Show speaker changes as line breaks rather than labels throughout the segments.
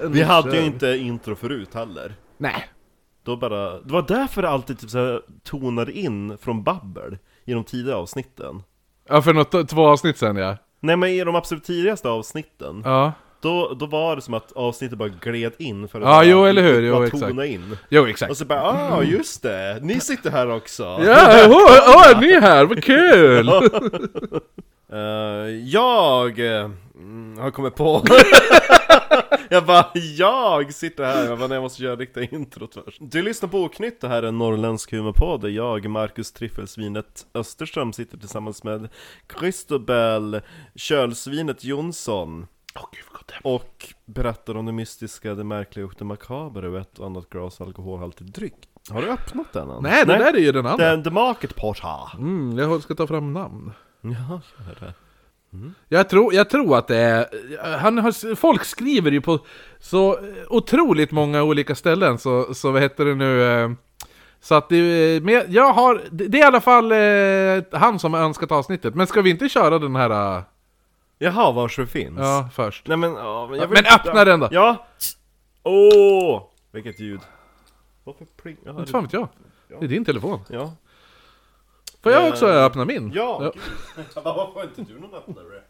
Vi hade ju inte intro förut heller.
Mm. Nej.
Då bara, det var därför det alltid typ så här tonade in från babbel i de tidiga avsnitten.
Ja, för något, två avsnitt sen ja.
Nej men i de absolut tidigaste avsnitten,
Ja.
då, då var det som att avsnittet bara gled in för att
Ja,
bara-
jo, eller hur? Jo,
bara
exakt.
tona in.
Jo, exakt.
Och så bara, ah just det, ni sitter här också!
Ja, åh, åh, ni är här, vad kul!
Eh, jag eh, mm, har kommit på... jag bara, jag sitter här, jag bara, nej, jag måste göra riktiga introt först. Du lyssnar på Oknytt, det här är en norrländsk humorpodd där jag, Marcus Triffelsvinet Österström, sitter tillsammans med Christobel Kölsvinet Jonsson.
Åh, gud, vad gott det är.
Och berättar om det mystiska, det märkliga och det makabra och ett och annat glas alkoholhaltig dryck. Har du öppnat den än?
Nej, det där är ju den andra.
Den, The Market Porta.
Mm, jag ska ta fram namn.
Jaha, gör det.
Jag tror, jag tror att det är... Han har, folk skriver ju på så otroligt många olika ställen, så, så vad heter det nu? eh, Så att det, är- men jag har, det det är i alla fall eh, han som har önskat avsnittet, men ska vi inte köra den här eh,
Jaha, vars det finns.
ja, först?
Nej men, ja, men, jag
Men öppna den då!
Ja! Åh! vilket ljud! Varför pling... Ja,
Inte fan vet jag, det är din telefon.
ja.
Får
Eh,
jag också öppna min?
ja. Varför har inte du någon öppnare?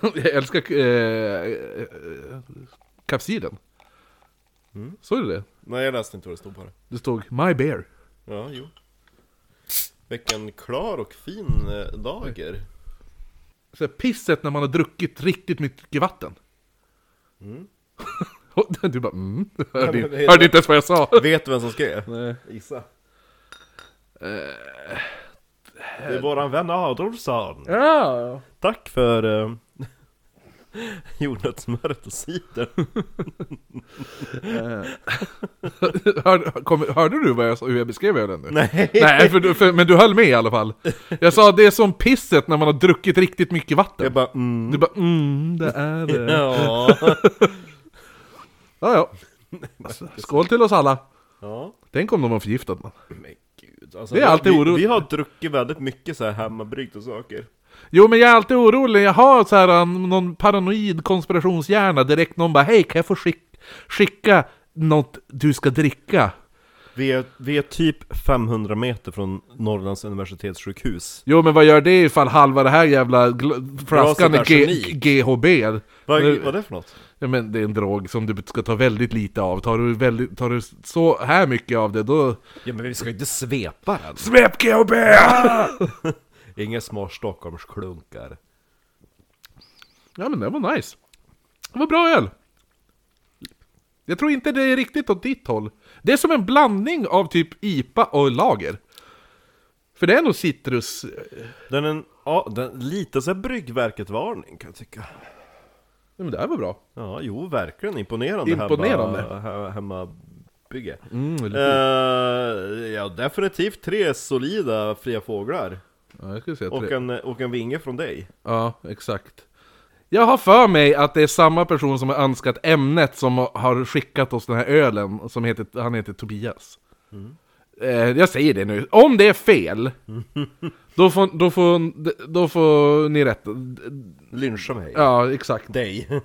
Jag älskar eh, eh, kapsiden.
Mm.
Såg du det?
Nej jag läste inte vad det stod på det.
Det stod My Bear.
Ja, jo. Vilken klar och fin eh, dager.
Så här, pisset när man har druckit riktigt mycket vatten. Och du bara mm. Hörde,
Mm. men det är-
hörde inte ens vad jag sa.
Vet du vem som skrev?
Nej. Eh,
Gissa. Det är våran vän Adolfsson.
Ja.
Tack för eh, jordnötssmöret och cider.
Hör, kom, hörde du vad jag, sa- hur jag beskrev den nu?
Nej!
Nej för, du- för, men du höll med i alla fall. Jag sa det är som pisset när man har druckit riktigt mycket vatten.
Jag bara mm.
Du bara mm, det är det.
Ja.
Ja, ja. Alltså, Skål till oss alla.
ja.
Tänk om de har förgiftat man.
Men gud, alltså,
Det är alltid
vi,
oro-
vi har druckit väldigt mycket så här hemmabryggda saker.
Jo men jag är alltid orolig, jag har så här, en- någon paranoid konspirationshjärna direkt någon bara Hej kan jag få skick- skicka något du ska dricka?
Vi är, vi är typ 500 meter från Norrlands universitetssjukhus.
Jo men vad gör det ifall halva det här jävla gl- flaskan är G-
arsenik.
GHB?
Vad
Nu-
vad är det för något?
Ja men det är en drog som du ska ta väldigt lite av, tar du, väldigt, tar du så här mycket av det då...
Ja men vi ska inte svepa den.
Svep GHB!
Inga små Stockholmsklunkar.
Ja men det var nice. Det var bra öl. Jag tror inte det är riktigt åt ditt håll. Det är som en blandning av typ IPA och lager. För det är nog citrus... eh,
Den är en, ja, den, lite så här bryggverket-varning kan jag tycka.
Ja, men det här var bra.
Ja, jo verkligen imponerande.
Imponerande.
Hemma, hemma bygge.
Mm, eller hur?
Eh, ja, definitivt tre solida fria fåglar.
ja, jag skulle säga
Och
tre.
en, och en vinge från dig.
Ja, exakt. Jag har för mig att det är samma person som har önskat ämnet som har skickat oss den här ölen, som heter, han heter Tobias.
Mm.
Eh, jag säger det nu, om det är fel, då, får, då, får, då får ni rätta.
Lyncha mig.
Ja, exakt.
Dig.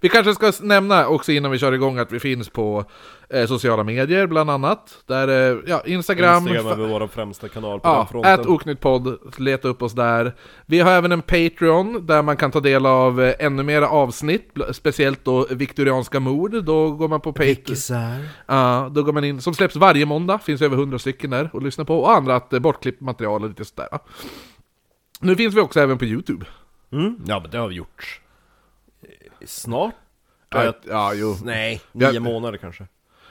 Vi kanske ska s- nämna också innan vi kör igång att vi finns på eh, sociala medier bland annat. Där, eh, ja, Instagram,
Instagram är
fa-
väl vår främsta kanal på den
ja,
fronten.
ät oknyttpodd, leta upp oss där. Vi har även en Patreon där man kan ta del av eh, ännu mera avsnitt, bl- speciellt då viktorianska mord. Då går man på Patreon. Ja, då går man in, som släpps varje måndag, finns över 100 stycken där och lyssna på. Och andra att eh, bortklippt material och lite sådär. Nu finns vi också även på YouTube.
Mm. Ja men det har vi gjort. Eh, Snart?
Ja,
Ett-
ja jo.
Nej, nio
Ja.
månader kanske.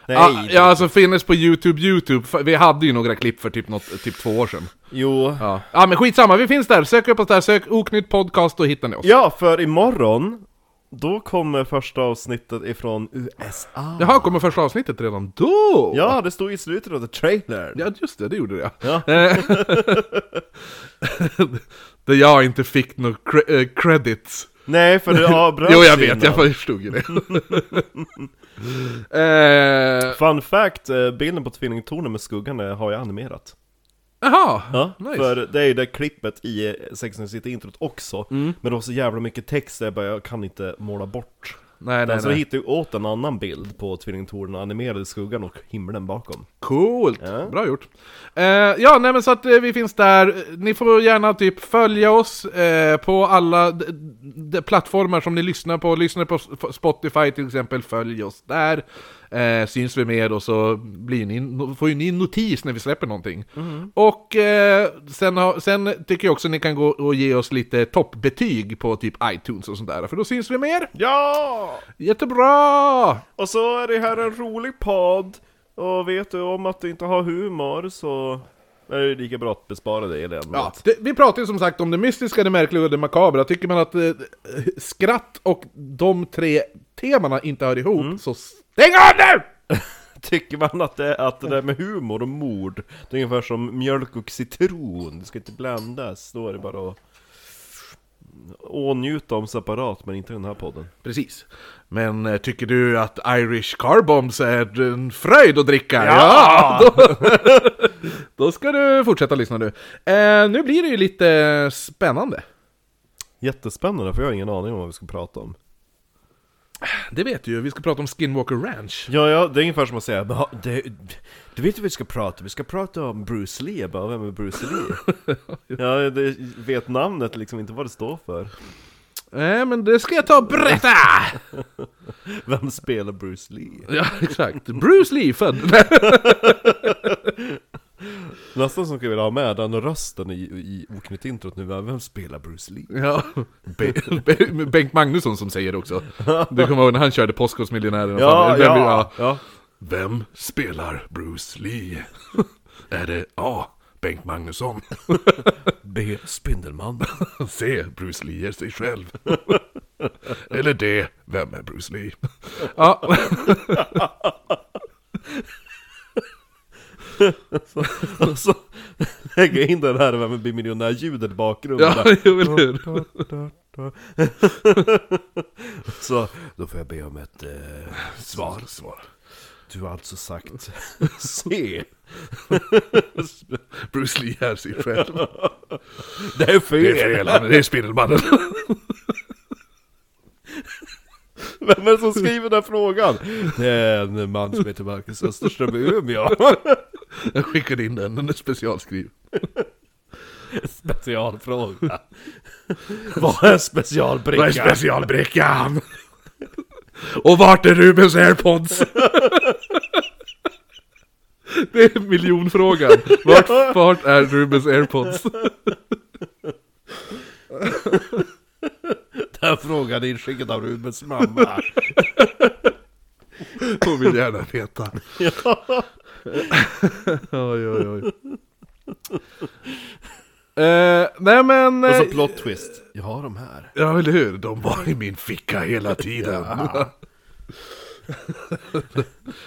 Nej,
Ja,
inte.
ja, alltså finnes på Youtube, Youtube. För Vi hade ju några klipp för typ, något, typ två år sedan.
Jo.
Ja. ja, men skitsamma, vi finns där. Sök upp oss där, sök Oknytt Podcast och hittar ni oss.
Ja, för imorgon, då kommer första avsnittet ifrån USA.
Jaha, kommer första avsnittet redan då?
Ja, det stod i slutet av the trailer.
Ja, just det, det gjorde det.
Ja.
Eh, Där jag inte fick några cre- eh, credits.
Nej, för det avbröts
Jo, jag vet,
innan.
jag förstod ju det. eh,
Fun fact, eh, bilden på tvillingtornen med skuggan eh, har jag animerat.
Jaha!
Ja,
Nice.
för det är ju det klippet i Sex and the City-introt också Men det var så jävla mycket text där jag bara, jag kan inte måla bort
Nej, nej,
Men så
nej.
hittade jag åt en annan bild på Tvilling Torn animerade skuggan och himlen bakom
Coolt!
Ja.
Bra gjort. Eh, ja, nej men så att eh, vi finns där. Ni får gärna typ följa oss eh, på alla d- d- plattformar som ni lyssnar på. Lyssnar på Sp- Spotify till exempel, följ oss där. Eh, syns vi med och så blir ni, no- får ju ni en notis när vi släpper någonting. Och eh, sen, har- sen tycker jag också ni kan gå och ge oss lite toppbetyg på typ iTunes och sånt där. För då syns vi mer.
Ja!
Jättebra!
Och så är det här en rolig podd Och vet du om att du inte har humor så är det lika bra att bespara dig det
Ja, det, vi pratar ju som sagt om det mystiska, det märkliga och det makabra. Tycker man att eh, skratt och de tre temana inte hör ihop, så stäng av nu!
Tycker man att det, att det där med humor och mord Det är ungefär som mjölk och citron Det ska inte blandas, då är det bara att ånjuta om separat men inte i den här podden
Precis. Men eh, tycker du att Irish Car Bombs är en fröjd att dricka?
Ja!
då, då ska du fortsätta lyssna nu. Eh, nu blir det ju lite spännande.
Jättespännande för jag har ingen aning om vad vi ska prata om
Det vet du ju, vi ska prata om Skinwalker Ranch.
Ja, ja det är ungefär som att säga "Ja, det, Du vet inte vad vi ska prata om? Vi ska prata om Bruce Lee, Jag bara, vem är Bruce Lee? ja, det, vet namnet liksom inte vad det står för
Nej, Eh, men det ska jag ta och berätta!
Vem spelar Bruce Lee?
ja, exakt. Bruce Lee född.
Nästan som jag vill ha med den rösten i, i oknytt introt nu, vem spelar Bruce Lee?
Ja, Be- Be- Bengt Magnusson som säger det också. Du kommer ihåg när han körde Påskåsmiljonären?
Ja,
Fan, vem,
ja, ja.
Vem spelar Bruce Lee? Är det A. Bengt Magnusson?
B. Spindelmannen.
C. Bruce Lee är sig själv? Eller D. Vem är Bruce Lee? Ja,
Och så lägger jag in den här Vem blir miljonär-ljudet i bakgrunden.
ja jo, eller hur?
Så då får jag be om ett eh,
Svar, svar.
Du har alltså sagt C.
Bruce Lee är sig själv.
Det är
Det är
fel.
fel, han- det är Spindelmannen.
Vem är det som skriver den här frågan? Det är en man som heter Marcus Österström i Umeå.
Jag skickade in den, den är specialskriven.
Specialfråga. Vad är
Vad är
specialbricka?
specialbrickan? Och vart är Rubens airpods? Det är miljonfrågan. Vart, vart är Rubens airpods?
Den här frågan är inskickad av Rubens mamma.
Hon vill gärna veta. oj, oj, oj. Eh, nej men...
Och så
eh,
plot twist. Jag har de här.
Ja, eller hur? De var i min ficka hela tiden.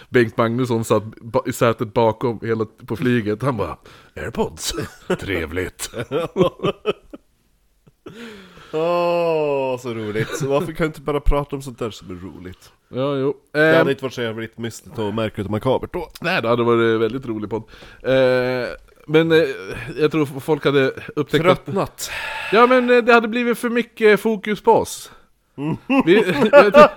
Bengt Magnusson satt ba- i sätet bakom hela, på flyget. Han bara Airpods, trevligt.
Åh, så roligt. Så varför kan jag inte bara prata om sånt där som är roligt?
ja, jo.
Det
Eh,
hade inte varit så jävligt mystigt och märkligt och makabert då.
nej, det hade varit en väldigt rolig podd. Eh, men eh, jag tror folk hade upptäckt att...
Tröttnat.
Ja, men eh, det hade blivit för mycket fokus på oss. Vi, jag, tror,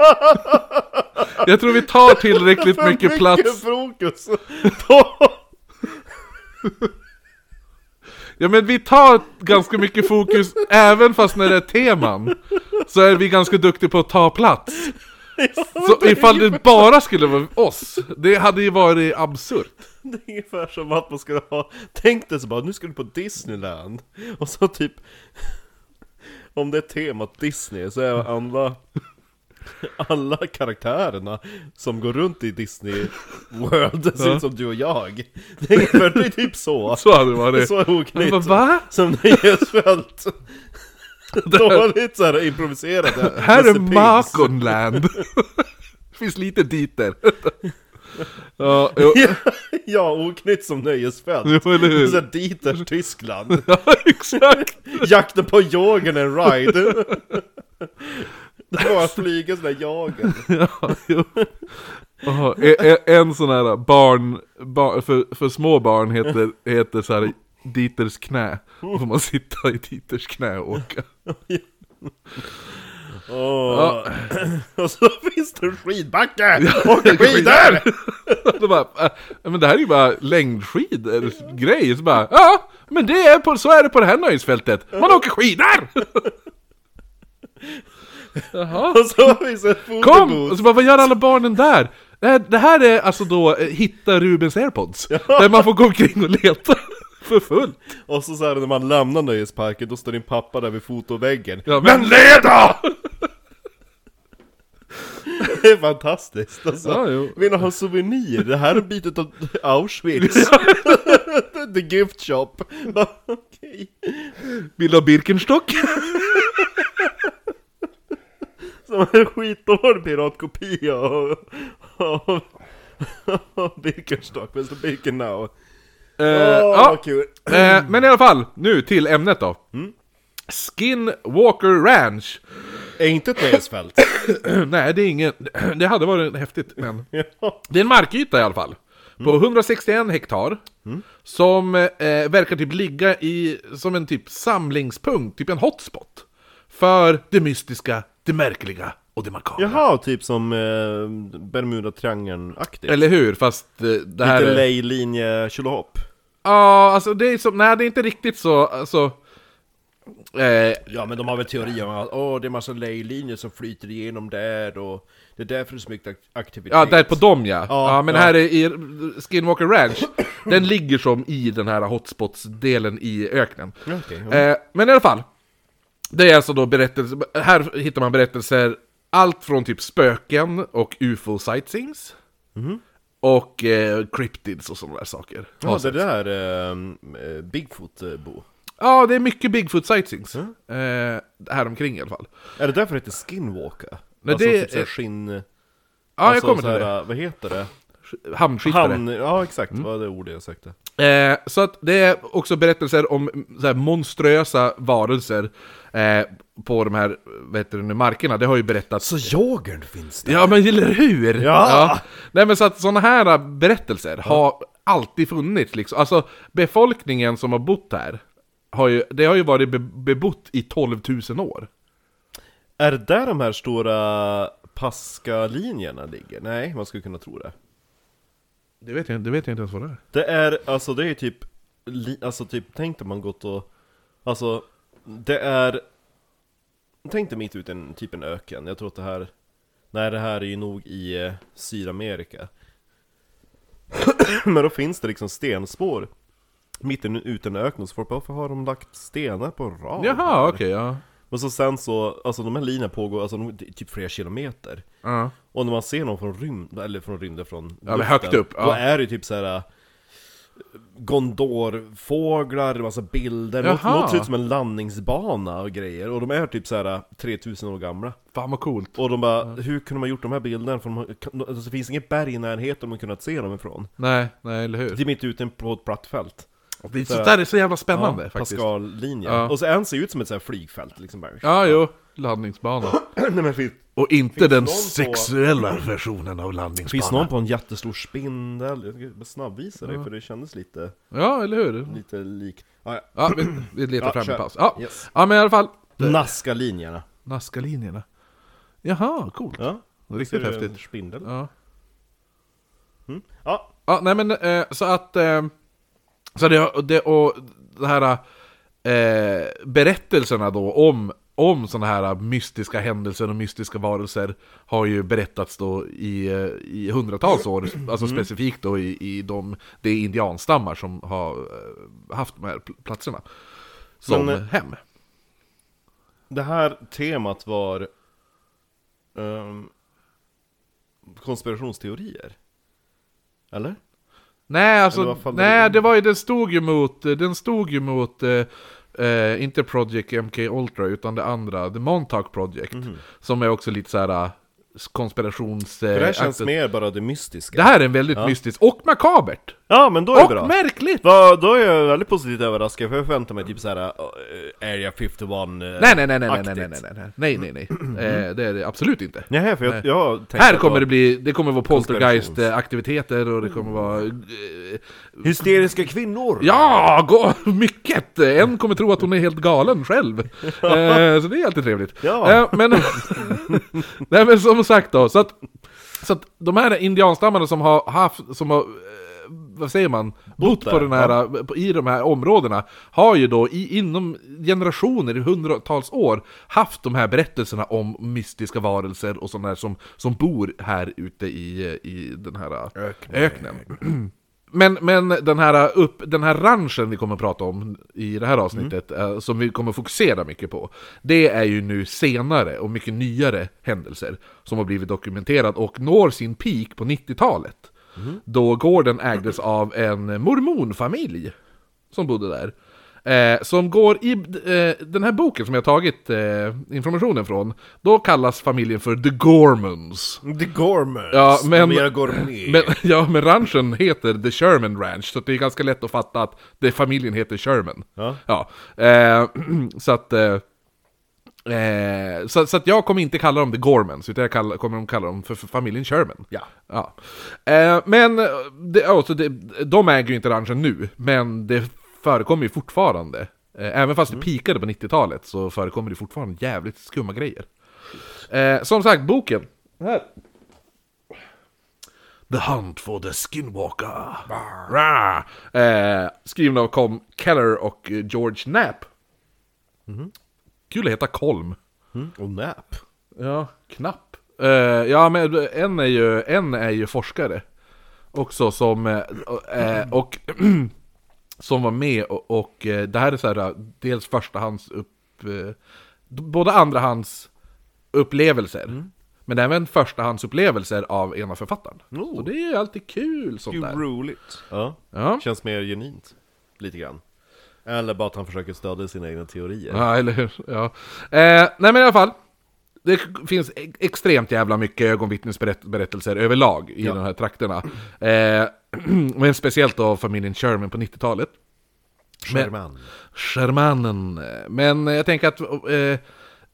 jag tror vi tar tillräckligt
För
mycket plats
fokus på...
Ja men vi tar ganska mycket fokus även fast när det är teman Så är vi ganska duktiga på att ta plats Så ifall det bara skulle vara oss Det hade ju varit absurt
Det är ungefär som att man skulle ha tänkt det så bara, nu ska du på Disneyland. Och så typ, om det är temat Disney så är alla, alla karaktärerna som går runt i Disney World, det ser ut som du och jag. Det är ungefär det är typ så.
Så hade det varit
Så
Men vad,
oknytt.
va?
Som det ges för allt. Dåligt såhär improviserade.
Här är
recipes.
Makonland Finns lite dit där Ja, jo,
Ja, ja, oknytt som nöjesfält.
jo eller
Så
hur?
här, dit är Tyskland.
Ja, exakt!
Jakten på jagern är en ride. Bara flyga sådär jagern.
Ja, jo. Åh, e- e- en sån här barn, barn för, för små barn heter, heter så här Dieters knä. Då får man sitta i Dieters knä och åka.
Åh. Och så finns det en skidbacke! Åka skidor!
Då bara, äh, men det här är ju bara längdskidgrej. Så bara, ja, men det är på, så är det på det här nöjesfältet. Man åker skidor! Jaha.
Och så finns det en fotobod!
Kom! Och så bara, vad gör alla barnen där? Det här, det här är alltså då eh, Hitta Rubens airpods. Där man får gå omkring och leta. För fullt.
Och så, så här när man lämnar nöjesparken, då står din pappa där vid fotoväggen.
Ja, men-
men leda! Det är fantastiskt alltså.
Ja, jo.
Vill ni ha en souvenir? Det här är bitet av Auschwitz. The gift shop. Bara, Okej.
Vill du ha Birkenstock?
Som en skitdålig piratkopia av, av, av Birkenstock. Men så Birken now.
Eh,
Åh, Mm.
ja.
vad kul.
Eh, men i alla fall, nu till ämnet då.
Mm.
Skinwalker Ranch.
Är inte ett nöjesfält?
Nej, det är ingen... Det hade varit häftigt, men...
ja.
Det är en markyta i alla fall.
Mm.
På 161 hektar. Som eh, verkar typ ligga i, som en typ samlingspunkt, typ en hotspot. För det mystiska, det märkliga och det makabra.
Jaha, typ som eh, Bermuda-triangeln-aktigt.
Eller hur? Fast eh, det här...
Lite
är-
lejlinje tjolahopp
Ja, alltså det är som... Nej, det är inte riktigt så... Alltså, eh,
Ja men de har väl teorier om att åh det är massa lejlinjer som flyter igenom där och det är därför det är så mycket ak- aktivitet
Ja, där på dem ja. ja,
Ja,
men
ja.
här är i Skinwalker Ranch, den ligger som i den här hotspots-delen i öknen.
Okej, ja.
eh, men i alla fall, det är alltså då berättelser, här hittar man berättelser, allt från typ spöken och ufo-sightings. Och eh, cryptids och sådana där saker.
Mhm. Ja det där eh, Bigfoot eh, bo
Ja, det är mycket Bigfoot-sightings. Eh, här omkring i alla fall.
Är det därför det heter Skinwalker?
Nej,
alltså
det
typ
är-
såhär skinn... Ja
Ja,
Alltså,
jag kommer till det.
Vad heter det?
Hamnskiftare.
Han... Ja exakt, vad är det ordet jag sökte?
Eh, så att det är också berättelser om mm, så här, monströsa varelser eh, på de här vad heter det nu, markerna. Det har ju berättats.
jagern finns
Ja men eller hur?
Ja!
Nej men så att sådana här äh, berättelser har alltid funnits liksom. Alltså befolkningen som har bott här, har ju, det har ju varit be- bebott i 12 000 år.
Är det där de här stora Pascalinjerna ligger? Nej, man skulle kunna tro det
Det vet jag, det vet jag inte ens vad det är.
Det är, alltså det är typ, li, alltså typ, tänk dig man gått och, alltså det är, tänk dig mitt ute i en, typ en öken, jag tror att det här, nej det här är ju nog i eh, Sydamerika. Men då finns det liksom stenspår mitt i- ute i en öken, och så folk bara, varför har de lagt stenar på en rad?
Jaha, okej ja.
Men så sen så, alltså de här linjerna pågår, alltså de, det är typ flera kilometer.
ja.
Och när man ser någon från rymden, eller från rymden från
men
luften,
högt upp, ja.
Då är det ju typ så här. äh, Gondorfåglar, en massa bilder, något,
Jaha.
något ser ut som en landningsbana och grejer Och de är typ så här äh, 3000 år gamla
Fan vad coolt.
Och de bara, hur kunde man gjort de här bilderna? För de har, kan, alltså, det finns inget berg i närheten man kunnat se dem ifrån
Nej, nej eller hur?
Det är mitt ute på ett platt fält
Det är, sånt där är så jävla spännande
Ja,
faktiskt.
Pascal-linjen
Ja.
Och så en ser ut som ett så här flygfält liksom bara.
Ja, jo. Landningsbana.
Nej, men finns,
Och inte den
någon på-
sexuella versionen av landningsbanan.
finns någon på en jättestor spindel? Jag ska bara snabbvisa dig för det kändes lite,
Ja, eller hur?
lite likt ja, ja.
Ja, vi, vi letar
Ja,
fram en
kör.
paus. Ja.
Yes. Mm.
ja, men i alla fall.
Naska linjerna.
Nazca-linjerna. Jaha, coolt.
Ja. Ser
Riktigt
du en
häftigt.
spindel?
Ja.
Ja.
ja, nej men eh, så att... Eh, så det, och det, och det här... Eh, berättelserna då om, om sådana här mystiska händelser och mystiska varelser har ju berättats då i, eh, i hundratals år, alltså
Mm.
specifikt då i, i de, det är indianstammar som har eh, haft de här pl- platserna som
Men, eh,
hem.
Det här temat var ehm, konspirationsteorier. Eller?
Nej,
Eller
alltså,
vad fan är det?
nej, det var ju, den stod ju mot, den stod ju mot, eh, eh, inte Project MK Ultra utan det andra, The Montauk Project, som är också lite så här eh, konspirations...
Mhm. För det här känns mer bara det mystiska.
Eh, Det här är en väldigt mystiskt, och makabert!
Ja men då är det
och
bra.
märkligt!
Va, då är jag väldigt positivt överraskad för jag förväntar mig typ såhär uh, Area eh. 51
Nej, nej, nej, nej, nej, nej, nej, nej, nej, nej, nej, nej, Eh, det är det absolut inte.
Mm. Nej, för jag, jag tänkte
Här
att
kommer det
var
bli, det kommer vara
Konspirations.
poltergeist-aktiviteter och det kommer vara... eh,
Hysteriska kvinnor!
Ja, gå, mycket! En kommer tro att hon är helt galen själv. Eh, så det är alltid trevligt.
Ja.
Eh, men, nej, men som sagt då, så att, så att de här indianstammarna som har haft, som har, eh, vad säger man, bott på
där,
den här, på, i de här områdena, har ju då i, inom generationer, i hundratals år, haft de här berättelserna om mystiska varelser och sådana här som, som bor här ute i, eh, i den här
Öknen.
öknen. Men, men den, här uh, upp, den här ranchen vi kommer att prata om i det här avsnittet, eh, som vi kommer fokusera mycket på, det är ju nu senare och mycket nyare händelser som har blivit dokumenterad och når sin peak på 90-talet. Då gården ägdes av en mormonfamilj som bodde där. Eh, som går i eh, den här boken som jag tagit eh, informationen från, då kallas familjen för The Gormans.
The Gormans!
Ja, men-
De gör gourmet!
Men, ja, men ranchen heter The Sherman Ranch, så det är ganska lätt att fatta att det, familjen heter Sherman.
Ja.
Eh, så att... Eh, eh, så, så att jag kommer inte kalla dem The Gormans, utan jag kall, kommer de kalla dem för, för familjen Sherman.
Ja.
Ja. Eh, men eh, det, alltså, det, de äger ju inte ranchen nu, men det förekommer ju fortfarande. Eh, även fast det pikade på 90-talet så förekommer det fortfarande jävligt skumma grejer. Eh, som sagt, boken. Här. The Hunt for the Skinwalker. Rah. Eh, skriven av Colm Keller och eh, George Knapp. Kul att heta Colm.
Mm. Och nap!
Ja, knapp. Eh, ja, men en är ju, en är ju forskare. Också som, eh, eh, och som var med och, och eh, det här är så här, dels förstahands upp, eh, både andrahands upplevelser. Men även förstahandsupplevelser av ena författaren.
Oh.
Så det är ju alltid kul
Det
sånt
är ju
där.
roligt! Ja.
Ja.
Känns mer genuint, lite grann. Eller bara att han försöker stödja sina egna teorier.
Ja, eller hur. Ja. Eh, nej men i alla fall. Det finns e- extremt jävla mycket ögonvittnesberättelser överlag i
Ja.
de här trakterna. Eh, men speciellt av familjen Sherman på 90-talet. Men-
Sherman.
Shermanen. Men eh, jag tänker att eh,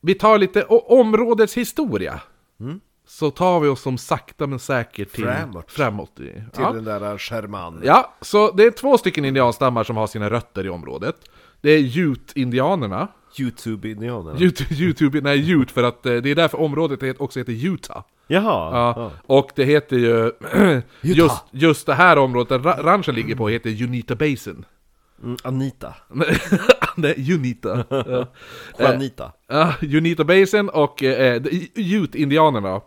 vi tar lite o- områdets historia. Så tar vi oss som sakta men säkert till
Mm. Framåt.
framåt i-
Till
ja.
den där äh, Sherman.
Ja, så det är två stycken indianstammar som har sina rötter i området. Det är Ute-indianerna.
Youtube-indianerna.
Youtube, YouTube, nej Ute för att eh, det är därför området het- också heter Utah.
Jaha!
Ja,
Ja.
Och det heter ju, just, just det här området där ra- ranchen ligger på heter Unita Basin.
Mm, Anita.
nej, Unita. Ja.
Juanita.
Ja, Unita Basin och eh, de- Ute-indianerna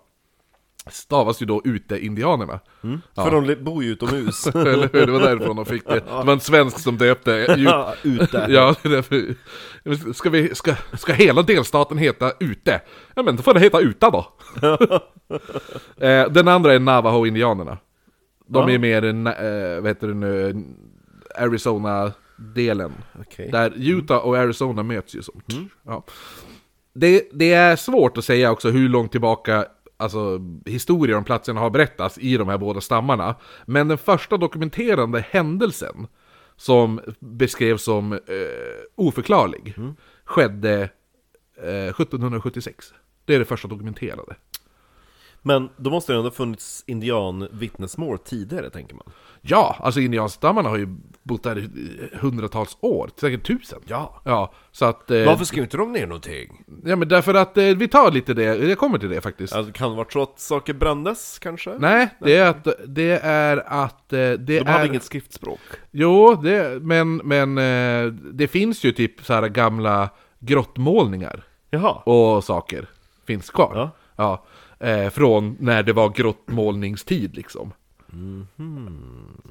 stavas ju då Ute-indianerna. Ja.
För de le- bor ju utomhus.
Eller hur? Det var därifrån de fick det. Det var en svensk som döpte Ute.
Ja, Ute.
Ja, det är därför. Ska, vi, ska, ska hela delstaten heta Ute? Ja men då får det heta Uta då. Eh, Den andra är Navajo-indianerna. De
Ja.
är mer, eh, vad heter det nu, Arizona-delen.
Okej. Mm.
Där Utah och Arizona möts ju som. Ja. Det, det är svårt att säga också hur långt tillbaka alltså, historier om platsen har berättats i de här båda stammarna. Men den första dokumenterande händelsen som beskrevs som eh, oförklarlig
Mm.
skedde eh, 1776. Det är det första dokumenterade.
Men då måste det ändå ha funnits indianvittnesmål tidigare, tänker man.
Ja, alltså indianstammarna har ju bott där i hundratals år, säkert tusen.
Ja.
Ja, så att... eh,
skrev inte de ner någonting?
Ja men därför att eh, vi tar lite det, jag kommer till det faktiskt.
Alltså, kan det vara så att saker brändes, kanske?
Nej, det är att, det är att, eh, det
De hade
är...
inget skriftspråk.
Jo, det, men, men eh, det finns ju typ så här gamla grottmålningar
Jaha.
och saker finns kvar.
Ja.
Ja, eh, från när det var grottmålningstid liksom.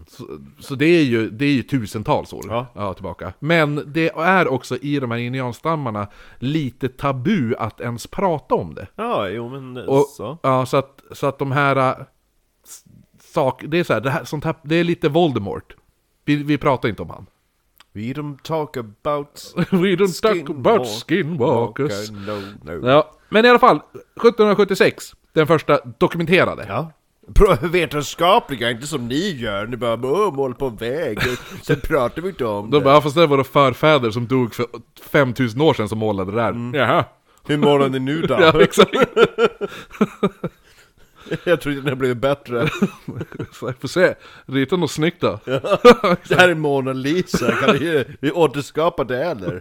Så, så det, är ju, det är ju tusentals år
Mhm. Ja.
tillbaka. Men det är också i de här indianstammarna lite tabu att ens prata om det.
Ja, jo men eh,
Och,
så.
Ja, så att, så att de här... äh, s- Sak, det är så här, det, här, sånt här, det är lite Voldemort. Vi, vi pratar inte om han.
We don't talk about...
We don't talk about
Skinwalker,
skinwalkers.
No, no.
Ja, men i alla fall, 1776. Den första dokumenterade.
Ja. Pro- Vetenskapliga, inte som ni gör, ni bara "Åh, mål på väg, sen pratar vi inte om
De
det.
bara, "Ja, fast det är våra förfäder som dog för 5000 år sedan som målade det där. Jaha.
Hur mår ni nu då?
Ja, exakt.
Jag tror inte den har blivit bättre.
Så jag får se. Rita något snyggt då.
Det här är Mona Lisa, kan vi, vi återskapa det eller?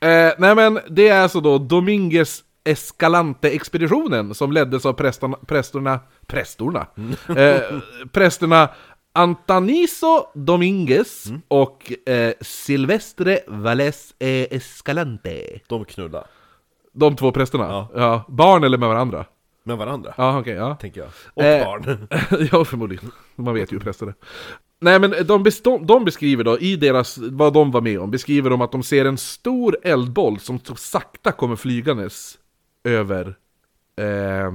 Eh, nej men det är alltså då Dominguez Escalante-expeditionen som leddes av prästarna, prästorna, prästorna, eh, prästerna Antaniso Dominguez och eh, Silvestre Valles eh, Escalante.
De knullar.
De två prästerna?
Ja.
Barn eller med varandra?
Med varandra,
Ja, okej, ja.
tänker jag. Och
Eh.
barn.
ja, förmodligen. Man vet ju hur präster är. Nej men de, bestå- de beskriver då, i deras, vad de var med om, beskriver de att de ser en stor eldboll som så sakta kommer flygandes över, eh,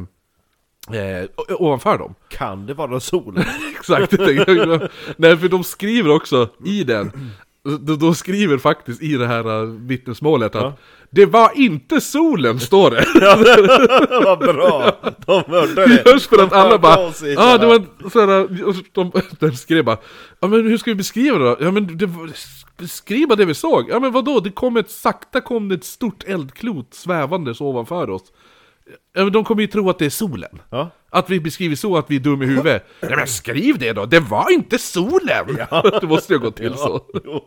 eh, o- ovanför dem.
Kan det vara solen?
Exakt, det tänkte jag. Nej, för de skriver också i den, de, de skriver faktiskt i det här eh, vittnesmålet att Det var inte solen, står det!
Vad bra! De hörde det!
Just för att
De
alla
hörde
bara,
oss i
ja ah, det
sådana-
var såhär, och de, de skrev bara, ja men hur ska vi beskriva det då? Ja men det, var- beskriva det vi såg, ja men vadå, det kom ett, sakta kom det ett stort eldklot svävandes ovanför oss. Ja men de kommer ju tro att det är solen.
Ja.
Att vi beskriver så att vi är dum i huvudet. Ja men skriv det då, det var inte solen! Det måste ju gå till så.
Jo.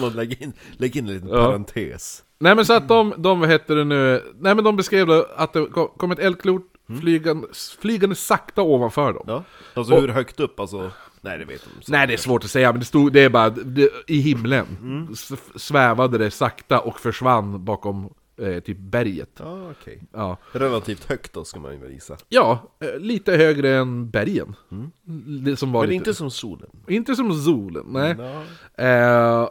Man lägger in, lägg in en liten parentes.
Nej men så att de, de vad heter det nu, nej men de beskrev då att det kom- kom ett eldklot flygande, flygande sakta ovanför dem.
Ja. Alltså hur högt upp alltså? Nej det vet de inte.
Nej det är svårt att säga, men det stod, det är bara, det, i himlen s- svävade det sakta och försvann bakom eh, typ berget.
Ja okej.
Ja,
Relativt högt då ska man ju visa.
ja eh, lite högre än bergen. Det som var
Mm. Men
lite,
inte Mm. som solen.
inte som solen, nej.
Ja.
Eh,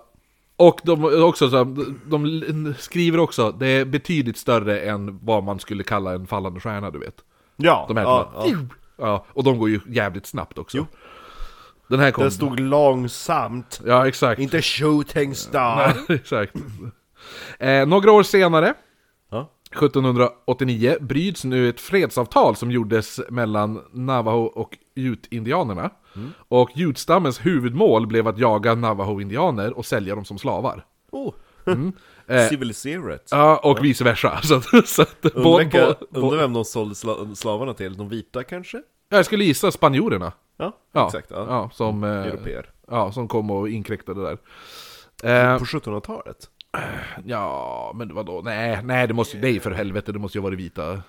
och de, också, så, här, de, de skriver också, det är betydligt större än vad man skulle kalla en fallande stjärna, du vet.
Ja.
De här
ja,
ja, ja. och de går ju jävligt snabbt också.
Jo.
Den här kom.
Den stod långsamt.
Ja, exakt.
Inte shooting star.
Ja, exakt. Eh, några år senare,
Ja.
1789, bryts nu ett fredsavtal som gjordes mellan Navajo och Ute-indianerna.
Mm.
Och Ute-stammens huvudmål blev att jaga Navajo-indianer och sälja dem som slavar.
Oh.
Eh.
Civiliserat.
Ja, och vice versa. Så att, så att,
Undrar,
bo,
vilka-
bo, bo,
undrar vem de sålde sla, slavarna till? De vita kanske?
jag skulle gissa spanjorerna.
Ja,
Ja,
exakt. Ja.
ja, som, eh,
Europeer.
ja, som kom och inkräktade där. Eh,
På 1700-talet?
ja, men vadå? Nej, nej, det måste, nej för helvete, det måste ju ha varit vita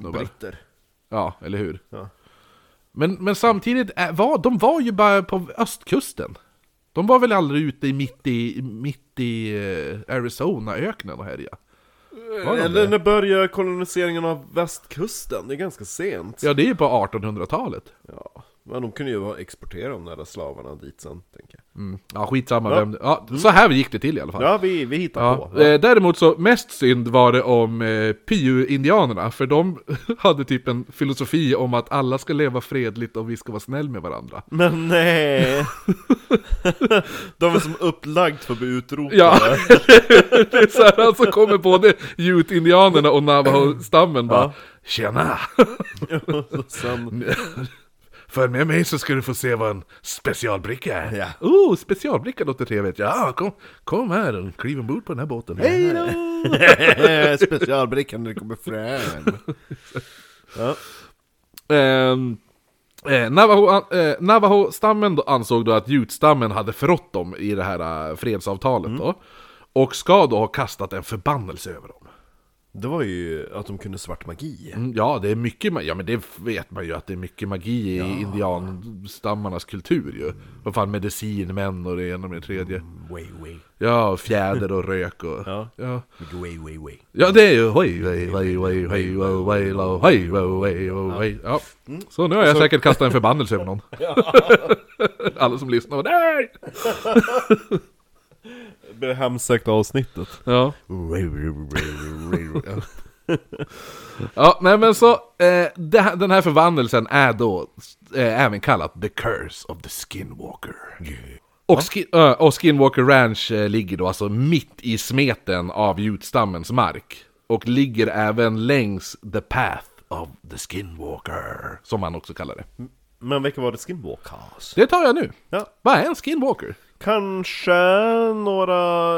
snubbar.
Britter.
Ja, eller hur?
Ja.
Men, men samtidigt, är- var, de var ju bara på östkusten. De var väl aldrig ute i mitt i, mitt i eh, Arizona-öknen och härja? Var de
Eller
det?
när börjar koloniseringen av västkusten? Det är ganska sent.
Ja, det är ju på 1800-talet.
Ja, men de kunde ju bara exportera de där slavarna dit sen, tänker jag.
Mm. Ja, skitsamma vem det- ja, Så här gick det till i alla fall.
Mm. Ja, vi, vi hittar
Ja,
på.
eh, Däremot så, mest synd var det om eh, Piu-indianerna, för de hade typ en filosofi om att alla ska leva fredligt och vi ska vara snäll med varandra.
Men nej! de är som upplagt för att bli utrotade.
Ja, det är så här, alltså kommer både Ute-indianerna och Navajo-stammen bara Tjena!
Och sen,
Följ med mig så ska du få se vad en specialbricka är.
Ja.
Oh, specialbricka låter trevligt. Ja, kom, kom här och kliv ombord på den här båten. Hej då!
specialbrickan när det kommer fram. Ja,
Ehm, eh, Navajo- eh, Navajo-stammen då ansåg då att jutstammen hade förrått dem i det här eh, fredsavtalet
Mm.
då. Och ska då ha kastat en förbannelse över dem.
det var ju att de kunde svart magi.
Mm, Ja, det är mycket ma- Ja, men det vet man ju att det är mycket magi i indianstammarnas kultur ju.
Mm.
Vad fan, medicinmän och det ena med det tredje.
Way, way.
Ja, och fjäder och rök och...
Mm. Ja.
ja.
Way, way, way.
Ja, det är ju... Hoj, hoj, hoj, hoj, hoj, hoj, hoj, hoj, hoj, hoj, hoj, hoj. Ja. Så nu har jag säkert kastat en förbannelse över någon. Alla som lyssnar bara, nej!
Det blir det hemsökta avsnittet.
Ja.
Ja.
ja, nej men så... Eh, det, här- den här förvandlelsen är då eh, även kallat The Curse of the Skinwalker. Och, eh, skin, ö, och Skinwalker Ranch eh, ligger då alltså mitt i smeten av jutstammens mark. och ligger även längs the path of the skinwalker, som man också kallar det.
Men vilka var det skinwalkers?
Det tar jag nu.
Ja.
Vad är en skinwalker?
Kanske några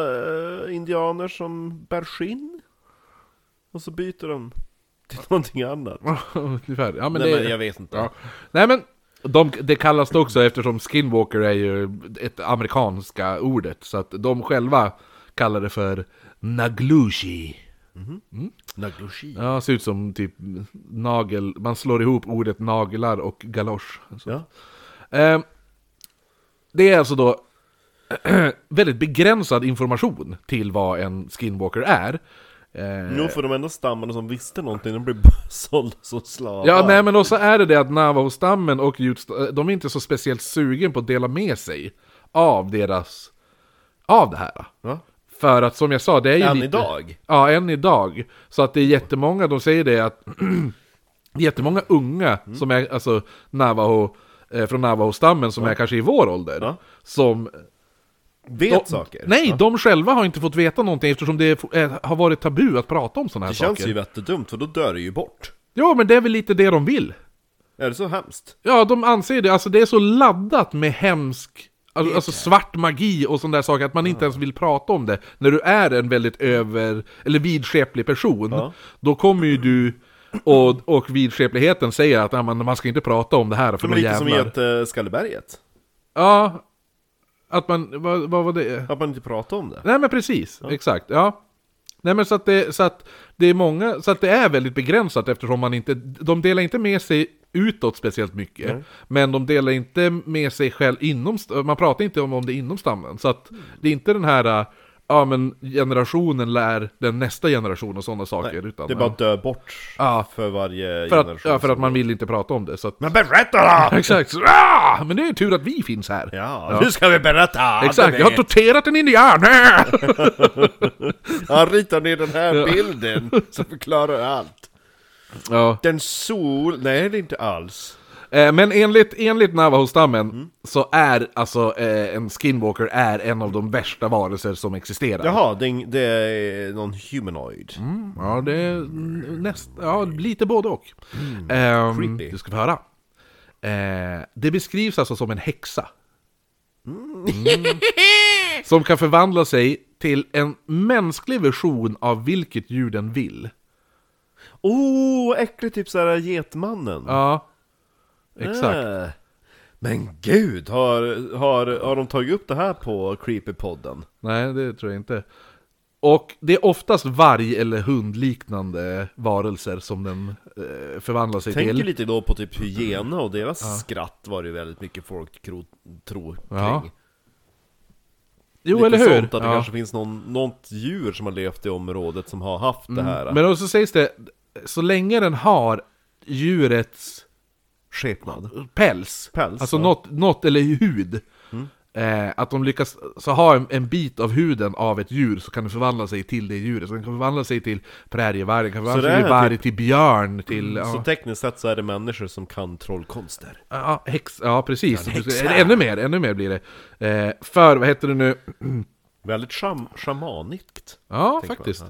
eh, indianer som bär skinn? Och så byter de till någonting annat.
Ungefär. Ja, men
Nej
det,
men jag vet inte.
Ja. Nej men, de, det kallas det också eftersom skinwalker är ju ett amerikanska ordet. Så att de själva kallar det för naglushi.
Naglushi.
Ja, ser ut som typ nagel. Man slår ihop ordet naglar och galosch. Så.
Ja.
Eh, det är alltså då väldigt begränsad information till vad en skinwalker är. Eh,
Jo för de enda stammarna som visste någonting, de blev bara sålda som slavar.
Ja, nej men också är det det att Navajo-stammen och Utes- de är inte så speciellt sugen på att dela med sig av deras, av det här.
Va?
För att som jag sa, det är ju
Än
lite...
idag?
Ja, än idag. Så att det är jättemånga, de säger det att det är jättemånga unga
Mm.
som är, alltså Navajo, eh, från Navajo-stammen som är kanske i vår ålder.
Ja.
Som
Vet
de-
saker.
Nej,
Ja.
de själva har inte fått veta någonting eftersom det är- är, har varit tabu att prata om sådana här
Det
saker.
känns ju jättedumt för då dör det ju bort.
Jo, men det är väl lite det de vill.
Är det så hemskt?
Ja, de anser det. Alltså det är så laddat med hemsk, alltså, alltså svart magi och sådana där saker att man inte ens vill prata om det. När du är en väldigt över, eller vidskeplig person,
Ja.
då kommer ju du och, och vidskepligheten säger att "Ja, man, man ska inte prata om det här för
Men
de
lite som E i eh,
jävlar.
Göteskalleberget.
Ja, att man, vad, vad var det?
Att man inte pratar om det.
Nej men precis, exakt. Ja. Nej men så att, det, så att det är många, så att det är väldigt begränsat eftersom man inte, de delar inte med sig utåt speciellt mycket. Men de delar inte med sig själv inom, st- man pratar inte om, om det inom stammen. Så att det är inte den här, äh, ja men generationen lär den nästa generation och sådana saker.
Nej,
utan,
det är bara
ja.
att dö bort
Ja.
för varje
för att,
generation.
ja, för att man vill inte prata om det. Så att,
Men berätta då!
exakt, så, ah, men det är ju tur att vi finns här.
Ja, nu ska vi berätta!
Exakt, jag har
jag
torterat en indian!
Han ritar ner den här bilden som förklarar allt.
ja.
Den sol... Nej, det är inte alls.
Eh, Men enligt, enligt Navajo-stammen så är alltså eh, en skinwalker är en av de värsta varelser som existerar.
Jaha, det är, det är någon humanoid.
Mm, Ja, det är n- näst, ja, lite både och. Ehm,
creepy.
du ska få höra. Eh, det beskrivs alltså som en häxa. Mm. Som kan förvandla sig till en mänsklig version av vilket djur den vill.
Oh, äckligt typ såhär getmannen.
Ja, exakt.
Äh. Men gud, har, har, har de tagit upp det här på Creepypodden?
Nej, det tror jag inte. Och det är oftast varg eller hundliknande varelser som den eh, förvandlar sig
Tänker
till.
lite då på typ hyena och deras skratt var det ju väldigt mycket folk kro, tror kring.
Ja. jo,
Lite
eller hur?
Sånt att det
Ja.
kanske finns någon, något djur som har levt i området som har haft det här.
Men också sägs det, så länge den har djurets
skepnad.
päls,
Päls,
alltså
ja. Mm.
något, något eller hud, eh, att de lyckas så ha en, en bit av huden av ett djur så kan den förvandla sig till det djuret. Så den kan förvandla sig till prärievarg, den kan förvandla
det
sig till
är typ
varg, till björn, till... ja.
Så tekniskt sett så är det människor som kan trollkonster.
Ja, häx, ja precis.
Ja, en häxa.
Ännu mer, ännu mer blir det. Eh, för, vad heter det nu?
Väldigt sham shamanikt.
Ja,
tänker man.
faktiskt.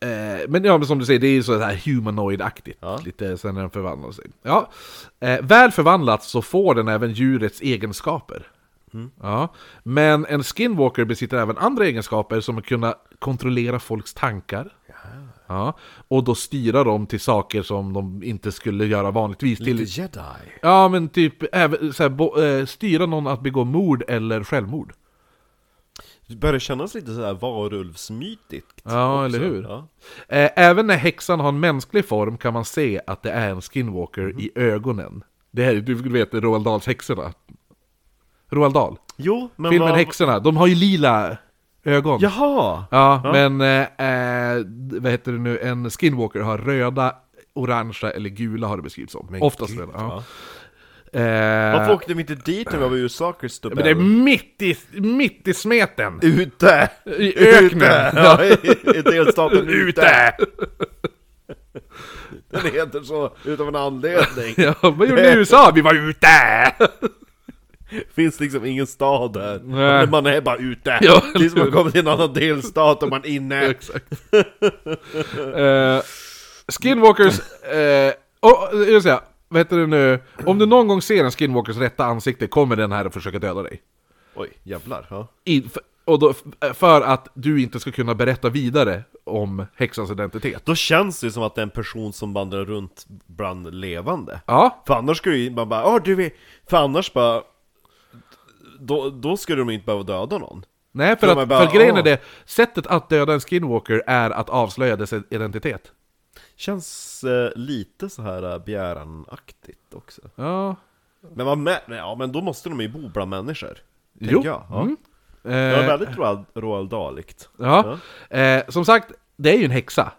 Eh, men ja, men som du säger, det är ju så här humanoid-aktigt.
Ja.
Lite sen när den förvandlar sig. Ja. Eh, väl förvandlat så får den även djurets egenskaper. Ja. Men en skinwalker besitter även andra egenskaper som att kunna kontrollera folks tankar. Ja. Och då styra dem till saker som de inte skulle göra vanligtvis.
Till
till
jedi.
Ja men typ även, så här, bo, eh, styra någon att begå mord eller självmord.
Det börjar kännas lite sådär varulvsmytigt. också.
Ja, eller hur?
Ja.
Eh, även när häxan har en mänsklig form kan man se att det är en skinwalker i ögonen. Det här, du vet Roald Dahls häxorna. Roald Dahl.
Jo, men
Filmen
vad-
Häxorna, de har ju lila ögon.
Jaha!
Ja, men eh, eh, vad heter det nu, en skinwalker har röda, orangea eller gula har det beskrivits som.
Men
Oftast
gud,
röda.
va?
Ja. Eh,
Varför åkte vi inte dit när vi var i USA, Christobel?
men det är mitt i, mitt i smeten!
Ute!
I öknen!
Ute! Ja, i, i delstaten Ute!
Ute!
Den heter så, utav en anledning.
Ja, vad gjorde ni i USA? Vi var ute!
Finns liksom ingen stad här.
Nej.
Men Man är bara ute.
Ja,
Tills
eller
man
hur?
kommer till en annan delstat och man är inne.
Exakt. Eh, skinwalkers... eh, och, jag vill säga, vad heter det nu? Om du någon gång ser en skinwalkers rätta ansikte kommer den här att försöka döda dig.
Oj, jävlar. Ja.
I, f- och då, f- eh, för att du inte ska kunna berätta vidare om häxans identitet.
Då känns det ju som att det är en person som vandrar runt bland levande.
Ja,
För annars skulle ju man bara, åh du är... För annars bara... Då, då skulle de inte behöva döda någon.
nej för,
De är
att,
bara,
för grejen är
"Åh."
det, sättet att döda en skinwalker är att avslöja dess identitet.
Känns eh, lite så här eh, begäranaktigt också.
Ja,
Men, vad mä- men, ja, men då måste de ju bo bland människor. tänker
jo.
Jag, ja.
Mm.
det var
Eh,
väldigt Roald, Roald Dahligt.
Ja. Eh, som sagt, det är ju en häxa.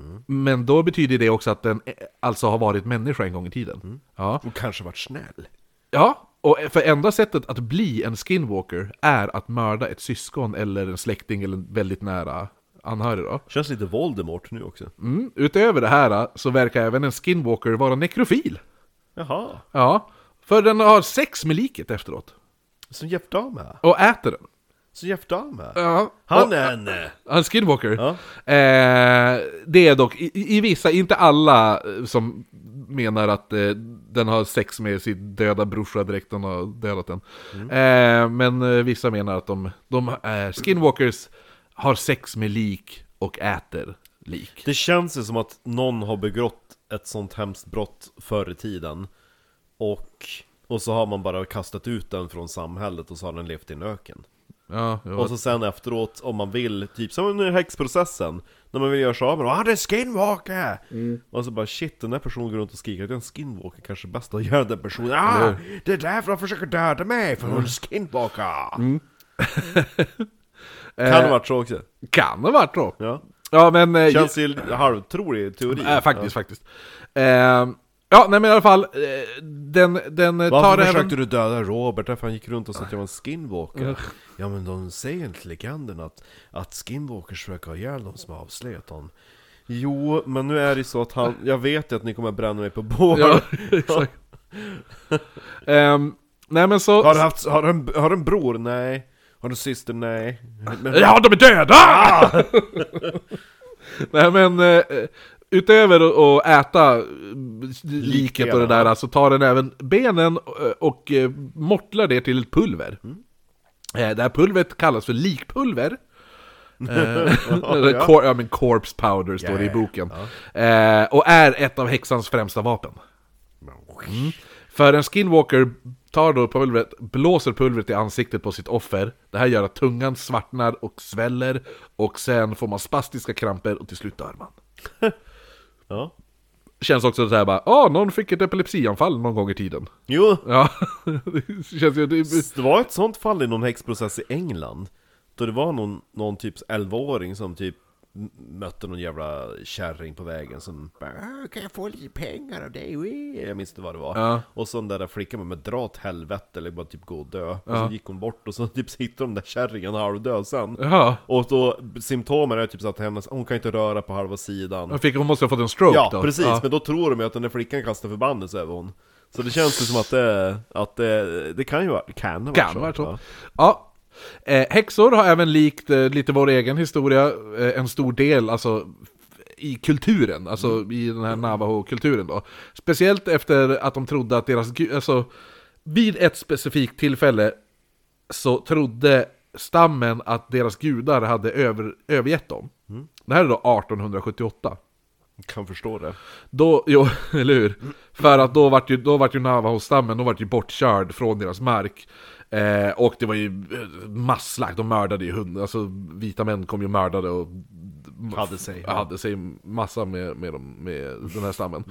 Mm.
Men då betyder det också att den eh, alltså har varit människa en gång i tiden.
Mm.
Ja.
Och kanske varit snäll.
ja, och för enda sättet att bli en skinwalker är att mörda ett syskon eller en släkting eller en väldigt nära anhörig då.
Känns lite Voldemort nu också.
Mm. Utöver det här eh, så verkar även en skinwalker vara nekrofil.
Jaha,
Ja, för den har sex med liket efteråt.
som Jeff Dahme är.
Och äter den.
Som Jeff Dahme är.
Ja.
Han är en... eh,
Han skinwalker.
Ja.
Eh, det är dock, i, i vissa, inte alla eh, som menar att eh, den har sex med sin döda brorsa direkt hon har dödat den.
Mm.
Eh, men eh, vissa menar att de, de är skinwalkers har sex med lik och äter lik.
Det känns ju som att någon har begått ett sånt hemskt brott förr i tiden. Och, och så har man bara kastat ut den från samhället och så har den levt i en öken.
Ja, jo.
Och så sen efteråt, om man vill, typ som under häxprocessen När man vill göra sig av med dem, ah det är skinwalker!
Mm.
Och så bara shit, den där personen går runt och skriker att jag är en skinwalker kanske är bäst att göra den personen Ah! Det är därför de försöker döda mig, för
Mm.
hon är skinwalker! kan ha varit så också,
kan ha varit då.
ja
Ja, men... eh,
Känns ju halvtrolig teori
eh, faktiskt, faktiskt. Eh, ja, nej men i alla fall, eh, den, den eh, tar
Varför
även...
försökte du döda Robert? Därför han gick runt och sa att jag var en skinwalker Ja men de säger enligt legenden att, att skinwalkers försöker ha ihjäl de som har avslöjat honom Jo, men nu är det ju så att han, jag vet ju att ni kommer bränna mig på bål
Ja, exakt. Ehm, nej men så...
har, du haft, har, du en, har du en bror? Nej Har du en syster? Nej men,
Ja, de är döda! nej men, eh, utöver att- att äta eh, liket och det där så tar den även benen eh, och eh, mortlar det till ett pulver. Eh, Det här pulvret kallas för likpulver. ja. Cor- ja men corpse powder står det i
Yeah.
boken. Eh, och är ett av häxans främsta vapen. För en skinwalker tar då pulvret, blåser pulvret i ansiktet på sitt offer. Det här gör att tungan svartnar och sväller och sen får man spastiska kramper och till slut dör man.
ja.
Känns också så här bara, ah någon fick ett epilepsianfall någon gång i tiden.
Jo,
Ja, det känns ju... Det,
det var ett sånt fall i någon häxprocess i England Då det var någon, någon typ 11-åring som typ m- mötte någon jävla kärring på vägen som bara, "Ah, Kan jag få lite pengar av dig? Wee." Jag minns inte vad det var
Ja.
Och så den där flickan med dra åt helvete eller bara typ gå och dö Och så gick hon bort och så typ sitter de där kärringen halvdöd sen
ja,
Och då, symptomen är typ så att hennes, hon kan inte röra på halva sidan
hon, fick, hon måste ha fått en stroke
Ja,
då.
precis,
Ja.
men då tror de ju att den där flickan kastar förbannelse över hon Så det känns ju som att det, att det, det kan ju vara, kan vara
Kan vara så. Ja. Eh, häxor har även likt eh, lite vår egen historia eh, en stor del alltså, f- i kulturen, alltså i den här Navajo-kulturen då. Speciellt efter att de trodde att deras gud, alltså vid ett specifikt tillfälle så trodde stammen att deras gudar hade över, övergett dem. Det här är då 1878.
Kan förstå det
Då, jo, eller hur? För att då vart ju, då vart ju Navajo-stammen, då vart ju bortkörd från deras mark. Eh, och det var ju eh, masslakt, de mördade ju hundar, alltså vita män kom ju och mördade och
Hade sig.
ja. hade sig massa med, med, dem, med den här stammen.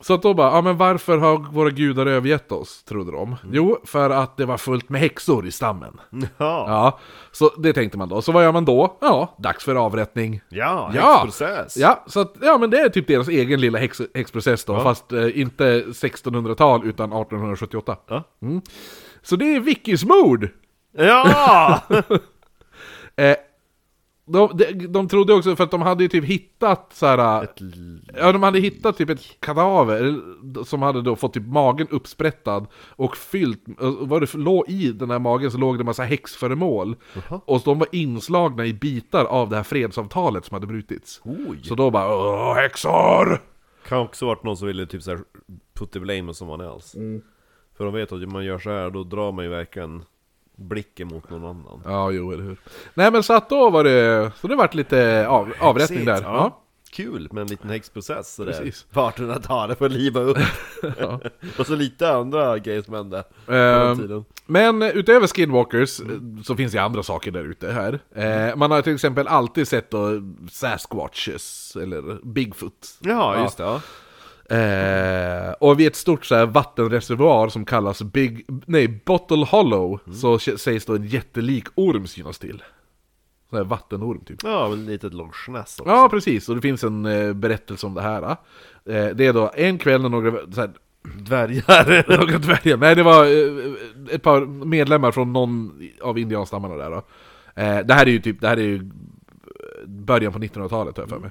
Så att då bara, ja men varför har våra gudar övergett oss, trodde de? Jo, för att det var fullt med häxor i stammen.
Ja,
Ja, så det tänkte man då. Så vad gör man då? Ja, dags för avrättning.
ja,
Ja.
häxprocess
Ja, så att, ja, men det är typ deras egen lilla häx, häxprocess då, fast eh, inte 1600-tal utan 1878.
Ja.
Mm. Så det är Vickys mord!
Ja!
Eh, De, de, de trodde också, för att de hade ju typ hittat så här. eh,
Ett l-
Ja, de hade hittat typ ett kadaver som hade då fått typ magen uppsprättad och fyllt, och vad det låg i den här magen så låg det massa häxföremål. Och de var inslagna i bitar av det här fredsavtalet som hade brutits.
Oj.
Så då bara Åh, häxor!
Kan också varit någon som ville typ såhär put the blame on someone else För de vet att om man gör så här då drar man ju verkligen blicken mot någon annan
Ja, jo, eller hur. Nej men så att då var det, så det vart lite av, avrättning där. Ja.
Kul med en liten häxprocess sådär
Precis.
på 1800-talet för att liva upp
Ja.
Och så lite andra grejer som hände på
Ehm,
den tiden Mm.
Men eh, utöver skinwalkers eh, så finns det andra saker där ute här. Eh, man har till exempel alltid sett då Sasquatches eller Bigfoot.
Ja, just det, ja.
Eh, och vid ett stort så här, vattenreservoar som kallas Big, nej, Bottle Hollow
Mm.
så k- sägs då en jättelik orm synas till. Sån här vattenorm typ.
ja, men lite ett litet longsnäs också
Ja, precis. Och det finns en eh, berättelse om det här. Eh, det är då en kväll när några så här,
Dvärgar!
några dvärgar. Nej, det var eh, ett par medlemmar från någon av indianstammarna där då. Eh, Det här är ju typ, det här är ju eh, början på 1900-talet har jag för mig.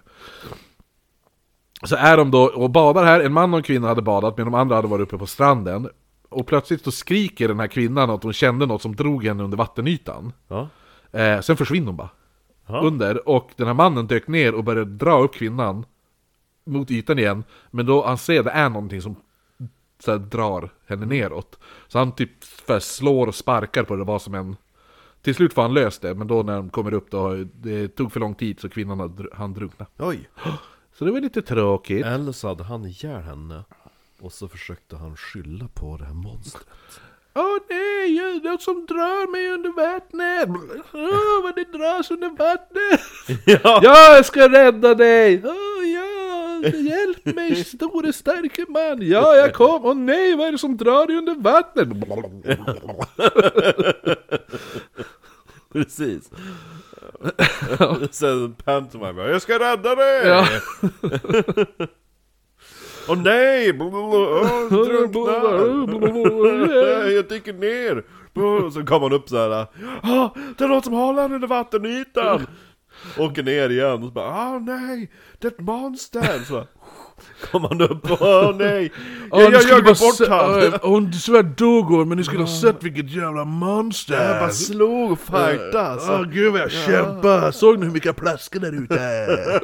Så är de då och badar här, en man och en kvinna hade badat men de andra hade varit uppe på stranden. Och plötsligt så skriker den här kvinnan att hon kände något som drog henne under vattenytan.
Ja,
Eh, sen försvinner hon bara.
Ja.
Under, och den här mannen dök ner och började dra upp kvinnan mot ytan igen. Men då han ser det är någonting som så här, drar henne neråt. Så han typ för slår och sparkar på det, vad som än. Till slut får han löst det, men då när de kommer upp då, har- det tog för lång tid så kvinnan har dr- han drunkna.
oj!
Så det var lite tråkigt.
Eller så hade han ihjäl henne Och så försökte han skylla på det här monstret
Åh nej, jag- något som drar mig under vattnet! Åh, vad det dras under vattnet!
Ja!
Jag ska rädda dig! Åh, ja, hjälp mig store starke man! Ja, jag kom! Åh nej, vad är det som drar dig under vattnet?
Precis. Sen pantomime bara, jag ska rädda dig!
Ja.
Åh nej! Bl- bl- åh, Drunknar! Nej, Jag dyker ner! Och Så kommer han upp så här. Ah, det är något som håller henne under vattenytan! Åker ner igen och så bara ah nej! Det är ett monster! Så bara, kommer han upp och åh nej!
Åh,
Jag, jag,
ni skulle
jag
bara
bort
se-
han!
Åh, Hon tyvärr dog hon, men ni skulle ha sett vilket jävla monster!
Jag bara slog och fightade
Åh
alltså!
gud vad jag kämpade! Såg ni hur mycket plaskor där ute är?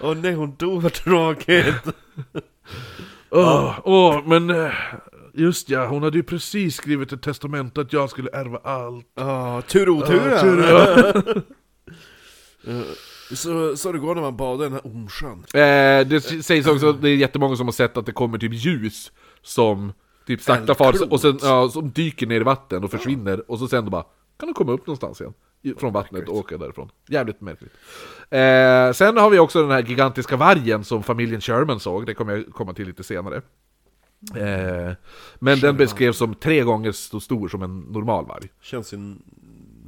Åh nej hon dog, vad tråkigt!
Åh, åh, men... eh, Just ja, hon hade ju precis skrivit ett testament att jag skulle ärva allt.
Ja, tur och otur
Ja,
ja, Eh,
tur och-
så, så det går när man badar i den här Ormsjön
Eh, det s- sägs också att det är jättemånga som har sett att det kommer typ ljus som typ sakta far
Eldklot.
och sen, ja, som dyker ner i vatten och försvinner och så sen då bara kan de komma upp någonstans igen i- från vattnet och åka därifrån. Jävligt märkligt. Eh, sen har vi också den här gigantiska vargen som familjen Sherman såg, det kommer jag komma till lite senare. Eh, men den beskrevs som tre gånger så stor som en normal varg.
Känns ju n-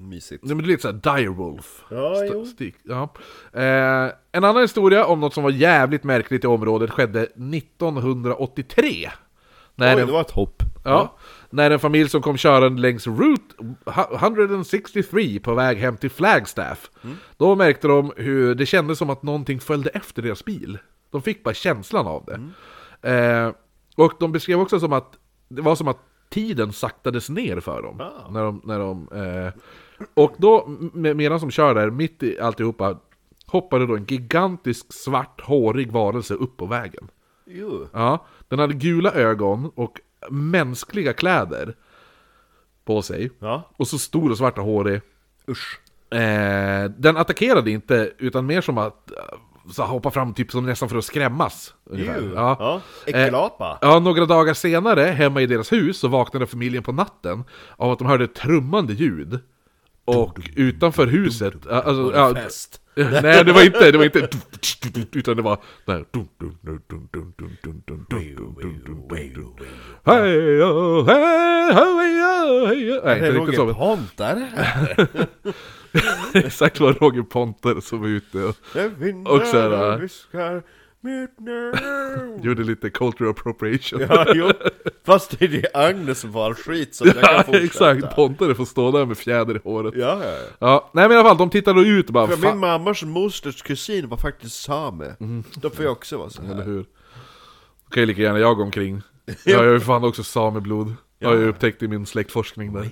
mysigt
Nej, men det är lite såhär direwolf.
Ja,
St-
jo.
stik- ja. Eh, en annan historia om något som var jävligt märkligt i området skedde 1983. När
Oj,
en,
det var ett hopp
ja, när en familj som kom körande längs Route 163 på väg hem till Flagstaff. Då märkte de hur det kändes som att någonting följde efter deras bil. De fick bara känslan av det. Eh, och de beskrev också som att det var som att tiden saktades ner för dem.
Ah.
När de, när de, eh, och då, med, medan de kör där, mitt i alltihopa, hoppade då en gigantisk svart hårig varelse upp på vägen.
Jo.
Ja, den hade gula ögon och mänskliga kläder på sig.
Ja,
Och så stor och svart och hårig.
usch
Eh, den attackerade inte, utan mer som att eh, så hoppa fram typ som nästan för att skrämmas. ungefär.
Ew.
Ja.
Ja. Äckelapa
Ja, några dagar senare, hemma i deras hus, så vaknade familjen på natten av att de hörde ett trummande ljud. Och utanför huset... ja, Alltså, ja,
Fest
nej, det var inte... Det var inte utan det var... det här. Hej, oh, hej, hej, oh, hej, oh. Nej,
Det är
inte riktigt
Roger
så. men
Pont där
Exakt vad Roger Ponter som var ute och...
Det vindar
Och så här,
viskar
Gjorde lite cultural appropriation.
Ja, jo. Fast det är det Agnes som var skit så jag kan
Ja,
fortsätta.
exakt. Pontare får stå där med fjäder i håret. Ja.
Ja, ja, ja.
Nej men i alla fall, de tittar då ut och bara
För
"Fan."
min mammas mosters kusin var faktiskt same.
Mhm.
Då får jag också vara så
Eller
här.
hur? Då kan ju lika gärna jag gå omkring. Ja, jag har ju fan också sameblod. Jag har ju upptäckt i min släktforskning där.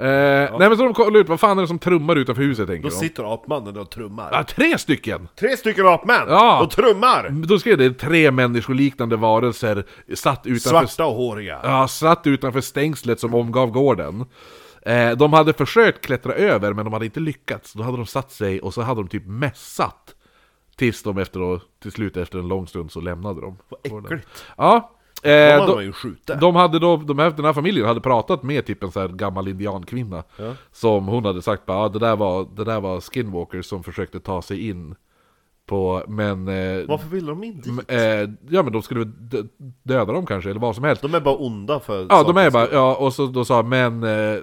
Eh, Nej men så de kollar ut, vad fan är det som trummar utanför huset tänker
Då
de?
sitter apmannen och trummar.
Ah, tre stycken!
Tre stycken apmän!
Ja. Mm.
Och trummar!
Då skrev det tre människoliknande varelser satt utanför,
Svarta och håriga.
ja, satt utanför stängslet som omgav gården. Eh, de hade försökt klättra över men de hade inte lyckats. Då hade de satt sig och så hade de typ mässat. Tills de efter, till slut efter en lång stund så lämnade de.
Vad äckligt.
Ja. eh,
De
då-
hade man ju skjutit.
De hade då, de här, den här familjen hade pratat med typ en så här gammal indiankvinna Som hon hade sagt bara, ah, det, där var, det där var skinwalkers som försökte ta sig in på, men... Eh,
Varför vill de inte?
m- eh, ja men de skulle väl dö- döda dem kanske, eller vad som helst
De är bara onda för
Ja, de är
sakens
bara, ja, och så då sa men eh,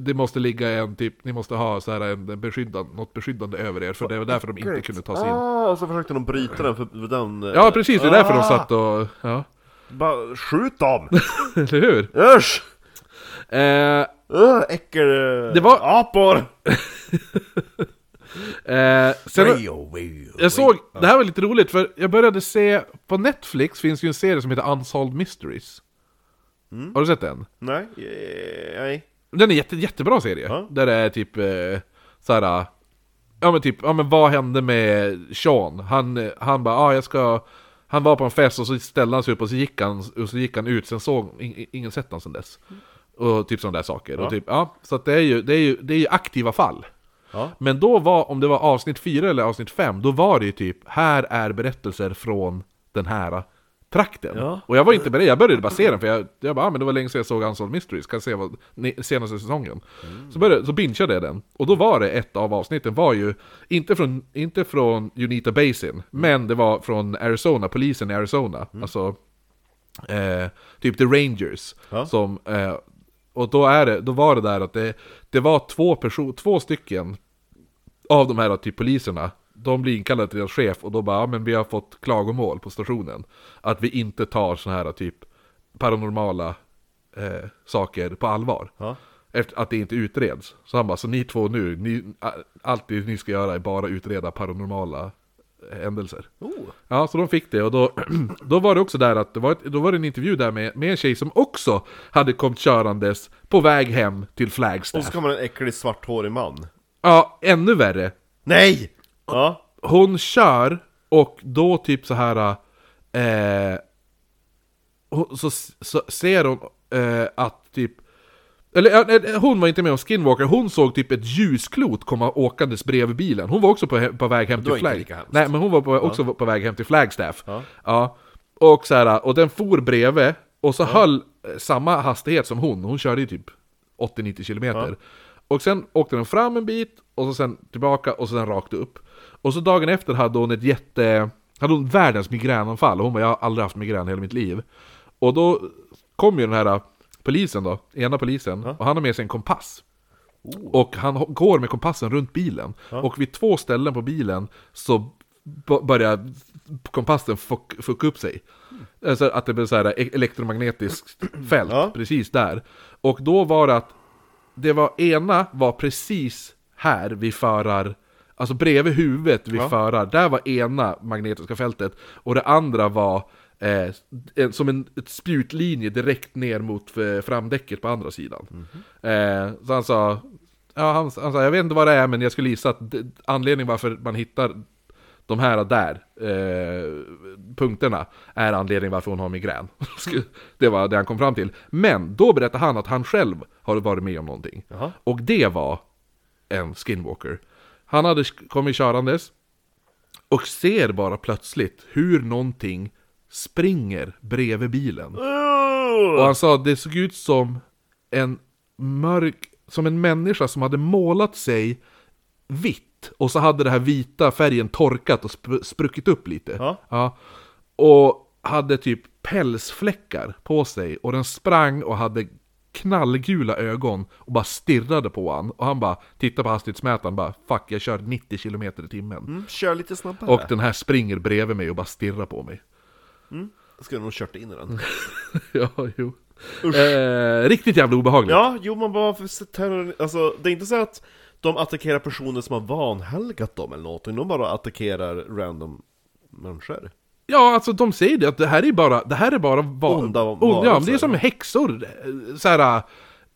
det måste ligga en typ, ni måste ha så här en beskyddande, något beskyddande över er, för det var därför de inte
Äckligt.
kunde ta sig in.
Ah, och så försökte de bryta den för för den... eh,
Ja, precis, det är därför de
ah,
satt och, ja,
Bara, skjut dem!
eller hur?
Usch!
Eh,
Uh, äckel...
Det var-
Apor!
eh, sen,
oh,
Jag
Jag
såg, det här var lite roligt för jag började se, på Netflix finns ju en serie som heter Unsolved Mysteries Har du sett den?
Nej, eh, nej.
Den är jätte, jättebra serie,
Ja.
där det är typ eh, såhär Ja men typ, ja men vad hände med Sean? Han, eh, han bara, ah jag ska Han var på en fest och så ställde han sig upp och så gick han, och så gick han ut, sen såg ing- ingen sett han sen dess Och typ sådana där saker, och typ, ja, så att det är ju, det är ju, det är ju aktiva fall
Ja.
men då var, om det var avsnitt 4 eller avsnitt 5, då var det ju typ Här är berättelser från den här trakten.
Ja.
Och jag var inte beredd, jag började bara se den för jag, jag bara ah, men det var länge sedan jag såg Unsolved Mysteries, kan se vad, ne- senaste säsongen. Så, började, så bingeade jag den, och då var det ett av avsnitten var ju, inte från, inte från Unita Basin, men det var från Arizona, polisen i Arizona. Alltså eh, typ The Rangers.
Ja.
Som, eh, och då, är det, då var det där att det, det var två, person, två stycken av de här typ poliserna. De blir inkallade till deras chef och då bara, ja, men vi har fått klagomål på stationen. Att vi inte tar sådana här typ paranormala eh, saker på allvar.
Ja.
Efter att det inte utreds. Så han bara, så ni två nu, ni, a- allt det ni ska göra är bara utreda paranormala eh, händelser.
Oh.
Ja, så de fick det och då, då var det också där att det var, ett, då var det en intervju där med, med en tjej som också hade kommit körandes på väg hem till
Och
Flagstaff.
så kommer en äcklig svarthårig man.
Ja, ännu värre.
Nej! Ja.
Hon kör och då typ så här eh, hon- så, så ser hon eh, att typ eller ja, nej, hon var inte med om Skinwalker, hon såg typ ett ljusklot komma åkandes bredvid bilen. Hon var också på, he- på väg hem
det var
till
inte
Flag.
lika hemskt.
Nej, men hon var på, också på väg hem till Flagstaff.
Ja.
Och så här, och den for bredvid och så höll eh, samma hastighet som hon. Hon körde ju typ 80-90 kilometer. Och sen åkte den fram en bit och så sen tillbaka och så sen rakt upp. Och så dagen efter hade hon ett jätte... Hade hon världens migränanfall och hon bara jag har aldrig haft migrän i hela mitt liv. Och då kom ju den här eh, polisen då, ena polisen, och han har med sig en kompass. Oh. Och han ho- går med kompassen runt bilen. Och vid två ställen på bilen så b- börjar kompassen fuck- fucka upp sig. Alltså att det blir så här e- elektromagnetiskt fält
Ja.
precis där. Och då var det att det var ena var precis här vid förar, alltså bredvid huvudet vid förar, där var ena magnetiska fältet och det andra var eh, en, som en ett spjutlinje direkt ner mot eh, framdäcket på andra sidan. Eh, så han sa, ja, han, han sa, jag vet inte vad det är men jag skulle gissa att det- anledningen varför man hittar de här där eh, punkterna är anledningen varför hon har migrän. det var det han kom fram till. Men då berättade han att han själv har varit med om någonting.
Jaha.
Och det var en skinwalker. Han hade sk- kommit körandes och ser bara plötsligt hur någonting springer bredvid bilen. Och
Uh.
han sa att det såg ut som en mörk, som en människa som hade målat sig vitt. Och så hade den här vita färgen torkat och spr- spruckit upp lite.
Ja.
Och hade typ pälsfläckar på sig. Och den sprang och hade knallgula ögon och bara stirrade på han Och han bara tittade på hastighetsmätaren bara 'Fuck, jag kör 90 km i timmen'
Mm, kör lite snabbare.
Och den här springer bredvid mig och bara stirrar på mig.
Skulle nog kört in i
Mm.
den.
ja, jo. Eh, riktigt jävla obehagligt.
Ja, jo man bara för så terror... Alltså det är inte så att de attackerar personer som har vanhelgat dem eller någonting. De bara attackerar random människor.
Ja, alltså de säger det att det här är bara, det här är bara va-
Onda
ja, men
varelser.
det är som häxor, eh, så här, eh,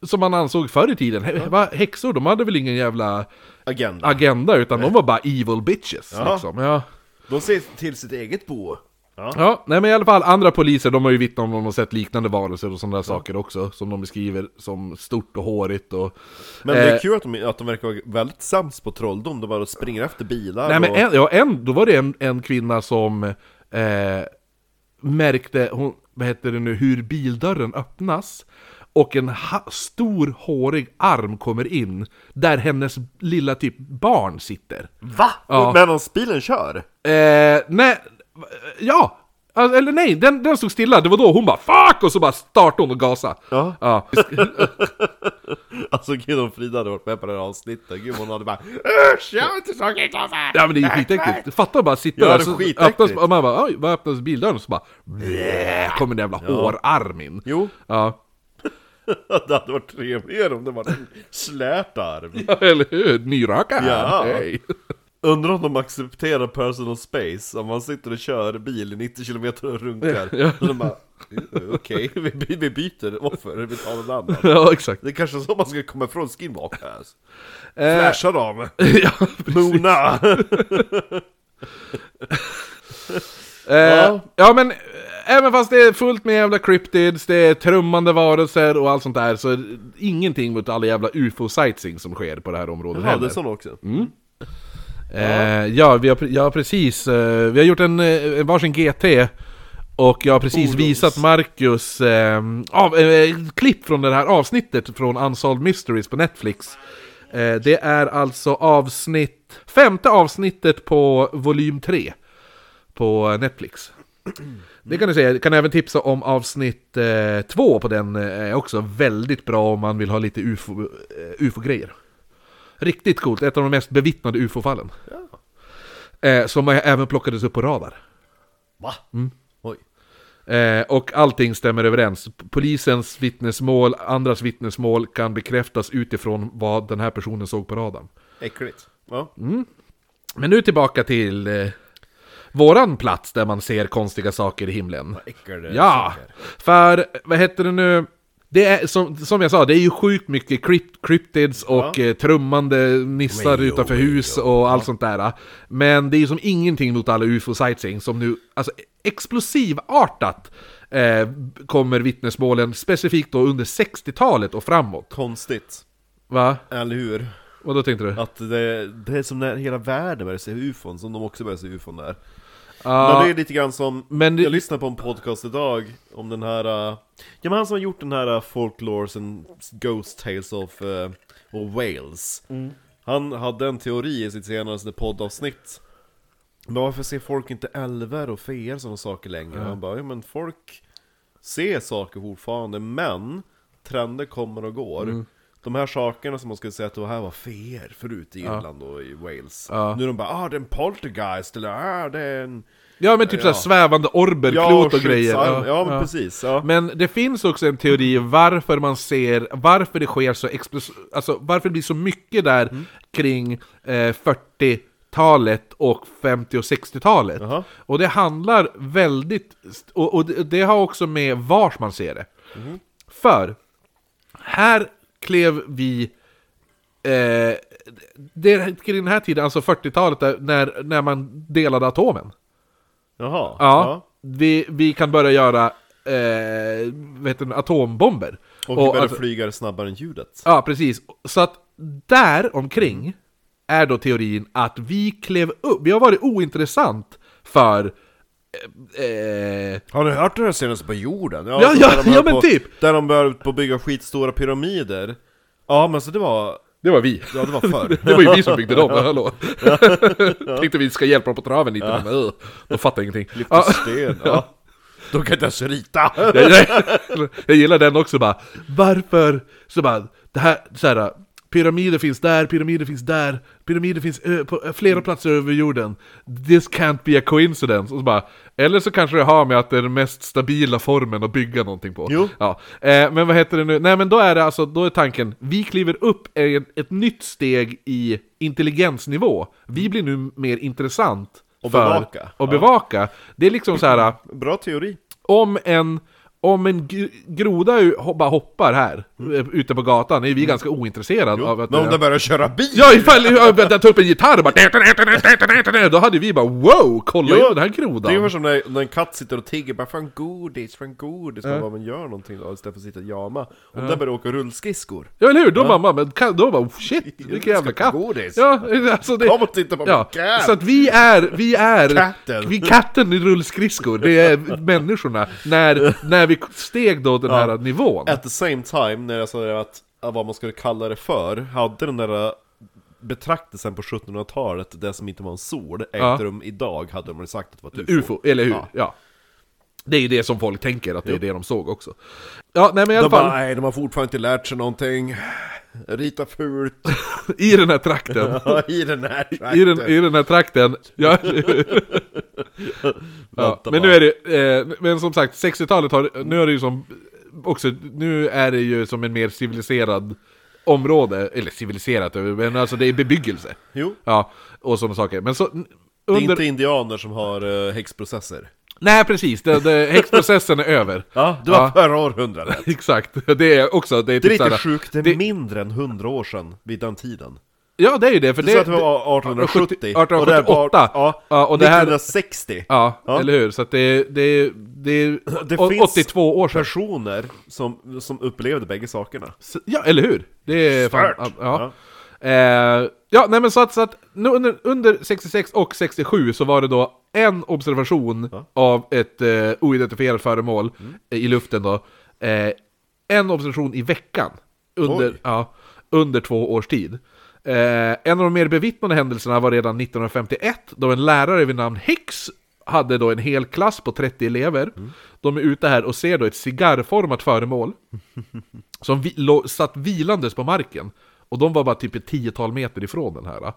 som man ansåg förr i tiden. Hä- va? Häxor, de hade väl ingen jävla
Agenda.
agenda, utan de var bara evil bitches.
Ja.
Liksom. Ja.
De ser till sitt eget bo. Ja.
Ja, nej men i alla fall andra poliser, de har ju vittnat om de har sett liknande varelser och sådana där saker också, som de beskriver som stort och hårigt och...
Men det är
Eh,
kul att de, att de verkar vara väldigt sams på trolldom. De bara springer efter bilar
Nej men
och...
en, ja, en, då var det en, en kvinna som eh, märkte, hon, vad heter det nu, hur bildörren öppnas och en ha, stor hårig arm kommer in där hennes lilla typ barn sitter.
Va?
Ja.
Medan bilen kör?
Eh, nej, ja! Alltså, Eller nej, den, den stod stilla, det var då hon bara 'fuck' och så bara startade hon och gasade.
Ja.
ja.
Alltså gud om Frida hade varit med på det här avsnittet, gud hon hade bara Usch, jag har inte tagit av här!
Ja men det är ju skitäckligt, fatta bara sitta
Ja,
där
det är
så
skitäckligt.
öppnas, och man bara oj, vad öppnas bildörren? Och så bara blä, kommer den jävla hårarm in.
Jo,
Ja.
det hade varit trevligare om det var en slät arm
ja, eller hur? Nyrökad!
Ja.
Hej.
Undrar om de accepterar personal space, om man sitter och kör bil i 90 km och runkar
Ja.
Och de bara "Eh, Okej, vi, by- vi byter offer, vi tar en annan
Ja, exakt.
Det är kanske så man ska komma ifrån skinwalkers
Eh,
Flasha dem,
ja, precis.
mona!
Eh,
Ja.
ja, men eh, även fast det är fullt med jävla cryptids, det är trummande varelser och allt sånt där, så är det ingenting mot alla jävla ufo-sightseeing som sker på det här området
Ja, det
heller.
är sån också
Mm. Eh, ja, vi har, pre- jag har precis, eh, vi har gjort en eh, varsin GT och jag har precis
Fordons.
visat Marcus eh, av, eh, klipp från det här avsnittet från Unsolved Mysteries på Netflix. Eh, det är alltså avsnitt, femte avsnittet på volym 3 på Netflix. Det kan du säga, jag kan även tipsa om avsnitt eh, två på den, eh, är också väldigt bra om man vill ha lite UFO, eh, UFO-grejer. Riktigt coolt, ett av de mest bevittnade UFO-fallen. Eh, som även plockades upp på radar.
Va?
Mm.
Oj
Eh, och allting stämmer överens. Polisens vittnesmål, andras vittnesmål kan bekräftas utifrån vad den här personen såg på radarn.
Äckligt Ja,
Mm. Men nu tillbaka till eh, våran plats där man ser konstiga saker i himlen.
äckligt
Ja! För, vad heter det nu? Det är, som, som jag sa, det är ju sjukt mycket crypt, cryptids och eh, trummande nissar
Radio,
utanför hus och allt sånt där. Men det är ju som ingenting mot alla ufo-sightseeing som nu, alltså explosivartat eh, kommer vittnesmålen specifikt då under 60-talet och framåt.
Konstigt,
Va?
eller hur?
Vad då tänkte du?
Att det, det är som när hela världen börjar se ufon, som de också börjar se ufon där.
Ja,
Men det är lite grann som,
men det-
jag lyssnade på en podcast idag om den här, uh, ja men han som har gjort den här uh, Folklores and Ghost Tales of uh, och Wales. Han hade en teori i sitt senaste poddavsnitt. Men varför ser folk inte älver och feer och sådana saker längre? Han bara, ja men folk ser saker fortfarande, men trender kommer och går.
Mm.
De här sakerna som man skulle säga att det här var feer förut i Irland och i Wales. Nu är de bara ah det är en poltergeist eller ah det är en...
ja men typ såhär svävande orber, klot och grejer.
skyddsarm. Ja, men precis. Ja.
Men det finns också en teori varför man ser, varför det sker så explos- alltså varför det blir så mycket där kring eh, 40-talet och 50 och 60-talet.
Jaha.
Och det handlar väldigt, st- och, och det, det har också med vars man ser det. För, här klev vi Eh, det, kring den här tiden, alltså 40-talet, där- när, när man delade atomen.
Jaha.
Ja, Vi, vi kan börja göra eh, vad heter det, atombomber.
Och vi började
att-
flyga snabbare än ljudet.
ja, precis. Så att där omkring är då teorin att vi klev upp, vi har varit ointressant för eh, eh,
Har ni hört det här senaste på jorden?
Ja,
så
ja,
där de höll
ja, men
på,
typ.
Där de började på att bygga skitstora pyramider. Ja men så det var,
det var vi.
ja det var förr.
Det var ju vi som byggde dem, hallå! Tänkte vi ska hjälpa dem på traven lite, men eh, de fattar ingenting.
Lyfte
Ja.
sten, ja. Då kan jag inte ens rita!
jag, jag, jag gillar den också bara, varför? Så bara, det här, så här, pyramider finns där, pyramider finns där, pyramider finns ö, på ö, flera platser över jorden. This can't be a coincidence. Och så bara, eller så kanske det har med att det är den mest stabila formen att bygga någonting på.
Jo.
Ja. Eh, men vad heter det nu? Nej men då är det alltså, då är tanken, vi kliver upp en, ett nytt steg i intelligensnivå. Vi blir nu mer intressant.
Och
för-
bevaka.
Och
Ja.
bevaka. Det är liksom så här
Bra teori.
om en, om en gr- groda ju ho- bara hoppar här, eh, ute på gatan, är vi ganska ointresserade av att...
Mm. Men om de börjar köra bil!
Ja, ifall jag jag tar upp en gitarr och bara... Då hade vi bara wow, kolla
Ja,
in den här
Det är ungefär
grodan!
som när, när en katt sitter och tigger bara 'Fan godis, fan godis' Man bara, men gör någonting då istället för att sitta och jama Och där börjar åka rullskridskor
Ja, eller hur? Då bara, men, ka- då bara oh, shit, vilken jävla katt!
Godis.
Ja, alltså det...
Kom och titta på min
Ja,
katt!
så att vi är, vi är...
Katten.
Vi katten i rullskridskor, det är människorna. När, när vi steg då den här nivån.
At the same time, när jag sa det att att vad man skulle kalla det för, hade den där äh, betraktelsen på 1700-talet, det som inte var en sol, ägde
Ja.
rum idag, hade de sagt att det var ett UFO.
UFO, eller hur? Ja.
Ja.
Det är ju det som folk tänker, att det är det de såg också. Ja, nej men i alla
De
fall,
bara, nej, de har fortfarande inte lärt sig någonting. Rita fult
i den här trakten.
Ja, i den här
I
trakten.
den, I den här trakten, ja. ja. Men nu är det, eh, men som sagt, 60-talet har, nu är det ju som, också, nu är det ju som en mer civiliserad område, eller civiliserat, men alltså det är bebyggelse.
Jo,
Ja, och sådana saker. Men så,
det är
under...
inte indianer som har uh, häxprocesser.
Nej precis, det, det, häxprocessen är över.
Ja, det var förra århundradet.
Exakt, det är också, det
Det är
är typ
lite
såhär-
sjukt, det är
det-
mindre än 100 år sedan vid den tiden.
Ja, det är ju det, för
Du
det...
sa att det var 1870.
1878.
och det här var- Ja,
Ja, och det här-
1960.
Ja,
Ja.
eller hur? Så att det, det, det,
Det
å-
finns
82 år sedan.
personer som, som upplevde bägge sakerna.
Ja, eller hur? Det är fan...
Stört.
Ja. Eh, ja, nej men så att, så att nu under, under 66 och 67 så var det då en observation av ett eh, oidentifierat föremål
Mm.
eh, i luften då. Eh, en observation i veckan under,
Oj.
ja, under två års tid. Eh, en av de mer bevittnade händelserna var redan 1951 då en lärare vid namn Hicks hade då en hel klass på 30 elever.
Mm.
De är ute här och ser då ett cigarrformat föremål som vi, lo, satt vilandes på marken. Och de var bara typ ett tiotal meter ifrån den här.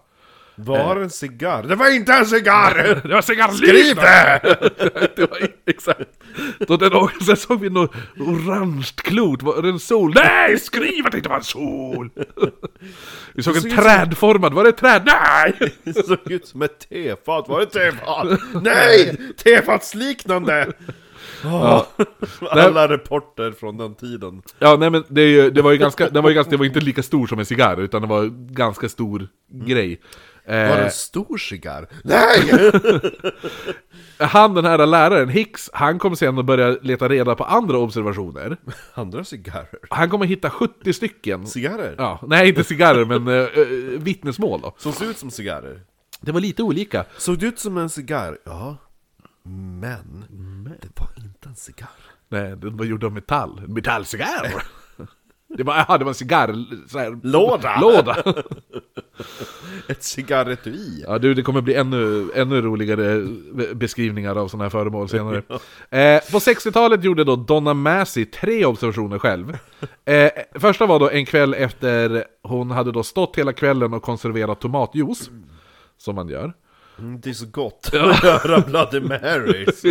Var en cigarr? Det var inte en cigarr!
Det var cigarrliknande!
Skriv det!
det var, exakt! Då den åkte, sen såg vi något orange klot, var det en sol? Nej, skriv att det inte var en sol! Vi såg
såg
en
ut som-
trädformad, var det ett träd? Nej!
Det såg ut som ett tefat, var det ett tefat? Nej! Tefatsliknande!
Ja.
Alla rapporter från den tiden.
Ja, nej men det, är ju, det var ju ganska, den var ju ganska, det var inte lika stor som en cigarr, utan det var ganska stor grej.
Var det
Eh,
en stor cigarr? Nej!
Eh, han den här läraren, Hicks, han kom sen och började leta reda på andra observationer.
Andra cigarrer?
Han kommer hitta 70 stycken.
Cigarrer?
Ja, nej, inte cigarrer, men eh, eh, vittnesmål då.
Som såg ut som cigarrer?
Det var lite olika.
Såg det ut som en cigarr? Ja. Men, det var inte en cigarr.
Nej, den var gjord av metall. En Metallcigarr! Det var, aha, det var en cigarr... Så här,
Låda.
låda!
Ett cigarretui.
Ja du, det kommer bli ännu, ännu roligare beskrivningar av sådana här föremål senare. Eh, på 60-talet gjorde då Donna Massey tre observationer själv. Eh, första var då en kväll efter hon hade då stått hela kvällen och konserverat tomatjuice. Som man gör.
Mm, Det är så gott att göra Bloody Marys.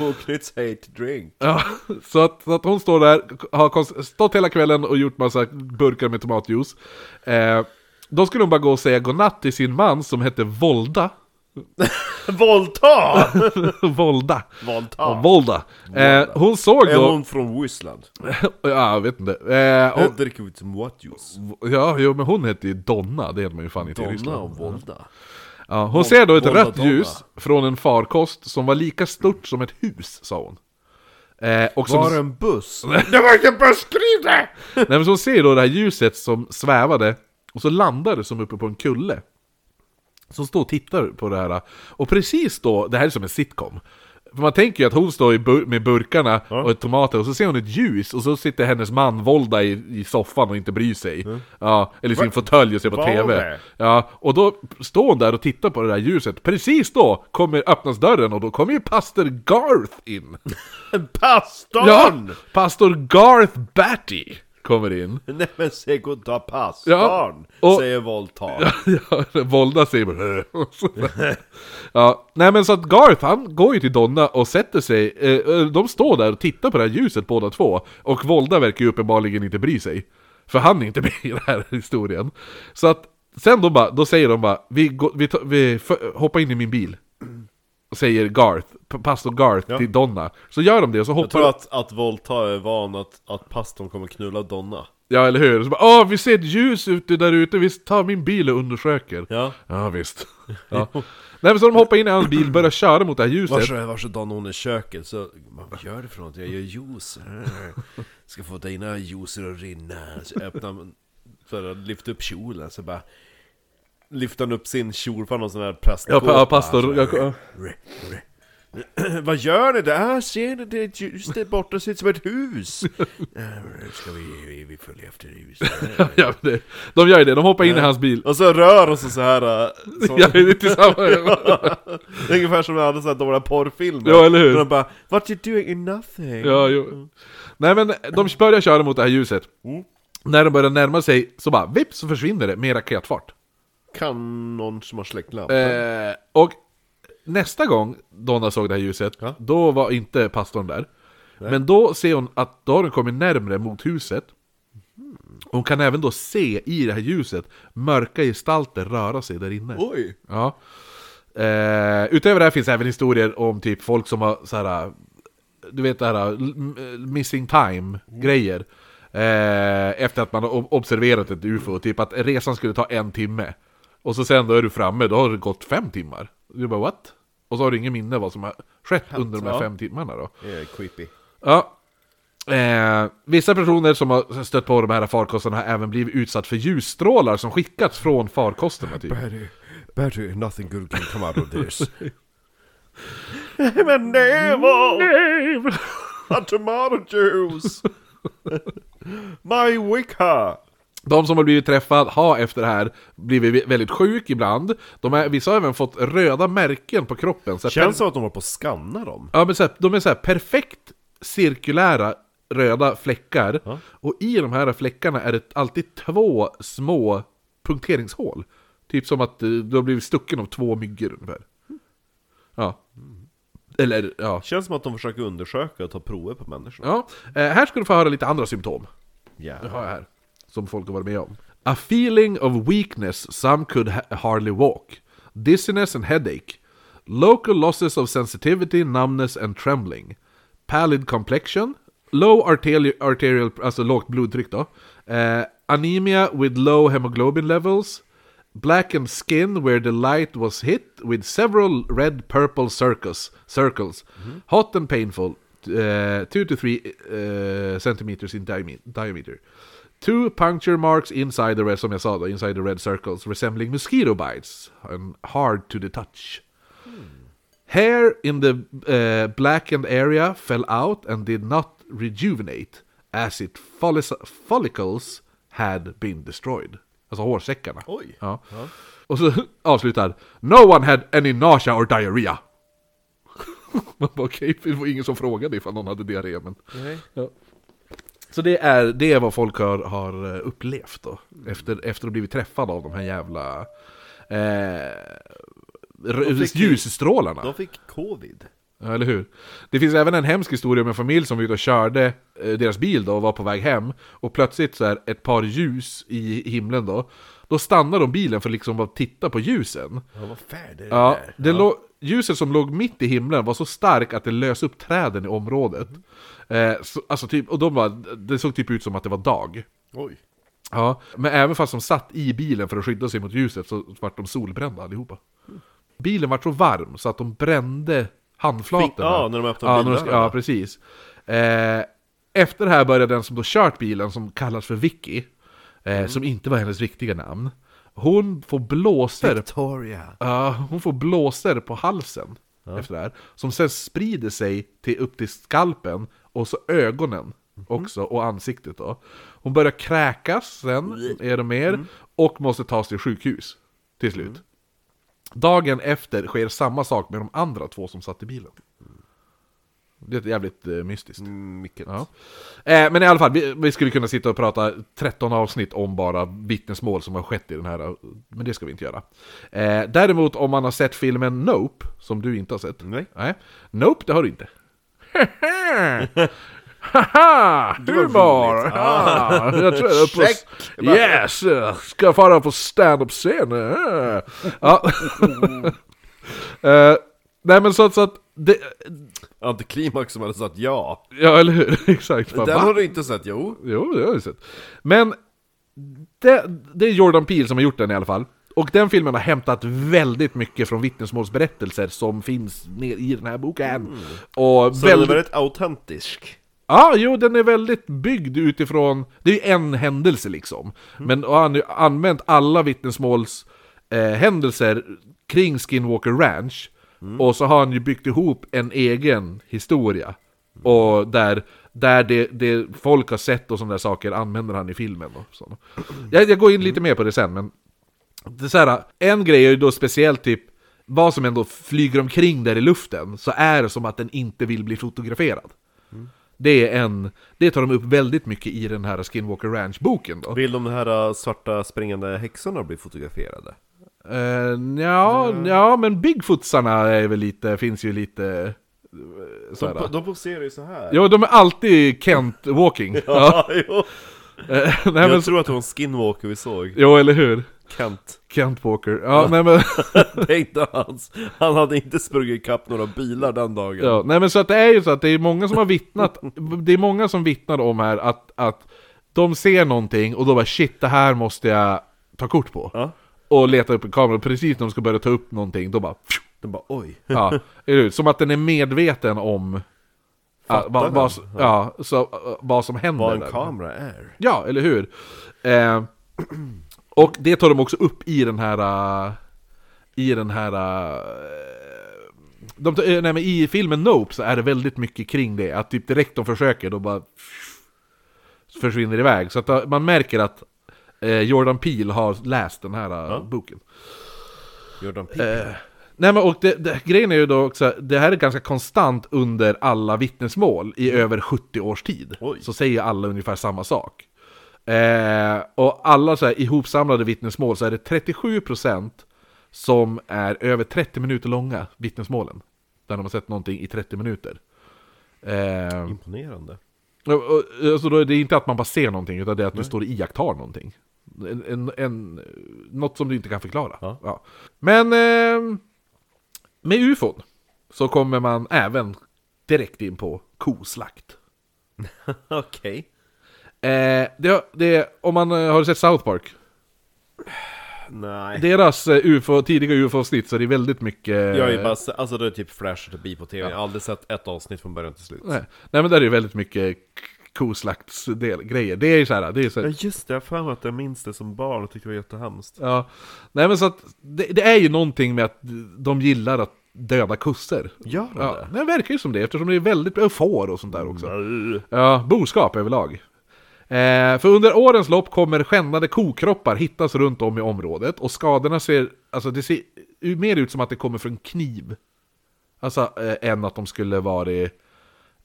Och Knuts hate drink.
Ja, så att, så att hon står där, har kons- stått hela kvällen och gjort massa burkar med tomatjuice. Eh, då skulle hon bara gå och säga godnatt till sin man som hette Volda.
Volta!
Volda. Ja,
Volta.
Volda. Eh, hon såg
Är
då...
hon från Ryssland?
ja, jag vet inte. Eh,
Hon
hon,
dricker ut what juice.
ja, jo, men hon hette ju Donna, det heter man ju fan inte i
Donna
Ryssland.
och Volda.
Ja, hon ser då ett
Volda
rött
Donna.
ljus från en farkost som var lika stort som ett hus, sa hon. Eh, och som,
Var det en buss? Det var ingen buss, skriv det!
Nej men så hon ser då det här ljuset som svävade och så landar det som uppe på en kulle. Som står och tittar på det här. Och precis då, det här är som en sitcom. För man tänker ju att hon står i bur- med burkarna och tomater och så ser hon ett ljus och så sitter hennes man Volda i, i soffan och inte bryr sig. Ja, eller i sin fåtölj och ser på
Volda?
TV. Ja, och då står hon där och tittar på det där ljuset. Precis då kommer öppnas dörren och då kommer ju pastor Garth in.
Pastorn!
pastor Garth Batty kommer in.
Nej men säg goddag pastorn!
Ja, och-
Säger Voltaire.
Ja, Volda säger bara och så där. ja, Nej men så att Garth han går ju till Donna och sätter sig, eh, eh, de står där och tittar på det här ljuset båda två Och Volda verkar ju uppenbarligen inte bry sig För han är inte med i den här historien Så att sen då, bara, då säger de bara, vi, går, vi, tar- vi för, hoppa in i min bil Säger Garth, p- pastor Garth till Donna Så gör de det och så
Jag tror
hoppar
att, att Voltaire är van att, att pastorn kommer knulla Donna.
Ja eller hur? Så bara, Åh, vi ser ett ljus ute där ute, vi tar min bil och undersöker
Ja.
Ja visst. Ja. Nej men så de hoppar in i hans bil, börjar köra mot det här ljuset.
Varse, varse Donna hon är i köket så, vad gör du för något? Jag gör juice. Ska få dina juicer att rinna. Så öppnar man, för att lyfta upp kjolen så bara Lyfter han upp sin kjol på någon sån här
Ja,
plastkåpa.
pa, ja pastor,
Så här.
jag,
Vad gör ni där? Ser ni det är ett ljus där borta? Ser ut som ett hus! Eh, Ska vi, vi, vi följa efter huset?
ja, det, de gör ju det, de hoppar in i hans bil.
Och så rör och så, så här eh, så,
Ja, det är tillsammans.
Det är Ungefär som när alla så här dåliga porrfilmer.
Ja, eller hur?
Där de bara What you doing in nothing?
Ja, jo. Nej men de börjar köra mot det här ljuset.
Mm.
När de börjar närma sig så bara vips så försvinner det med raketfart.
Kan någon som har släckt lampan?
Eh, och nästa gång Donna såg det här ljuset,
Ja.
då var inte pastorn där. Men då ser hon att då har hon kommit närmre mot huset. Hon kan även då se i det här ljuset mörka gestalter röra sig där inne.
Oj!
Ja. Eh, utöver det här finns även historier om typ folk som har så här. Du vet det här l- m- missing time-grejer. Eh, efter att man har ob- observerat ett UFO, typ att resan skulle ta en timme. Och så sen då är du framme, då har det gått fem timmar. Du bara what? Och så har du ingen minne vad som har skett under de här
ja.
fem timmarna då.
Det är creepy.
Ja. Eh, vissa personer som har stött på de här farkosterna har även blivit utsatt för ljusstrålar som skickats från farkosterna typ.
Betty, Betty, nothing good can come out of this. I'm a navel! A tomato juice! My wicca!
De som har blivit träffade har efter det här blivit väldigt sjuk ibland. De är, vissa har även fått röda märken på kroppen. Så här
Känns som att de var på att skanna dem.
per, ja, men så här, de är så här perfekt cirkulära röda fläckar. Och i de här fläckarna är det alltid två små punkteringshål. Typ som att eh, du har blivit stucken av två myggor ungefär. Ja. Eller ja.
Känns som att de försöker undersöka och ta prover på människorna.
ja. Eh, här ska du få höra lite andra symptom. Det
Yeah.
har jag här. Som folk har varit med om. A feeling of weakness some could ha- hardly walk. Dizziness and headache. Local losses of sensitivity, numbness and trembling. Pallid complexion. Low arterial, arterial alltså lågt blodtryck då. Eh, anemia with low hemoglobin levels. Blackened skin where the light was hit with several red purple circles, circles hot and painful, uh, 2 to 3 uh, centimeters in diame- diameter. Two puncture marks inside the red, som jag sa då, inside the red circles resembling mosquito bites and hard to the touch. Hair in the uh, blackened area fell out and did not rejuvenate as it follis- follicles had been destroyed. Alltså hårsäckarna.
Oj.
Ja. Och så avslutar No one had any nausea or diarrhea. Man bara okej, det var ingen som frågade ifall någon hade diarré men... Ja. Så det är, det är vad folk har, har eh, upplevt då.
Mm.
Efter, efter att ha blivit träffade av de här jävla... Eh, r-
fick ju-
ljusstrålarna.
De fick covid.
Ja, eller hur? Det finns även en hemsk historia om en familj som var ute och körde eh, deras bil då och var på väg hem och plötsligt så här ett par ljus i himlen då då stannar de bilen för liksom att titta på ljusen.
Ja, vad fan är det
Ja,
där?
det låg- ljuset som låg mitt i himlen var så starkt att det lös upp träden i området. Eh, så, alltså typ, och de bara, det såg typ ut som att det var dag.
Oj.
Ja, men även fast de satt i bilen för att skydda sig mot ljuset så vart de solbrända allihopa. Bilen vart så varm så att de brände handflatorna.
Fing- ja, när de öppnade
ja, när de-
bilarna.
Ja, precis. Eh, efter det här började den som då kört bilen, som kallas för Vicky, eh, som
Mm.
inte var hennes riktiga namn, hon får blåsor
Victoria.
Ja, hon får blåsor på halsen. efter det här. Som sen sprider sig till, upp till skalpen och så ögonen också och ansiktet då. Hon börjar kräkas sen, är det mer, och måste tas till sjukhus till slut. Dagen efter sker samma sak med de andra två som satt i bilen. Det är jävligt eh, mystiskt.
Mm, Mycket.
Ja. Eh, men i alla fall, vi, vi skulle kunna sitta och prata 13 avsnitt om bara vittnesmål som har skett i den här, eh, men det ska vi inte göra. Eh, däremot om man har sett filmen Nope, som du inte har sett.
Nej.
Nope, det har du inte. Haha! Humor!
roligt.
Ah, jag tror jag är på...
Check.
Yes! eh, Ska fara på stand-up-scen. eh. Ja. Eh, nej men så att... Så att det,
Antiklimax som hade sagt ja.
ja, eller hur? Exakt. Bara,
Den
va?
har du inte sett, jo.
Jo, det har jag sett. Men det, det är Jordan Peele som har gjort den i alla fall. Och den filmen har hämtat väldigt mycket från vittnesmålsberättelser som finns ner i den här boken.
Mm.
Och
Så
väldigt...
den är väldigt autentisk.
Ja, jo, den är väldigt byggd utifrån... Det är ju en händelse liksom. Men och han har ju använt alla vittnesmåls eh, händelser kring Skinwalker Ranch. Och så har han ju byggt ihop en egen historia. Och där, där det, det folk har sett och sådana där saker använder han i filmen. Och sådana. Jag, jag går in lite mer på det sen, men det är så här, en grej är ju då speciellt typ vad som ändå flyger omkring där i luften så är det som att den inte vill bli fotograferad. Det är en, det tar de upp väldigt mycket i den här Skinwalker Ranch-boken då.
Vill de här äh, svarta springande häxorna bli fotograferade?
Uh, ja, ja, men Bigfootsarna är väl lite, finns ju lite eh, så
De,
här.
de poserar ju så här.
Jo, de är alltid Kent Walking. ja.
Ja, jo.
Eh, nej,
Jag
men,
tror att det var en skinwalker vi såg.
jo, eller hur?
Kent.
Kent Walker. Ja, nej, men,
Det är inte hans. Han hade inte sprungit ikapp några bilar den dagen.
ja, nej men så att det är ju så att det är många som har vittnat, det är många som vittnar om här att, att de ser någonting och då bara shit, det här måste jag ta kort på.
Ja.
Och leta upp en kamera, precis när de ska börja ta upp någonting, då bara
De bara oj.
Ja, är det, som att den är medveten om ja, vad, vad, ja, så, eh, vad som händer.
Vad en
där.
kamera är.
Ja, eller hur? Eh, och det tar de också upp i den här... eh, I den här... eh, De, tar- eh, nej, men I filmen Nope så är det väldigt mycket kring det, att typ direkt de försöker då bara försvinner iväg. Så att eh, man märker att eh, Jordan Peele har läst den här eh, boken.
Jordan Peele.
Eh, Nej men och det, det, grejen är ju då också, det här är ganska konstant under alla vittnesmål i över 70 års tid.
Oj.
Så säger alla ungefär samma sak. Eh, och alla så här ihopsamlade vittnesmål så är det 37% som är över 30 minuter långa vittnesmålen. Där de har sett någonting i 30 minuter. Eh,
Imponerande.
och, och, alltså då är det inte att man bara ser någonting, utan det är att du står och iakttar någonting. En, en, en, något som du inte kan förklara.
Ja.
Men eh, med ufon så kommer man även direkt in på koslakt.
Okej.
Eh, det, det, om man eh, har sett South Park,
Nej.
deras eh, UFO, tidiga UFO-avsnitt så är det väldigt mycket...
Jag har ju bara se- alltså det är typ flashat förbi på tv, jag har aldrig sett ett avsnitt från början till slut.
nej, nej men där är det väldigt mycket k- koslaktsdel- grejer. Det är ju så här, det är så här,
Ja just det, jag har för mig att jag minns det som barn och tyckte det var jättehemskt.
Ja, nej men så att det, det är ju någonting med att de gillar att döda kossor.
Gör de
Ja,
det? Mm.
det verkar ju som det eftersom det är väldigt bra får och sånt där också. Ja, boskap överlag. Eh, för under årens lopp kommer skändade kokroppar hittas runt om i området och skadorna ser, alltså det ser ju mer ut som att det kommer från kniv. Alltså, eh, än att de skulle vara i...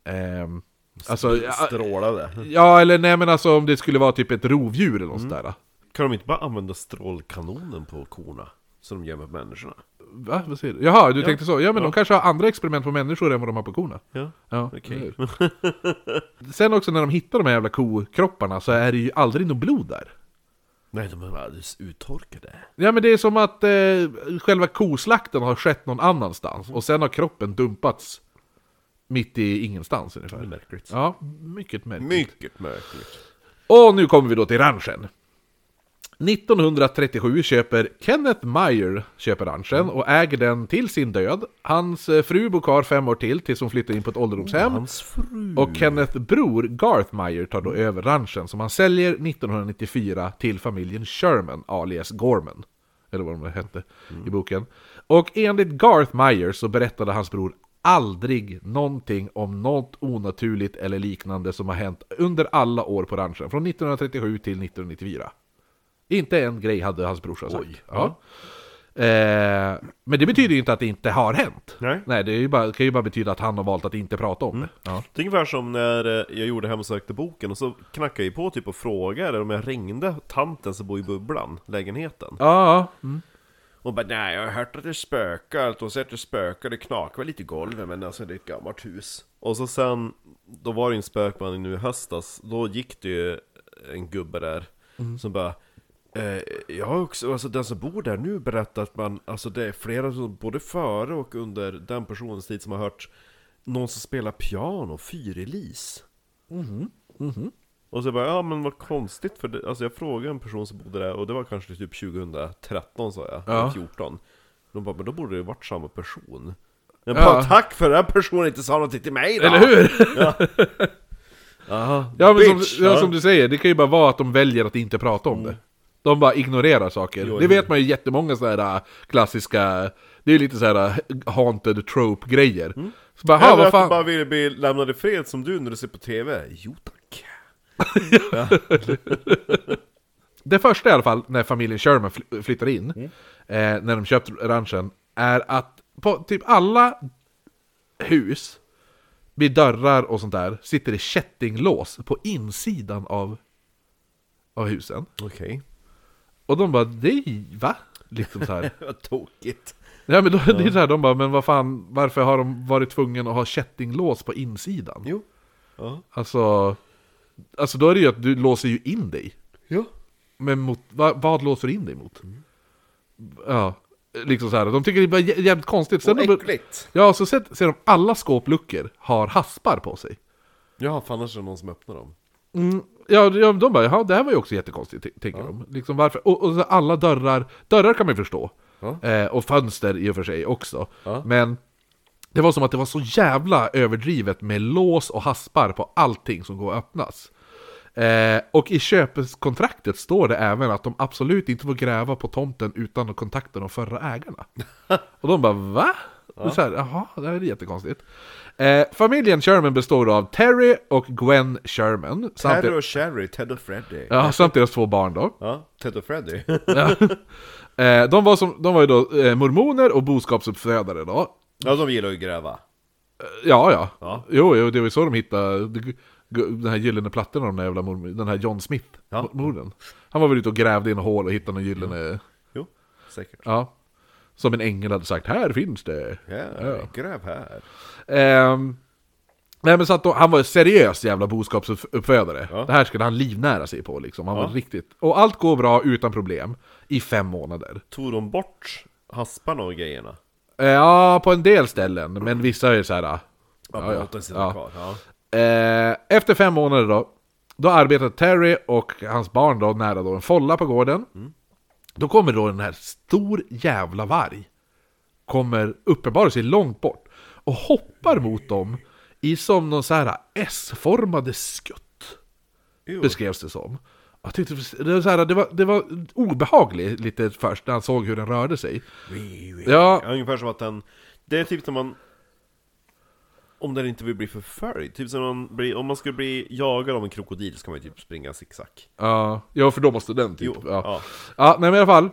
ehm, alltså, ja,
Strålade.
ja, eller nej men alltså om det skulle vara typ ett rovdjur eller något
Mm.
sånt där.
Kan de inte bara använda strålkanonen på korna? Som de gör med människorna?
Va? Vad säger du? Jaha, du tänkte så. Ja, men de kanske har andra experiment på människor än vad de har på korna.
Ja.
Ja,
Okej.
eller hur? Sen också när de hittar de här jävla kokropparna så är det ju aldrig något blod där.
Nej, de är bara alldeles uttorkade.
Ja men det är som att eh, själva koslakten har skett någon annanstans och sen har kroppen dumpats mitt i ingenstans
Det är
ungefär.
märkligt.
Ja, Mm. mycket märkligt.
Mycket märkligt.
Och nu kommer vi då till ranchen. 1937 köper Kenneth Meyer köper ranchen och äger den till sin död. Hans eh, fru bor kvar fem år till tills hon flyttar in på ett ålderdomshem.
Hans fru.
Och Kenneth bror Garth Meyer tar då över ranchen som han säljer 1994 till familjen Sherman alias Gorman. eller vad de hette
Mm.
i boken. Och enligt Garth Myers så berättade hans bror aldrig någonting om något onaturligt eller liknande som har hänt under alla år på ranchen, från 1937 till 1994. Inte en grej hade hans brorsa sagt.
Oj.
Ja. Eh, men det betyder ju inte att det inte har hänt.
Nej. Mm.
det är ju bara, kan ju bara betyda att han har valt att inte prata om det. Ja.
Det är ungefär som när eh, jag gjorde hemsökte boken och så knackade jag på typ och frågade om jag ringde tanten som bor i Bubblan, lägenheten.
Ja, ja.
Hon bara nej jag har hört att det spökar, att hon säger att det spökar, det knakar väl lite i golvet men alltså det är ett gammalt hus. Och så sen, då var det ju en spökman nu i höstas, då gick det ju en gubbe där som bara eh, jag har också, alltså den som bor där nu berättar att man, alltså det är flera som både före och under den personens tid som har hört någon som spelar piano, fyrilis. Och så bara, ja men vad konstigt för det, alltså jag frågade en person som bodde där och det var kanske typ 2013 sa jag,
Ja.
eller 14 De bara, men då borde det varit samma person Jag
Ja.
bara, tack för den här personen inte sa någonting till mig då!
Eller hur?
Aha,
Ja, men
bitch!
som, ja, Mm. som du säger, det kan ju bara vara att de väljer att inte prata om det. De bara ignorerar saker.
Jo,
det
jo.
vet man ju jättemånga sådana här äh, klassiska, det är ju lite sådana haunted trope-grejer. Så Mm. bara, ha
Eller
vad
att du
fan.
bara ville bli lämnad i fred som du när du ser på TV Jo tack!
Det första i alla fall, när familjen Sherman fly- flyttar in,
Mm.
eh, när de köpt ranchen, är att på typ alla hus, vid dörrar och sånt där, sitter det kättinglås på insidan av, av husen.
Okej,
Och de bara, det är, va? Liksom så här.
vad tokigt
Ja men då, det är så här, de bara, men vad fan, varför har de varit tvungna att ha kättinglås på insidan?
Jo Ja,
Alltså, alltså då är det ju att du låser ju in dig.
ja.
Men mot, vad, vad låser du in dig mot? Ja, liksom så här, de tycker det är bara jä- jävligt konstigt. Sen
Och
de,
äckligt!
ja, så ser, ser de alla skåpluckor har haspar på sig.
Ja, för annars är det någon som öppnar dem
Mm, ja, ja, de bara, ja det här var ju också jättekonstigt, ty- tänker de. Liksom varför? Och, och så alla dörrar, dörrar kan man ju förstå.
Ja.
Eh, och fönster i och för sig också.
Ja.
Men det var som att det var så jävla överdrivet med lås och haspar på allting som går att öppnas. Eh, och i köpeskontraktet står det även att de absolut inte får gräva på tomten utan att kontakta de förra ägarna. Och de bara va? Ja. Så här, Jaha, det här är jättekonstigt. Eh, familjen Sherman består av Terry och Gwen Sherman. samt-
Terry och Sherry, Ted och Freddy
Ja, samt deras två barn då.
Ja, Ted och Freddy
Eh, de, var som, de var ju då eh, mormoner och boskapsuppfödare då.
Ja, de gillar ju att gräva
Eh, Ja, ja.
Ja.
Jo, jo, det var ju så de hittade g- g- den här gyllene plattan av den där jävla mormor, den här John
Ja.
Smith-morden. Han var väl ute och grävde i en hål och hittade någon gyllene...
Jo, säkert
Ja. Som en ängel hade sagt, här finns det!
Ja, gräv här.
Ehm, nej men så att då, han var en seriös jävla boskapsuppfödare.
Ja.
Det här skulle han livnära sig på liksom. Han var riktigt... Och allt går bra utan problem. I fem månader.
Tog de bort hasparna och grejerna?
Eh, Ja, på en del ställen, men vissa är ju så här. ah,
Ja, ja.
ja.
Kvar. ja.
Eh, efter fem månader då, då arbetade Terry och hans barn då nära då en folla på gården. Då kommer då den här stor jävla varg. Kommer uppenbara sig långt bort och hoppar mot dem i som någon så här S-formade skutt.
Jo.
Beskrevs det som. Jag tyckte det var, så här, det var, det var obehagligt lite först när han såg hur den rörde sig. Ja,
Ja, Ungefär som att den... Det är typ som man... Om den inte vill bli förföljd. Typ som man blir, om man skulle bli jagad av en krokodil så kan man ju typ springa zigzag.
Ja, ja för då måste den typ.
Jo,
ja. Ja.
ja.
nej men i alla fall.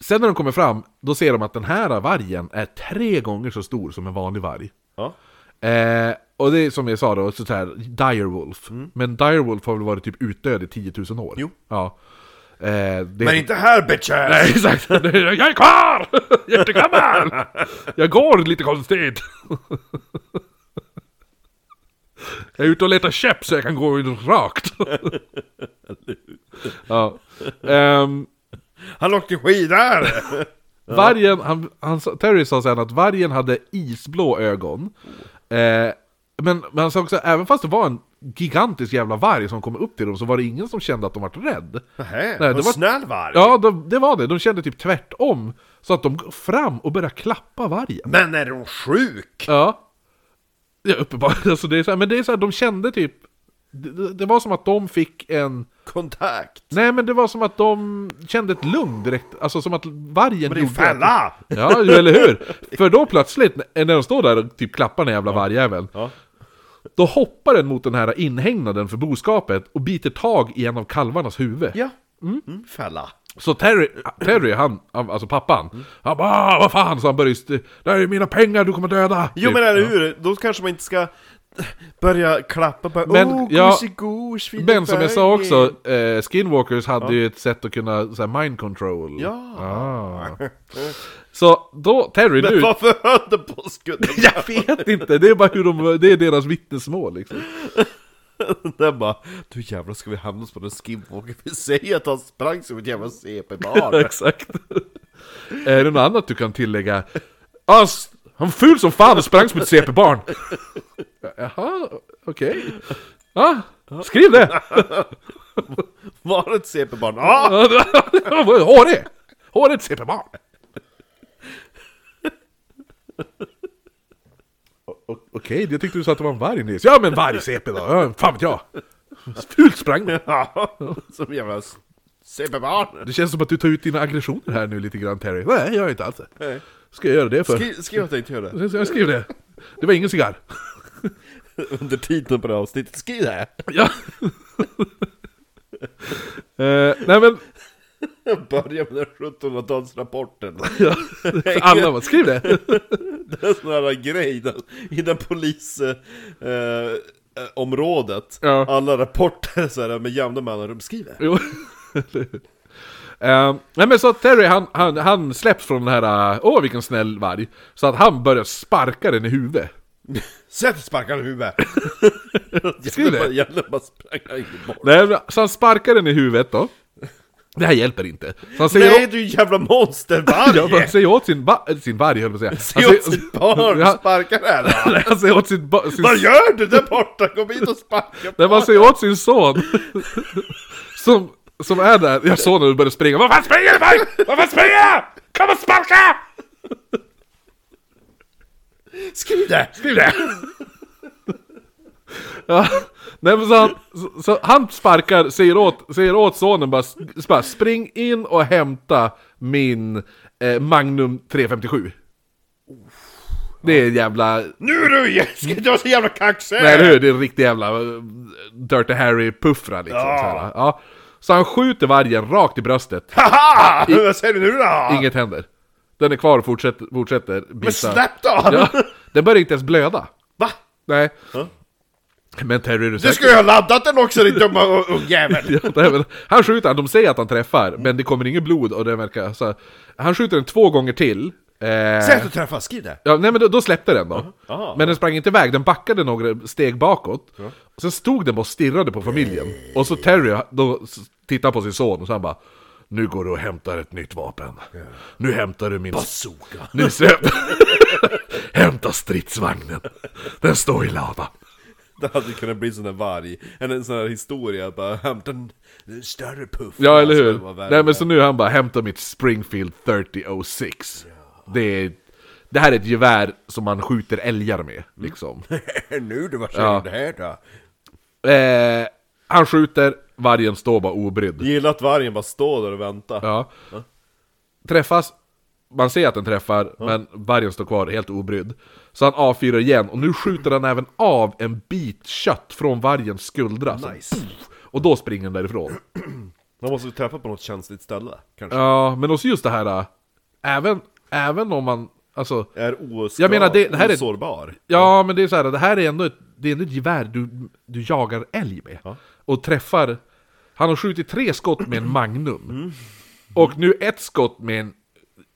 Sen när de kommer fram, då ser de att den här vargen är tre gånger så stor som en vanlig varg.
Ja.
Eh, och det är som jag sa då, så här, direwolf. Men direwolf har väl varit typ utdöd i 10 000 år?
Mm. Jo.
Ja. Eh, det...
Men inte här bitches!
Nej, exakt! Jag är kvar! Jättegammal! Jag går lite konstigt! Jag är ute och letar käpp så jag kan gå rakt. Ja. Ehm,
Han åkte skidor!
vargen, han, han, sa- Terry sa sen att vargen hade isblå ögon. Eh, men, men han sa också, även fast det var en gigantisk jävla varg som kom upp till dem så var det ingen som kände att de var rädd.
Nej,
det
det var
var-
snäll varg!
Ja, de, det var det. De kände typ tvärtom. Så att de går fram och börjar klappa vargen.
Men är hon sjuk?
Ja. Ja, uppenbarligen. Alltså det är så här, men det är så här, de kände typ Det, det var som att de fick en...
Kontakt!
Nej men det var som att de kände ett lugn direkt, alltså som att vargen
Men det är ju
gjorde att-
fälla!
Ja, ju, eller hur? För då plötsligt, när de står där och typ klappar den jävla vargjäveln
Ja.
Då hoppar den mot den här inhägnaden för boskapet och biter tag i en av kalvarnas huvud
Ja. Mm, fälla.
Så Terry, Terry han, alltså pappan
Mm.
Han bara "Ah, vad fan, så han börjar ju st- Det här är mina pengar, du kommer döda!
Jo
Typ.
men eller hur, då kanske man inte ska börja klappa bara
Men,
oh,
ja,
gosh,
Men som jag sa också, eh, Skinwalkers hade ju ett sätt att kunna så här, mind control
Ja.
ah. Så då, Terry
Men
nu
varför höll det på att skudda?
Jag vet inte, det är bara hur de, det är deras vittnesmål liksom
Den bara, du jävlar ska vi hamnas på den skinwalker? Vi säger att han sprang som ett jävla CP-barn!
Exakt. Eh, är det något annat du kan tillägga? Ah, s- han var ful som fan och sprang som ett CP-barn. Jaha, okej. Ja, skriv det!
Var det ett CP-barn? Ah!
Hårig! Hårigt CP-barn. O- o- Okej, jag tyckte du sa att det var en varg nyss. Ja men varg-CP då, ja, fan vet jag. Fult sprang man.
Ja, som jävla s- CP-barn!
Det känns som att du tar ut dina aggressioner här nu lite grann Terry. Nej, jag gör inte alls det. Ska jag göra det för?
Skri- Skriv att jag inte gör det!
Jag skrev det. Det var ingen cigarr.
Under titeln på det här avsnittet, skriv det!
Ja. Eh, nej men,
Börja med den 1700-talsrapporten!
för alla var skriv det!
Det är en sån här grej där, i den polis... Eh, eh, området,
Ja.
alla rapporter så här med jämna mellanrum skriver.
Jo. Eh, nej men så att Terry han, han, han släpps från den här, eh, åh vilken snäll varg. Så att han börjar sparka den i huvudet.
Sätt sparkar i huvudet!
Skriv det.
Jävlar bara sprang han in i bort.
Nej, men- så han sparkar den i huvudet då. Det här hjälper inte. Så han säger,
Nej du jävla monstervarg!
åt, han säger åt sin, va, äh, sin varg höll jag på att säga.
Se
Han
åt sitt barn
Ja.
och sparka där! va?
Nej, han säger åt sin, ba- sin
Vad gör du där borta? Kom hit och sparka på
När man säger åt sin son som, som är där, jag såg när du började springa Vad fan springer du för? Vad fan springer du? Kom och sparka!
Skriv det!
Skriv det! Ja, nej men så han, så, så han sparkar, säger åt, säger åt sonen bara, s- bara Spring in och hämta min eh, Magnum 357 Det är en jävla
Nu du! Ska inte vara så jävla kaxig!
Nej eller hur, det är en riktig jävla eh, Dirty Harry-puffra liksom
Ja.
så, här, ja. så han skjuter vargen rakt i bröstet
Haha! Vad säger du nu då?
Inget händer. Den är kvar och fortsätter, fortsätter bita.
Men släpp då!
Ja, den börjar inte ens blöda.
Va?
Nej.
Ja.
Men Terry är du
Du
säker?
ska ju ha laddat den också din dumma u- ungjävel!
Ja, det är väl- han skjuter, han- de säger att han träffar, men det kommer inget blod och det verkar så här. Han skjuter den två gånger till. Eh,
Säg att du träffar, skriv det!
Ja, nej men då, då släppte den då.
Aha.
Men den sprang inte iväg, den backade några steg bakåt. Och sen stod den bara och stirrade på familjen. Och så Terry, då s- tittade på sin son och så han bara Nu går du och hämtar ett nytt vapen. Nu hämtar du min...
Bazooka!
Nu släpp... Hämta stridsvagnen. Den står i ladan.
Det hade kunnat bli en sån där varg, en, en sån här historia, bara hämta en, en större puff
Ja, eller
Alltså, det var
hur?
värre.
Nej, men så nu är han bara hämta mitt Springfield 3006. Det är... Det här är ett gevär som man skjuter älgar
Mm.
med, liksom.
Nu du, vad säger
Ja.
du det här då?
eh, han skjuter, vargen står bara obrydd.
Gillar att vargen bara står där och väntar
Ja. Träffas, man ser att den träffar, men vargen står kvar helt obrydd. Så han avfyrar igen, och nu skjuter han även av en bit kött från vargens skuldra. Så
Nice.
puff, Och då springer den därifrån.
Man måste ju träffa på något känsligt ställe, kanske
Ja, men också just det här, äh, även, även om man, alltså,
Är oskad,
Jag menar, det- det här är-
osårbar
ja men det är så här, det här är ändå ett, det är ändå ett gevär du, du jagar älg med. Och träffar, han har skjutit tre skott med en Magnum. Och nu ett skott med en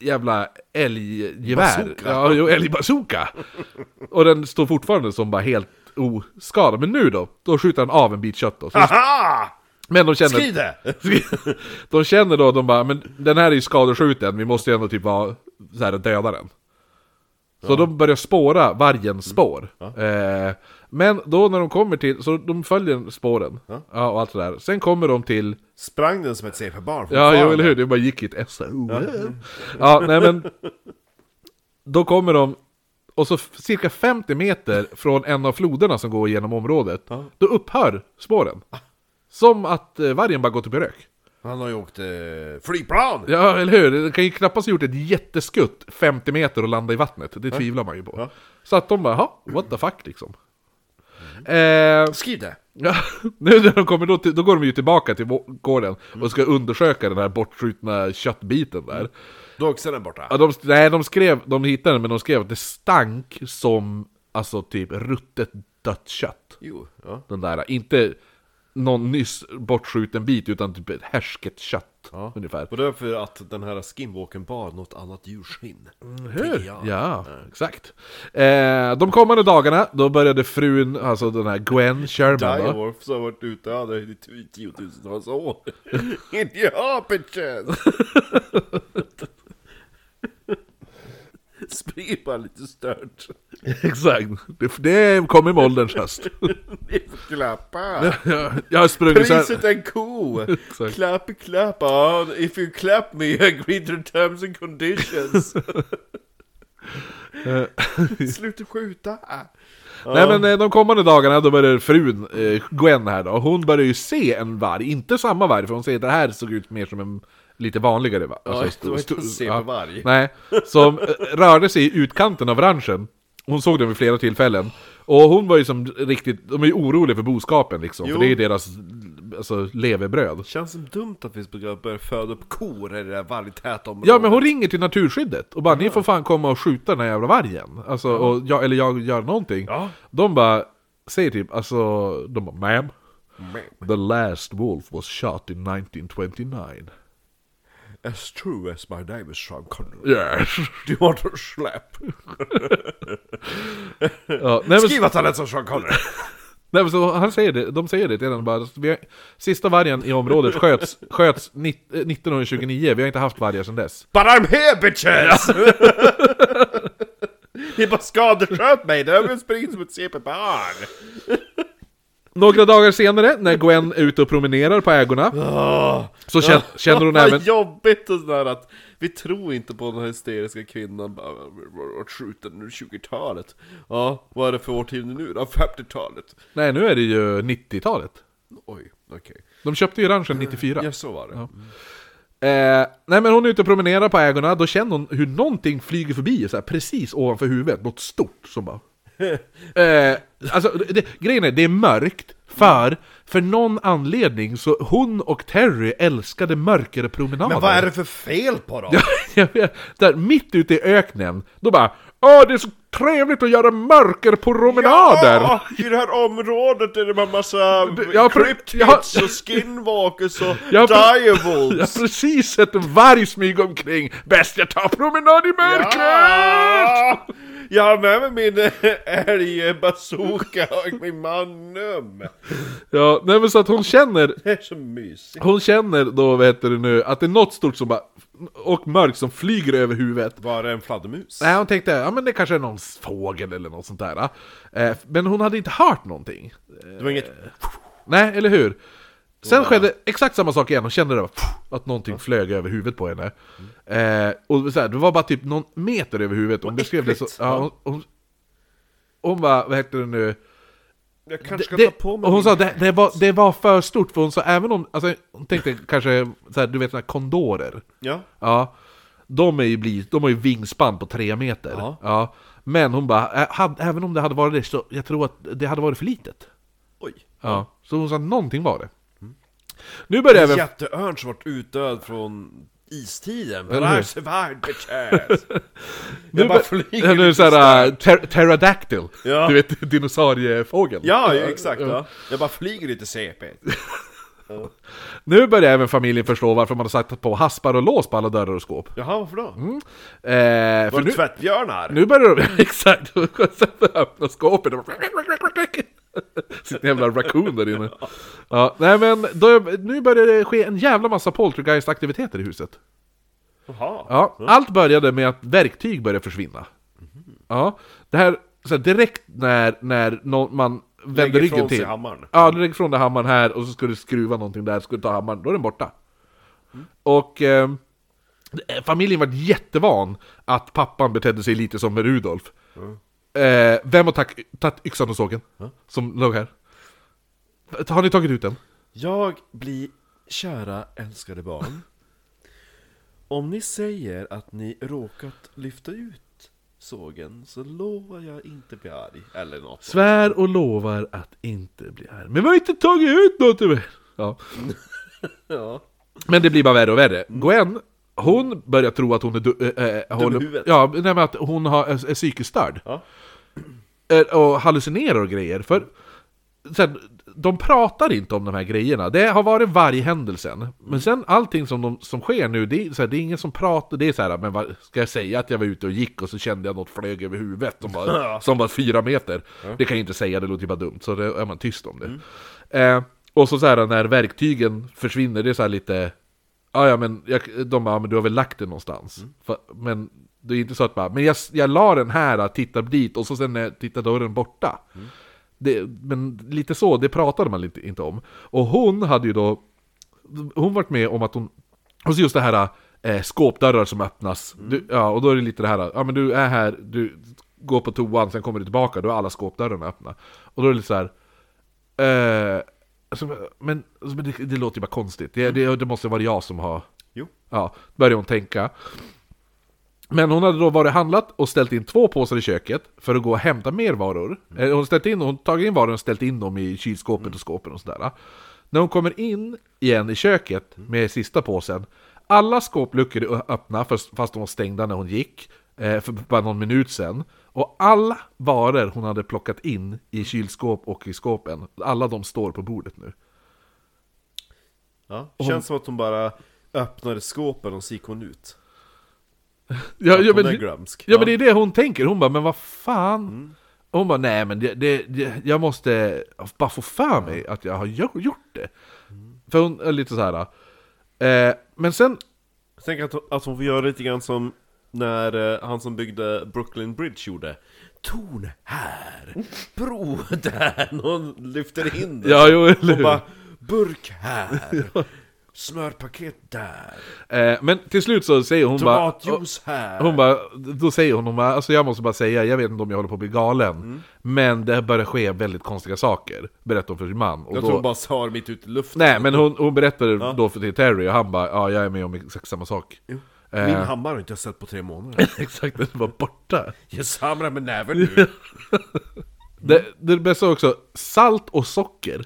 jävla älggevär.
Bazooka.
Ja, jo, älgbazooka. Och den står fortfarande som bara helt oskadad. Men nu då, då skjuter han av en bit kött då. Så,
Aha!
men de känner...
Skriv det!
de känner då, de bara, men den här är ju skadeskjuten, vi måste ju ändå typ vara så här, döda den. Så de börjar spåra vargens spår. Eh, men då när de kommer till, så de följer spåren. Ja. och allt det där. Sen kommer de till,
Sprang den som ett CP-barn
ja Mm. jo,
fortfarande?
eller hur, det bara gick i ett S. Ja. ja, nej men. Då kommer de, Och så f- cirka 50 meter från en av floderna som går genom området,
Ja.
då upphör spåren. Som att eh, vargen bara gått upp i rök.
Han har ju åkt eh, flygplan!
Ja, eller hur? Den kan ju knappast ha gjort ett jätteskutt 50 meter och landa i vattnet. Det tvivlar man ju på.
Ja.
Så att de bara, "Ha, what the fuck liksom. Eh,
Skriv det!
Ja, nu när de kommer då, till, då går de ju tillbaka till vå- gården och ska undersöka den här bortskjutna köttbiten där.
Då är också den borta.
Ja, de, nej, de skrev, de hittade den men de skrev att det stank som alltså typ ruttet dött kött.
Jo, ja.
Den där, inte någon nyss bortskjuten bit utan typ ett härsket kött
Ja.
ungefär.
Och det är för att den här skinwalken bar något annat djurskinn.
Mm, Hur?
Ja.
Ja, exakt. Eh, de kommande dagarna, då började frun, alltså den här Gwen Sherman då,
Direwolf som har varit utdöda i t- tiotusentals år. India bitches! Sprid bara lite stört.
Exakt, det, det kom i med ålderns höst.
Ni får klappa.
Jag, jag har sprungit så här-
Priset är en ko.
Exakt.
Clap, clap. Ah, if you clap me, I agree to terms and conditions. Sluta skjuta.
Nej men eh, de kommande dagarna då börjar frun, eh, Gwen här då, hon börjar ju se en varg, inte samma varg för hon säger att det här såg ut mer som en lite vanligare varg.
Ja, det var inte att se på
ja,
varg.
Nej, som eh, rörde sig i utkanten av ranchen. Hon såg den vid flera tillfällen. Och hon var ju som riktigt, de är ju oroliga för boskapen liksom,
Jo.
för det är ju deras alltså, levebröd.
Känns som dumt att vi ska börja föda upp kor i det där vargtäta området.
Ja men hon ringer till naturskyddet och bara ni får fan komma och skjuta den här jävla vargen. Alltså, och jag, eller jag gör någonting.
Ja.
De bara, säger typ, alltså, de bara 'Ma'am' The last wolf was shot in 1929.
As true as my name is Sean Connery.
Yes.
Du har to släpp.
Ja, nej, men,
Skriv att han lät som Sean Connery.
nej, men så han säger det, de säger det till den bara. Vi har, sista vargen i området sköts, sköts nitt- eh, 1929, vi har inte haft vargar sedan dess.
But I'm here bitches! Ni bara skadesköt mig, det har springit som ett CP-barn.
Några dagar senare, när Gwen är ute och promenerar på ägorna, så känner, känner hon
Vad
även...
jobbigt och sådär att vi tror inte på den här hysteriska kvinnan bara, "Vi har varit skjuten nu 20-talet. Ja, vad är det för årtionde nu då? 50-talet?
Nej, nu är det ju 90-talet.
Oj, okej.
De köpte ju ranchen 94.
Ja, så var det.
Eh, nej men hon är ute och promenerar på ägorna, då känner hon hur någonting flyger förbi så här, precis ovanför huvudet, något stort som bara... eh, alltså det, grejen är, det är mörkt, för för någon anledning så hon och Terry älskade mörkare promenader.
Men vad är det för fel på dem?
Ja, jag vet. Där mitt ute i öknen, då bara Åh, det är så trevligt att göra mörkerpromenader!
Ja, i det här området är det bara massa
jag har pr- jag har-
cryptids och skinwalkers och
Jag har pr- Jag
direwolves.
har precis sett en varg smyga omkring, bäst jag tar promenad i mörkret!
Ja! Jag har med mig min eh, älgbazooka och min Magnum.
Ja, nej men så att hon känner,
Det är så mysigt.
hon känner då, vad heter det nu, att det är något stort som bara, och mörkt som flyger över huvudet.
Var det en fladdermus?
Nej, hon tänkte, ja men det kanske är någon fågel eller något sånt där. Eh, Men hon hade inte hört någonting.
Det var inget...
Nej, eller hur? Sen skedde exakt samma sak igen, hon kände det, bara, pff, att någonting flög över huvudet på henne.
Mm.
Eh, och så här, det var bara typ någon meter över huvudet, hon beskrev det så...
äckligt.
Ja, hon, hon, hon bara, vad heter det nu?
Jag kanske ska
det,
ta på mig
och hon
min-
sa det, det, var, det var för stort, för hon sa även om, alltså, hon tänkte kanske så här, du vet såna här kondorer,
Ja.
ja, de, är ju bli, de har ju vingspann på tre meter.
Ja.
Ja. Men hon bara, ä- hade- även om det hade varit det, så jag tror att det hade varit för litet.
Oj.
Ja. Så hon sa, någonting var det. Nu börjar
En
även...
jätteörn som varit utdöd från istiden. But
Eller hur?
I survived bitches.
nu
Jag bara
bör-
flyger.
nu är det så här, äh, ter- pterodactyl,
Ja.
du vet dinosauriefågeln.
Ja, exakt. Ja. Jag bara flyger lite CP.
Nu börjar även familjen förstå varför man har satt på haspar och lås på alla dörrar och skåp.
Jaha, varför då?
Eh,
Var
Mm. för
det
nu,
tvättbjörnar?
nu börjar de... Exakt! Öppna skåpet och... Sitter en jävla raccoon där inne. Ja, nej men, då, nu börjar det ske en jävla massa poltergeist-aktiviteter i huset.
Jaha.
Ja, allt började med att verktyg började försvinna.
Mm-hmm.
Ja, det här, så här direkt när, när nå- man vänder
Lägger
ryggen
ifrån sig
till.
hammaren.
Ja, du lägger ifrån dig hammaren här och så ska du skruva någonting där, ska du ta hammaren, då är den borta. Mm. Och ehm, eh, familjen var jättevan att pappan betedde sig lite som Rudolf. Eh, vem har tag- tagit yxan och sågen? Som låg här. Har ni tagit ut den?
Jag blir kära älskade barn. Om ni säger att ni råkat lyfta ut sågen så lovar jag inte bli arg eller något.
Svär och lovar att inte bli arg. Men vi har inte tagit ut något! ur- Ja.
Ja.
Men det blir bara värre och värre.
Mm.
Gwen, hon börjar tro att hon är du, äh, håller,
huvudet.
ja, nej, men att hon har, är, är psykiskt störd.
Ja.
Eh, Och hallucinerar och grejer. För sen, de pratar inte om de här grejerna. Det har varit varghändelsen.
Mm.
Men sen allting som, de, som sker nu, det är, så här, det är ingen som pratar. Det är så här, men vad, ska jag säga att jag var ute och gick och så kände jag något flög över huvudet som var, som var fyra meter? Det kan jag inte säga, det låter ju bara dumt. Så det är man tyst om det.
Mm.
Eh, och så, så här, när verktygen försvinner, det är så här lite... Ja, ja men jag, de bara, "Ja, men du har väl lagt den någonstans? Fa- men det är inte så att bara, men jag, jag la den här, tittar dit och så sen eh, tittar dörren borta. Det, men lite så, det pratade man lite, inte om. Och hon hade ju då, hon varit med om att hon, och så just det här eh, skåpdörrar som öppnas. Du, ja, och då är det lite det här, ja men du är här, du går på toan, sen kommer du tillbaka, då är alla skåpdörrarna öppna. Och då är det lite så här, eh, alltså, men alltså, men det, det låter ju bara konstigt, det, det, det måste vara jag som har
Jo.
Ja, började hon tänka. Men hon hade då varit och handlat och ställt in två påsar i köket för att gå och hämta mer varor. Eh, Hon ställt in, hon tagit in varorna och ställt in dem i kylskåpet och skåpen och sådär. När hon kommer in igen i köket med sista påsen, alla skåpluckor är ö- öppna fast fast de var stängda när hon gick, eh, för bara någon minut sedan. Och alla varor hon hade plockat in i kylskåp och i skåpen, alla de står på bordet nu.
Ja. Känns som att hon bara öppnade skåpen och så gick hon ut.
Ja, ja,
hon
men-
är glömsk.
Ja, men det är det hon tänker, hon bara men vad fan Hon bara nej men det, det, det, jag måste bara få för mig att jag har gjo- gjort det För hon är lite så här. Eh, men sen,
Jag tänker att, att hon får göra lite grann som när eh, han som byggde Brooklyn Bridge gjorde. Torn här, bro där, någon lyfter in den.
ja jo eller
Och
hur?
bara, burk här, smörpaket där,
eh, Men till slut så säger hon bara
tomatjuice här.
Hon bara, då säger hon, hon bara, alltså jag måste bara säga, jag vet inte om jag håller på att bli galen Men det börjar ske väldigt konstiga saker Berättar hon för sin man
jag
och då,
tror hon bara sa det mitt ut i luften.
Nej men hon, hon berättade då för till Terry och han bara, ja jag är med om exakt samma sak
Min
Eh.
hammare har inte jag sett på tre månader.
Exakt, den var borta
Jag samlar med näven nu.
Det, det bästa också, salt och socker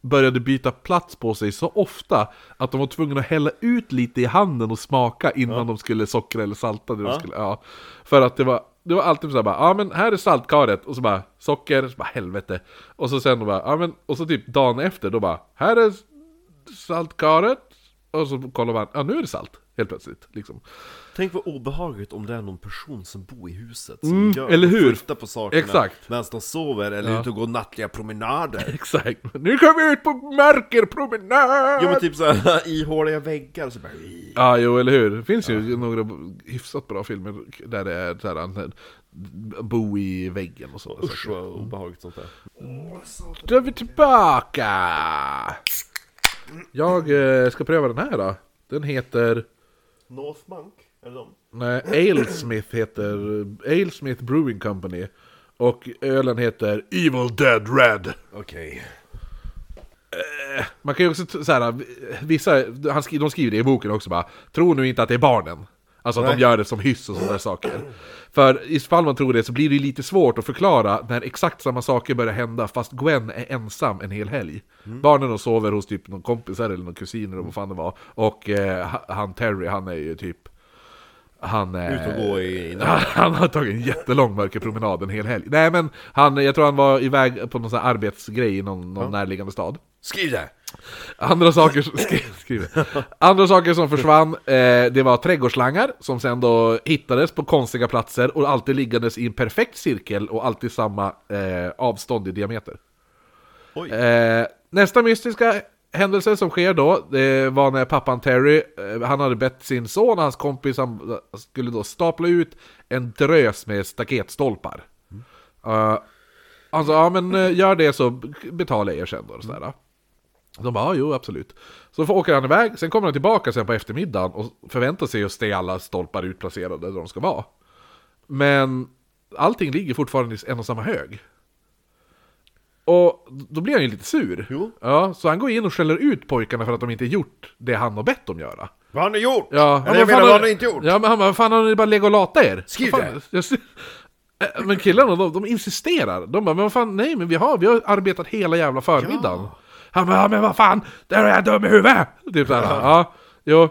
började byta plats på sig så ofta att de var tvungna att hälla ut lite i handen och smaka innan de skulle sockra eller salta det de skulle, ja. För att det var, det var alltid såhär bara, ja men här är saltkaret, och så bara socker, så bara helvete. Och så sen bara, ja men, och så typ dagen efter då bara, här är saltkaret, och så kollar man, ja nu är det salt, helt plötsligt. Liksom.
Tänk vad obehagligt om det är någon person som bor i huset som gör
Mm, eller
och
hur?
flyttar på sakerna
Exakt.
medan de sover eller ute och går nattliga promenader.
Exakt, nu kommer vi ut på mörkerpromenad!
Jo men typ såhär ihåliga väggar så bara...
Ja, jo, eller hur. Det finns ju några b- hyfsat bra filmer där det är så här, en- en- bo i väggen och sådana
Usch vad obehagligt sånt där.
Då är vi tillbaka! Jag eh, ska pröva den här då. Den heter...
Northbank? Är det de?
Nej, Alesmith heter... Alesmith Brewing Company. Och ölen heter Evil Dead Red.
Okej.
Man kan ju också t- så här, vissa, han skri- de skriver det i boken också bara, tro nu inte att det är barnen. Alltså att de
Nej.
gör det som hyss och sådana där saker. För ifall man tror det så blir det ju lite svårt att förklara när exakt samma saker börjar hända fast Gwen är ensam en hel helg.
Mm.
Barnen de sover hos typ någon kompisar eller någon kusin eller vad fan det var. Och eh, ha- han Terry, han är ju typ... Han är...
Ut och gå i... i
Han, han har tagit en jättelång mörkerpromenad en hel helg. Nej men, han, jag tror han var iväg på någon sån här arbetsgrej i någon, någon närliggande stad.
Skriv det!
Eh. Andra saker, som- skri- skriver. Andra saker som försvann, eh, det var trädgårdsslangar som sen då hittades på konstiga platser och alltid liggandes i en perfekt cirkel och alltid samma eh, avstånd i diameter.
Oj.
Eh, nästa mystiska händelse som sker då, det var när pappan Terry, eh, han hade bett sin son och hans kompis, han skulle då stapla ut en drös med staketstolpar. Eh, han sa, ja men eh, gör det så betalar jag er sen då. och Sådär. De bara, ja, jo absolut. Så får- åker han iväg, sen kommer han tillbaka sen på eftermiddagen och förväntar sig att se alla stolpar utplacerade där de ska vara. Men allting ligger fortfarande i en och samma hög. Och då blir han ju lite sur.
Jo.
Ja, så han går in och skäller ut pojkarna för att de inte gjort det han har bett dem göra.
Vad har ni gjort?
Ja,
Eller jag menar,
"Fan
vad
har-
har ni inte gjort?
Ja, men han bara, fan har ni bara legat och lata er?
Skriv
Vad
det.
fan, jag ser- Äh, Men killarna, de, de insisterar. De bara, men vad fan, nej men vi har, vi har arbetat hela jävla förmiddagen. Han bara, ja, men vad fan, där är jag dum i huvudet! Typ såhär, ja. ja, jo.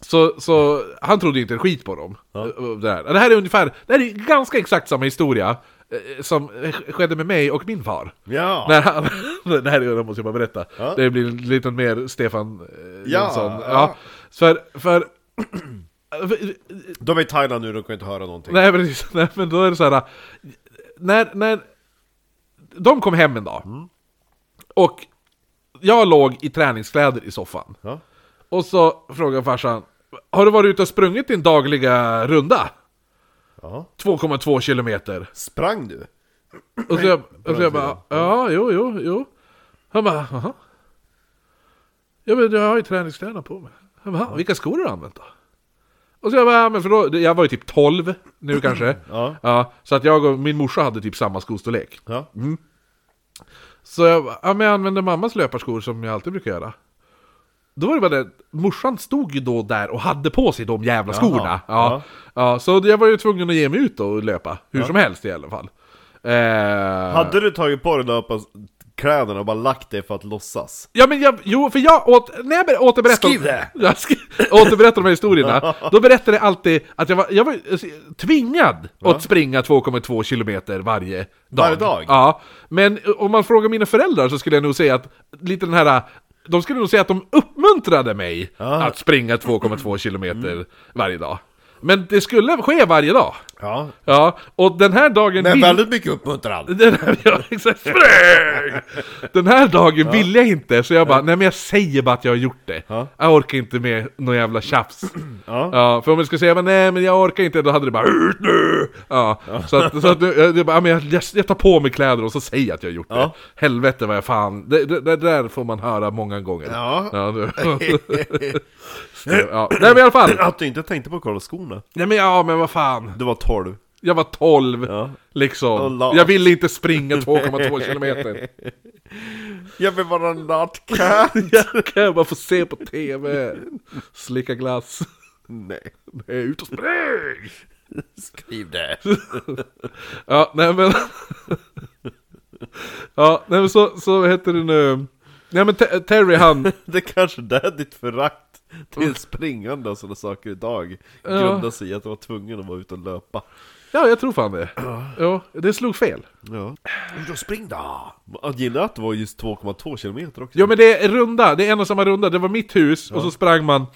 Så, så han trodde ju inte ett skit på dem. Eh, Det, här. det här är ungefär, det här är ganska exakt samma historia eh, som eh, skedde med mig och min far.
Ja.
När han, det här är- det måste jag bara berätta.
Ja.
Det blir lite mer Stefan eh,
Ja,
Jonsson. Ja,
ja.
För, för...
De är i Thailand nu, de kan inte höra någonting.
Nej, precis. Nej, men då är det så här. När, när de kom hem en dag.
Mm.
Och jag låg i träningskläder i soffan.
Ja.
Och så frågar farsan. Har du varit ute och sprungit din dagliga runda?
Ja.
2,2 kilometer.
Sprang du?
Och så jag, och så jag bara, ja, jo, jo, jo. Han bara, jaha. Ja, men jag har ju träningskläderna på mig. Han bara, "Jaha, vilka skor har du använt då? Och så jag bara, ja, men för då, jag var ju typ 12 nu kanske.
Ja.
så att jag och min morsa hade typ samma skostorlek.
Ja.
Så jag, bara, ja, men jag använde mammas löparskor som jag alltid brukar göra. Då var det bara det, att morsan stod ju då där och hade på sig de jävla skorna. Ja,
Ja.
ja. Så jag var ju tvungen att ge mig ut då och löpa, hur som helst i alla fall. Eh,
Hade du tagit på dig löparkläderna och bara lagt dig för att låtsas?
Ja men jag, jo för jag, åt, när jag ber- återberättar...
Skriv det!
Jag skri, återberättar de här historierna, då berättar jag alltid att jag var, jag var alltså, tvingad att springa 2,2 kilometer varje dag.
Varje dag?
Ja, men eh, om man frågar mina föräldrar så skulle jag nog säga att, lite den här... eh, De skulle nog säga att de uppmuntrade mig att springa 2,2 kilometer
Mm.
varje dag. Men det skulle ske varje dag.
Ja.
Ja, och den här dagen...
Men
vill-
väldigt mycket uppmuntran.
den här, ja, exakt, liksom spräng! Den här dagen vill jag inte, så jag bara, nej men jag säger bara att jag har gjort det. Jag orkar inte med någon jävla tjafs.
Ja.
för om jag skulle säga, "Men nej men jag orkar inte, då hade det bara, ut nu! Ja, Så att, så att nu, jag, jag, bara, "Ja, men jag, jag, jag tar på mig kläder och så säger jag att jag har gjort det.
Ja.
Helvete vad jag fan, det, det, det där får man höra många gånger.
Ja.
Ja, det, ja. Nej men i alla fall,
Att du inte tänkte på att kolla skorna.
nej men ja men vad fan.
Du var 12.
Jag var 12,
Ja. Och
liksom.
lat.
Jag ville inte springa 2,2 kilometer.
Jag vill vara en nattcat.
Jag kan bara få se på TV. Slicka glass.
Nej.
Nej, Ut och spring!
Skriv det.
Ja, nej men... Ja, nej men så, så vad heter det nu? Nej men Te- Terry han...
Det kanske där är ditt förakt till springande och sådana saker idag grundar sig i att du var tvungen att vara ute och löpa.
Ja, jag tror fan det. Ja, det slog fel.
Ja. Ut och spring då! Jag gillar att det var just 2,2 kilometer också.
Jo men det är runda, det är en och samma runda. Det var mitt hus och så sprang man...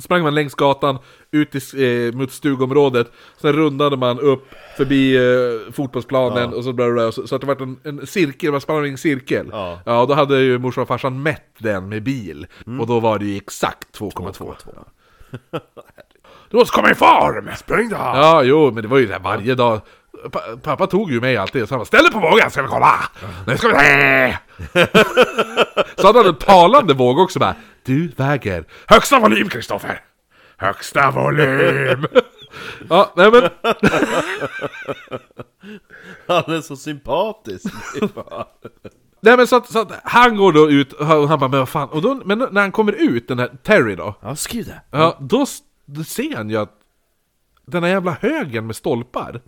Sprang man längs gatan ut i, eh, mot stugområdet, sen rundade man upp förbi eh, fotbollsplanen och så bla bla, bla, så, så att det var en, en cirkel, man sprang i en cirkel.
Ja. Mm.
och då hade ju morsan och farsan mätt den med bil, och då var det ju exakt 2,2. Du måste komma i form!
Spring då!
Ja, jo, men det var ju det här varje dag. Pa- pappa tog ju mig alltid, så han bara 'Ställ dig på vågen ska vi kolla! Nu ska vi se!' så han hade en talande våg också bara 'Du väger högsta volym Kristoffer! Högsta volym!' ja, nej men...
Han är så sympatisk!
Nej men så att, så att han går då ut och han bara 'Men vad fan' och då, men när han kommer ut, den här Terry då,
ja, skriv det!
Ja, då s- då ser han ju att den här jävla högen med stolpar,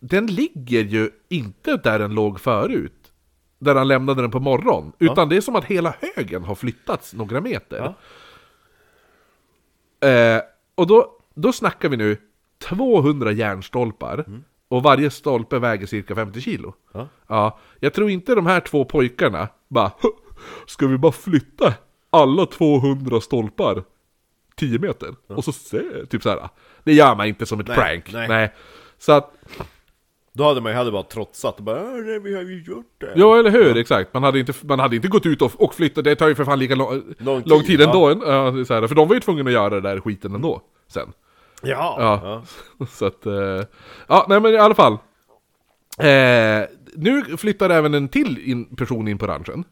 den ligger ju inte där den låg förut, där han lämnade den på morgon, utan det är som att hela högen har flyttats några meter. Eh, och då, då snackar vi nu 200 järnstolpar, och varje stolpe väger cirka 50 kilo.
Mm. Ja.
Ja, jag tror inte de här två pojkarna bara "Hå, Ska vi bara flytta alla 200 stolpar 10 meter? Och så se, typ så här. Det gör man inte som ett
Nej,
prank.
nej.
Så att,
Då hade man ju hade bara trotsat och bara "Äh, nej, vi har ju gjort det!
Eh, ja eller hur, exakt. Man hade, inte, man hade inte gått ut och, och flyttat, det tar ju för fan lika lång, lång,
Lång
tid,
tid,
ändå. Ja. så här, för de var ju tvungna att göra den där skiten ändå. Sen.
Ja!
Ja. Så att, eh, ja, nej men i alla fall. Eh, nu flyttar även en till in, person in på ranchen.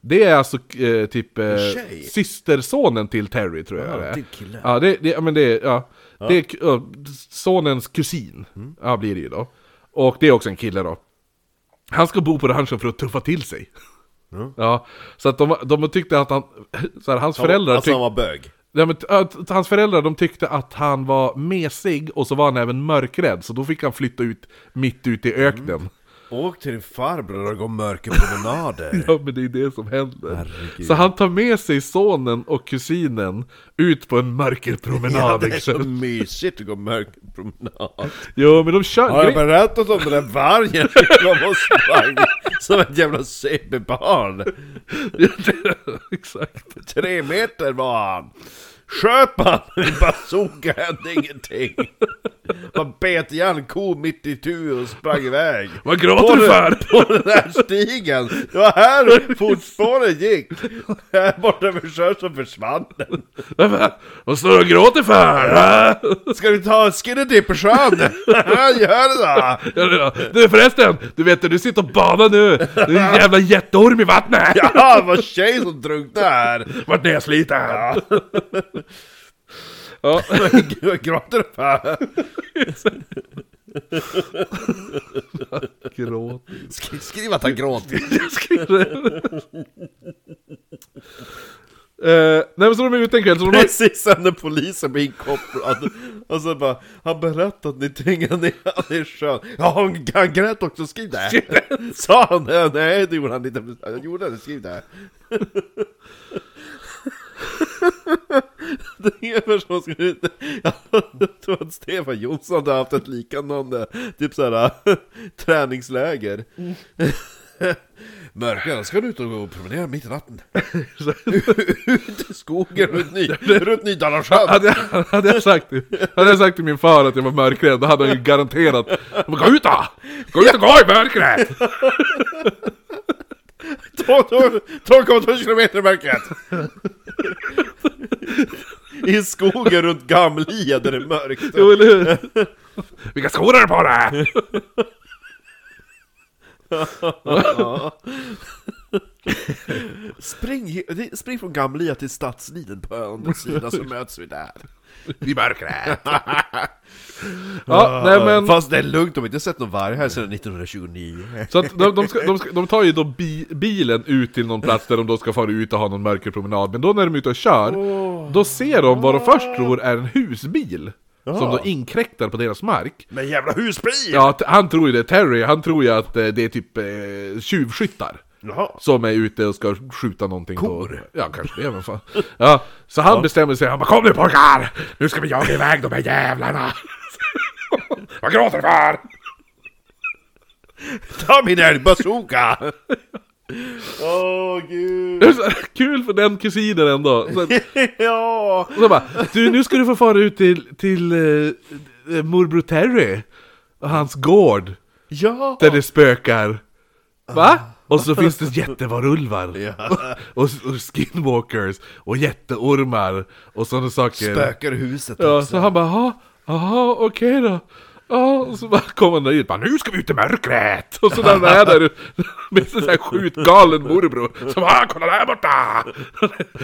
Det är alltså eh, typ eh,
tjej?
systersonen till Terry tror jag det är.
till killen.
Ja, Mm. det, det, ja, men det, är- ja. Det är k- ö, sonens kusin, ja, blir det ju då. Och det är också en kille då. Han ska bo på ranchen för att tuffa till sig.
Ja.
Ja, så att de, de tyckte att han, så här, hans föräldrar
Alltså
tyckte...
han var bög.
Ja, men, t- att hans föräldrar de tyckte att han var mesig och så var han även mörkrädd, så då fick han flytta ut mitt ute i öknen.
Mm. Åk till din farbror och gå mörkerpromenader.
Ja, men det är det som händer. Så han tar med sig sonen och kusinen ut på en
Ja,
mörkerpromenad.
det är så
liksom.
mysigt att gå mörkerpromenad.
Jo, men de kör...
Har jag
gre-
berättat om den där vargen som kom och sprang som ett jävla CP-barn?
Exakt.
Tre meter var han! Sköp han! I bazooka hände ingenting! Man bet ihjäl en ko mitt i tur och sprang iväg!
Vad gråter
På
du
den-
för?
På den här stigen! Det var här fotspåren gick! Här borta vid sjön så försvann den!
Vad står du och gråter för? va?
Ska du ta en skinny dip i sjön? Ja, Gör det då!
Ja, ja. Du förresten, du vet du sitter och badar nu. Det är en jävla jätteorm i vattnet.
Ja, det var tjej som drunknade här!
Vart nedsliten.
Ja.
Ja.
Gud, vad gråter du för?
Gråt.
Sk- Skriv att han gråter!
Jag skulle... Eh, nej men så de är ute en kväll, så de har...
Precis sen när polisen blir inkopplad Och så bara, han berättade att ni tvingade ner honom i sjön Ja, han, han grät också, skriv det! Sa han det? Nej, det gjorde han inte Jag gjorde det, skriv det! Det är en person som inte... Jag tror att Stefan Jonsson hade haft ett liknande, typ såhär, träningsläger Mörkare, ska du ut och gå och promenera mitt i natten? Ut i skogen runt, ny, runt Nydala sjön!
Hade jag, hade, jag sagt, det- hade jag sagt till min far att jag var mörkrädd, då hade han ju garanterat "Men Gå ut då! Gå ut och gå i mörkret!
12,2 kilometer i mörkret! I skogen runt Gamlia där det är mörkt.
Jo, eller hur? Vilka skor har du på dig?
Spring, he- det- spring från Gamlia till Stadsliden på andra sidan så möts vi där.
I mörkret! Ja, nej men...
Fast det är lugnt, de har inte sett någon varg här sedan 1929.
Så att de, de, ska, de, ska, de tar ju då bi, bilen ut till någon plats där de då ska fara ut och ha någon mörkerpromenad, men då när de är ute och kör, då ser de vad de först tror är en husbil. Som då inkräktar på deras mark.
Men jävla husbil!
Ja, t- han tror ju det, Terry, han tror ju att eh, det är typ eh, tjuvskyttar.
Jaha.
Som är ute och ska skjuta någonting
Kor.
då. Ja, kanske det, men fan. Ja, så han bestämmer sig, han bara 'Kom nu pojkar! Nu ska vi jaga iväg de här jävlarna!' Vad gråter du för?
Ta min älgbazooka! Åh gud!
Det är så här Kul för den kusinen ändå. Så, att-
ja!
så bara, du nu ska du få fara ut till, till eh, eh, morbror Terry och hans gård
Ja!
där det spökar. Va? Och så finns det jättevarulvar. Och, och skinwalkers. Och jätteormar. Och sådana saker.
Spökar i huset
Ja,
också.
så han bara, "Jaha, jaha, okej då. Ja, och så bara kom han dit bara, nu ska vi ut i mörkret! Och så där han är där med en sån här skjutgalen morbror. Så bara, "Ah, kolla där borta!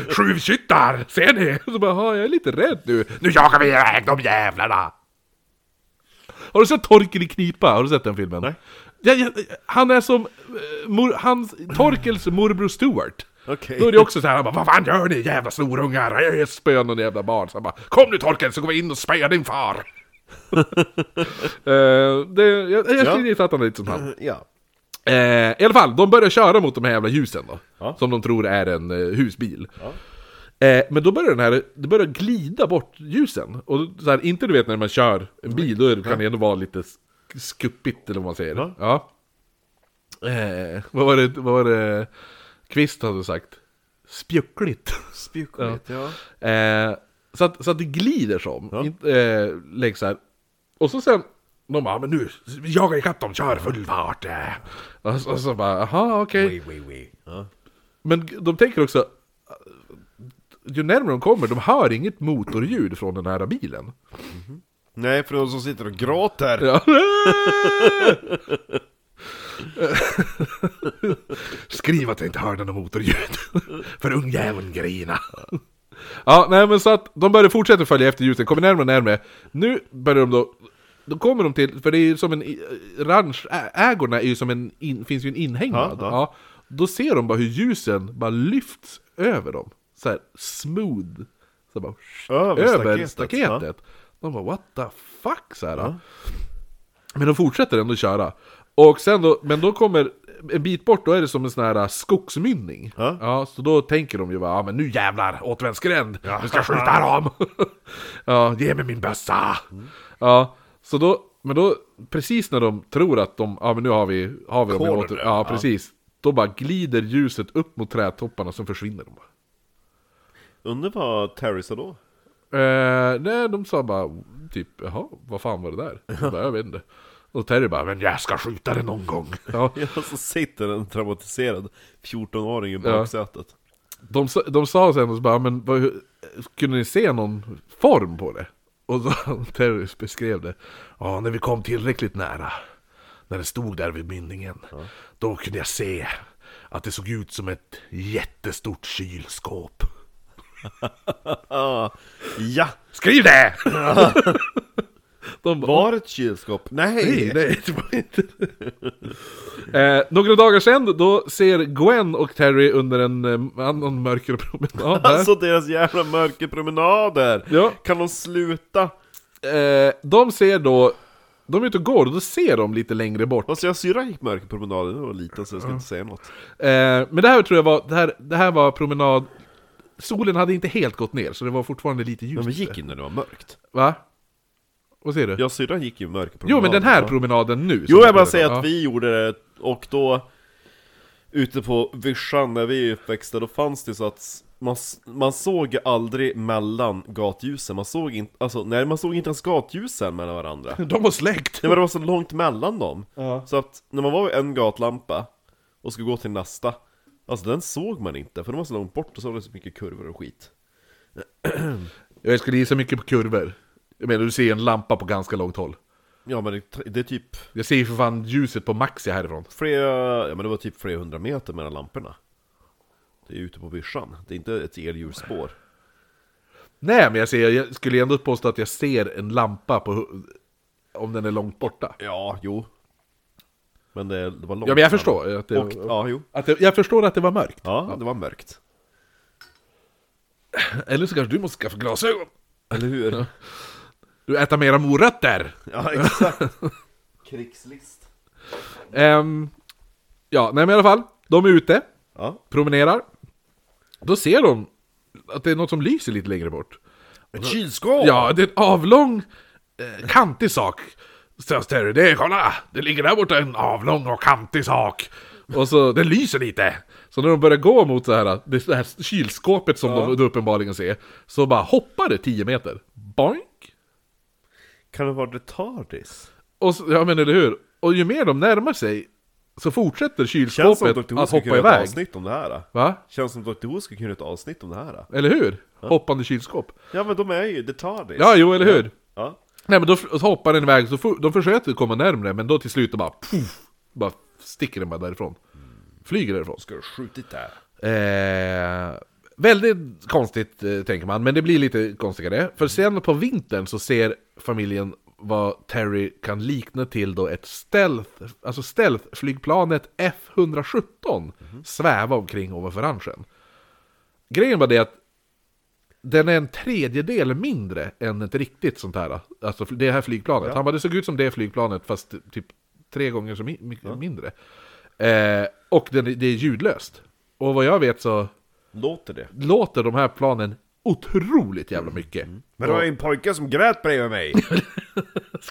Tjuvkyttar, ser ni? Och så bara, "Ja, jag är lite rädd nu. Nu jagar vi iväg de jävlarna! Har du sett Torkel i knipa? Har du sett den filmen?
Nej.
Ja, ja, han är som eh, mor, hans, Torkels morbror Stewart.
Okej.
Då är det också så här, han bara, vad fan gör ni jävla snorungar? Jag spöar någon jävla barn. Så han bara, kom nu Torkel så går vi in och spöar din far. Eh, det, jag jag skulle gissa att han är lite som han.
Ja.
Eh, I alla fall, de börjar köra mot de här jävla ljusen då.
Ja.
Som de tror är en eh, husbil. Eh, men då börjar den här, det börjar glida bort ljusen. Och så här, inte du vet när man kör en bil, då är det- kan det ändå vara lite sk- skuppigt eller vad man säger.
Ja.
Ja. Eh, vad var det, vad var det Kvist hade sagt? Spjuckligt.
Spjukoligt, ja.
Eh, så, att, så att det glider som.
Ja.
Inte, eh, längs här. Och så sen, de bara, "Ah, men nu, jaga ikapp dem, kör full fart. eh." Och så, och så bara, jaha okej.
Wee, wee, wee. Ja.
Men g- de tänker också, eh, ju närmare de kommer, de hör inget motorljud från den här bilen.
Nej, för de som sitter och gråter.
Ja. Skriv att jag inte hörde något motorljud. För ungjäveln grina. Ja, nej men så att de börjar fortsätta följa efter ljusen, kommer närmare och närmare. Nu börjar de då... Då kommer de till, för det är ju som en... i- Ranch, ä- ägorna är ju som en... In, finns ju en inhägnad.
Ja,
Ja,
ja.
Då ser de bara hur ljusen bara lyfts över dem. Så här smooth. Så bara,
Över
över
staketet,
staketet. De bara what the fuck så här. Men de fortsätter ändå köra. Och sen då, men då kommer en bit bort, då är det som en sån här äh, skogsmynning.
Ja.
så då tänker de ju bara, ja men nu jävlar, återvändsgränd! Nu ska jag skjuta dem! ja, ge mig min bössa! Ja, så då, men då, precis när de tror att de, ja men nu har vi, har vi dem i
Corner.
åter... Ja, precis. Då bara glider ljuset upp mot trädtopparna, sen försvinner de bara.
Undrar vad Terry sa då?
Eh, nej, de sa bara typ, jaha, vad fan var det där? Jag, bara, jag vet inte. Och Terry bara, men jag ska skjuta det någon gång. Ja,
Ja, så sitter en traumatiserad 14-åring i
Ja.
baksätet
de, sa- de sa sen och så bara, men vad, hur- kunde ni se någon form på det? Och så, Terry beskrev det, ja, när vi kom tillräckligt nära, när det stod där vid mynningen, då kunde jag se att det såg ut som ett jättestort kylskåp.
Ah, ja!
Skriv det! de bara,
Var det ett kylskåp? Nej!
Nej, nej, det var inte det. eh, Några dagar sen då ser Gwen och Terry under en eh, annan mörkare promenad här.
Alltså deras jävla mörkerpromenader!
Ja.
Kan de sluta?
eh, De ser då, de är ute och går och då ser de lite längre bort.
Alltså jag syrra gick mörkerpromenader när jag var liten så jag ska inte säga något
Eh, men det här tror jag var, det här, det här var promenad, solen hade inte helt gått ner så det var fortfarande lite ljust.
Men vi gick in när det var mörkt
Va? Vad säger du?
Jag och syrran gick ju mörkerpromenader
jo men den här
va?
promenaden nu.
Jo
som
jag bara
vi
säger
ja.
att vi gjorde det, och då Ute på vischan när vi uppväxte, då fanns det så att man, s- man såg aldrig mellan gatljusen, man såg inte, alltså nej man såg inte ens gatljusen mellan varandra
De var släkt!
Nej men det var så långt mellan dem
Ja.
Så att när man var vid en gatlampa och skulle gå till nästa Alltså den såg man inte, för den var så långt bort och så var det så mycket kurvor och skit
Jag skulle gissa mycket på kurvor. Jag menar, du ser en lampa på ganska långt håll.
Ja men det, det är typ
Jag ser ju för fan ljuset på Maxi härifrån.
flera, ja men det var typ flera hundra meter mellan lamporna Det är ute på vischan, det är inte ett eldjurspår
Nej, men jag, ser, jag skulle ändå påstå att jag ser en lampa på, hu- om den är långt borta.
Ja, jo Men det, det var långt
Ja, men jag
fram.
förstår att det,
och, Ja, jo
att det, Jag förstår att det var mörkt.
ja, det var mörkt
Eller så kanske du måste skaffa glasögon.
Eller hur? Ja,
Du äter mera morötter!
exakt Krigslist
Ehm, ja, nej men i alla fall. De är ute,
Ja,
promenerar. Då ser de att det är något som lyser lite längre bort.
ett kylskåp!
Ja, det är en avlång, eh, kantig sak. Störs Terry, det är, kolla! Det ligger där borta en avlång och kantig sak. Och så, den lyser lite. Så när de börjar gå mot så här, det det här kylskåpet som de då uppenbarligen ser, så bara hoppar det 10 meter. Boink!
Kan det vara The Tardis?
Och så, ja men eller hur? Och ju mer de närmar sig, så fortsätter
Känns som
kylskåpet
Dr. Who
att
skulle
hoppa
kunna göra ett
iväg.
avsnitt om det här då.
Va?
Känns som Dr. Who skulle kunna göra ett avsnitt om det här då.
Eller hur? Hoppande kylskåp.
Ja men de är ju The Tardis
Ja, jo, eller hur?
ja.
Nej men då f- så hoppar den iväg, så for, de försöker komma närmre men då till slut då bara puff, Bara sticker den bara därifrån. Flyger därifrån.
Ska du ha skjutit där?
Eh, väldigt konstigt eh, tänker man, men det blir lite konstigare. För sen på vintern så ser familjen vad Terry kan likna till då ett stealth, alltså stealth-flygplanet F-117 sväva omkring ovanför ranchen. Grejen var det att den är en tredjedel mindre än ett riktigt sånt här, alltså det här flygplanet. Han bara, det såg ut som det flygplanet fast typ tre gånger så mi- mi- mindre. Eh, och den, är- det är ljudlöst. Och vad jag vet så
Låter det?
låter de här planen otroligt jävla mycket.
Men det var ju en pojke som grät bredvid mig!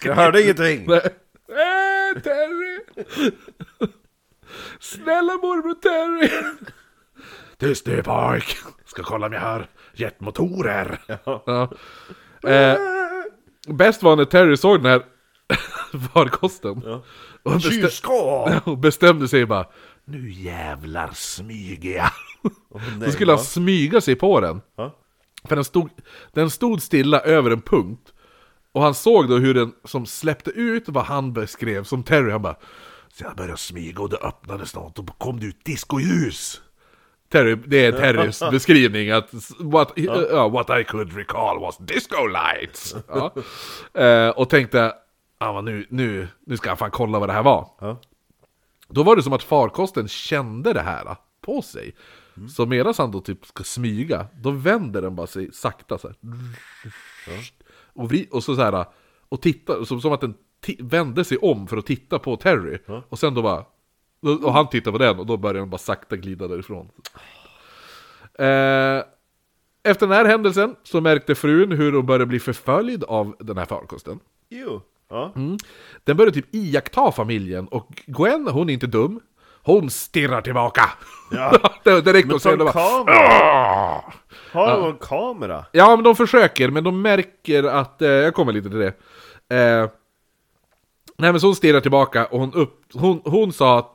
Jag hörde ingenting!
Nej. Äh, Terry! Snälla morbror Terry! Tyst nu pojk! Ska kolla om jag hör jetmotorer! Ja. Eh, bäst var när Terry såg den här farkosten. Och, bestä-
Kylskåp!
och bestämde sig bara Nu jävlar smyger jag!
nej,
Då skulle han smyga sig på den.
Ja.
För den stod, den stod stilla över en punkt. Och han såg då hur den som släppte ut vad han beskrev som Terry, han bara Så jag började smyga och det öppnades något och då kom det ut diskoljus! Terry, det är Terrys beskrivning att what, ja, what I could recall was disco lights. Ja. Eh, och tänkte, ah, vad nu, nu, nu ska jag fan kolla vad det här var.
Ja.
Då var det som att farkosten kände det här ah, på sig. Så medan han då typ ska smyga, då vänder den bara sig sakta så här. Och, vri, och så så här, ah, och tittar, som, som att den ti- vände sig om för att titta på Terry. Och sen då bara, då- och han tittar på den och då börjar den bara sakta glida därifrån. Eh, efter den här händelsen så märkte frun hur hon började bli förföljd av den här farkosten.
Jo. Ja.
Den började typ iaktta familjen och Gwen, hon är inte dum. Hon stirrar tillbaka!
Ja.
Det var Direkt
Men
och
ta
sen
en
bara... Ah!
kamera.
"Åh!"
Har de en kamera?
Ja, men de försöker, men de märker att... Eh, jag kommer lite till det. Eh, nej, men så hon stirrar tillbaka och hon, upp, hon, hon sa att...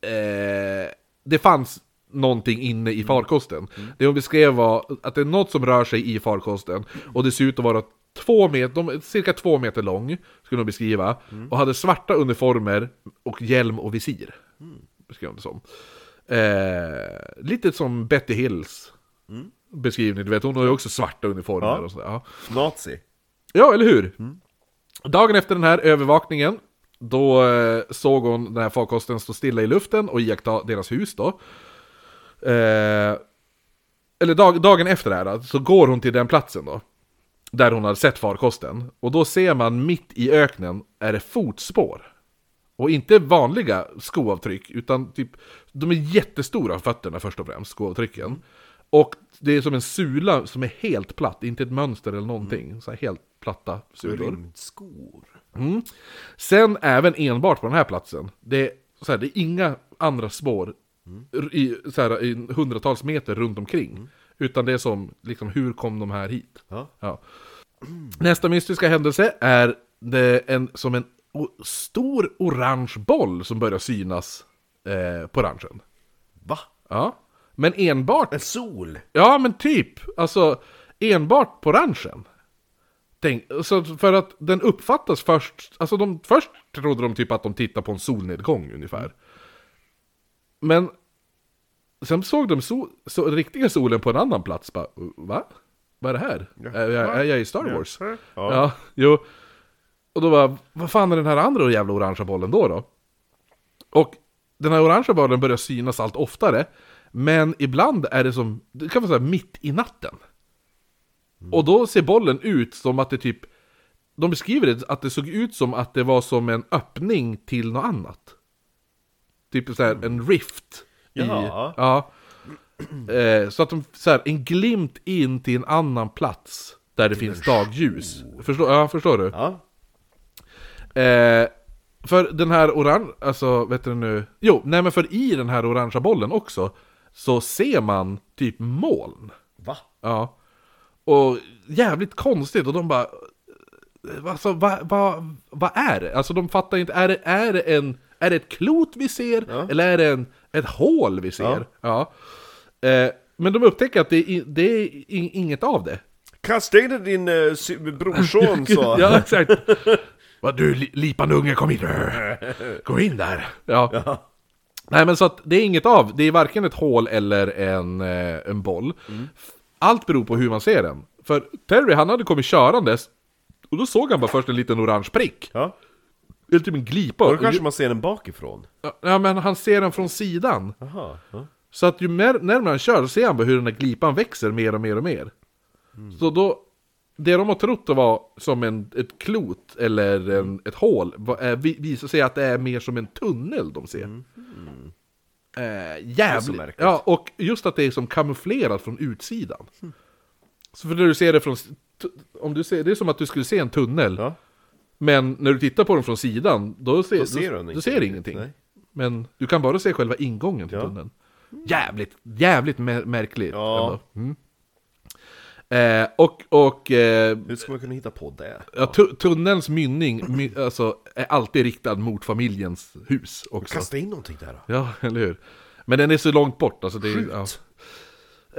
Eh, det fanns någonting inne i farkosten. Det hon beskrev var att det är något som rör sig i farkosten och det ser ut att vara två meter, de, är cirka två meter lång, skulle hon beskriva, och hade svarta uniformer och hjälm och visir. Beskrev hon det som. Eh, lite som Betty Hills beskrivning, du vet, hon har ju också svarta uniformer
Ja.
och sådär. Ja.
Nazi?
Ja, eller hur? Dagen efter den här övervakningen, då eh, såg hon den här farkosten stå stilla i luften och iaktta deras hus då. Eh, eller dag, dagen efter det här, då, så går hon till den platsen då. Där hon hade sett farkosten. Och då ser man mitt i öknen är det fotspår. Och inte vanliga skoavtryck, utan typ, de är jättestora fötterna först och främst, skoavtrycken. Och det är som en sula som är helt platt, inte ett mönster eller någonting. Så här helt platta sulor.
Rymdskor?
Sen även enbart på den här platsen, det är, så här, det är inga andra spår i, så här, i hundratals meter runt omkring. Utan det är som, liksom, hur kom de här hit?
Ja.
Ja. Nästa mystiska händelse är det en, som en o- stor orange boll som börjar synas eh, på orangen.
Va?
Ja. Men enbart,
En sol?
ja men typ, alltså enbart på orangen. Tänk, så för att den uppfattas först, alltså de, först trodde de typ att de tittar på en solnedgång ungefär. Men sen såg de so, så, riktiga solen på en annan plats, bara va? Vad är det här? Är, jag, är jag i Star Wars?
Ja.
Ja, jo. Och då bara, vad fan är den här andra jävla orangea bollen då då? Och den här orangea bollen börjar synas allt oftare, men ibland är det som, det kan man säga mitt i natten. Och då ser bollen ut som att det typ, de beskriver det att det såg ut som att det var som en öppning till något annat. Typ så här, en rift. I,
Jaha.
ja. Eh, så att de, så här, en glimt in till en annan plats där det finns dagljus. Förstår, ja, förstår du?
Ja.
Eh, för den här orange, alltså vet du nu? Jo, nej men för i den här orangea bollen också så ser man typ moln.
Va?
Ja. Och jävligt konstigt och de bara... Alltså vad va, va är det? Alltså de fattar inte, är det, är det, en, är det ett klot vi ser? Eller är det en, ett hål vi ser? Ja. Eh, men de upptäcker att det, är i- det är i- inget av det.
Kasta in din eh, sy- brorson så.
Ja, exakt. Vad du, li- lipan unge, kom in Gå in där. Ja. Nej, men så att det är inget av. Det är varken ett hål eller en, eh, en boll. Allt beror på hur man ser den. För Terry, han hade kommit körandes. Och då såg han bara först en liten orange prick.
ja.
Eller typ en glipa.
Då kanske man ser den bakifrån.
Ja, men han ser den från sidan.
Jaha. Ja.
Så att ju mer, närmare han kör så ser han bara hur den där glipan växer mer och mer och mer.
Mm.
Så då, det de har trott att vara som en, ett klot eller en, ett hål va- är- vi- visar sig att det är mer som en tunnel de ser. Eh,
Mm. så
jävligt.
märkligt.
Ja, och just att det är som kamouflerat från utsidan.
Hm.
Så för när du ser det från... s- t- Om du ser, det är som att du skulle se en tunnel.
Ja.
Men när du tittar på den från sidan, då ser,
Då ser
då,
den
då
inte.
ser du ingenting.
Nej.
Men du kan bara se själva ingången till
Ja.
tunneln. Jävligt, jävligt mä- märkligt.
Ja.
Ändå. Mm. Eh, och och eh,
Hur ska man kunna hitta på det?
ja, tu- tunnelns mynning my, alltså, är alltid riktad mot familjens hus också.
Kasta in någonting där då.
Ja, eller hur? Men den är så långt bort, alltså det är... Ja.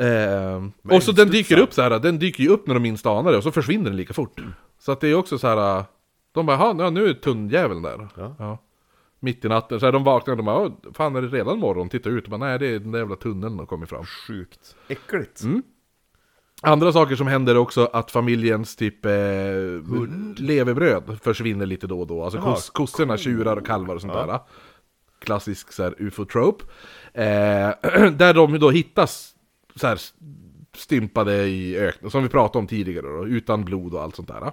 Ehm,
Men
och så den dyker
studsar.
upp så här, den dyker ju upp när de minst anar det och så försvinner den lika fort. Så att det är också så här, de bara, "Jaha, ja nu är tunnjäveln där.
Ja.
Mitt i natten, så här, de vaknar och de bara "Åh, Fan är det redan morgon? Titta ut, och bara, nej det är den där jävla tunneln de kommer fram
Sjukt. Äckligt.
Mm. Andra saker som händer är också att familjens typ eh, levebröd försvinner lite då och då. Alltså kos, kossorna, tjurar och kalvar och sånt där. Klassisk så här, ufo-trope. Eh, där de ju då hittas så här, stympade i öknen, som vi pratade om tidigare då, utan blod och allt sånt där.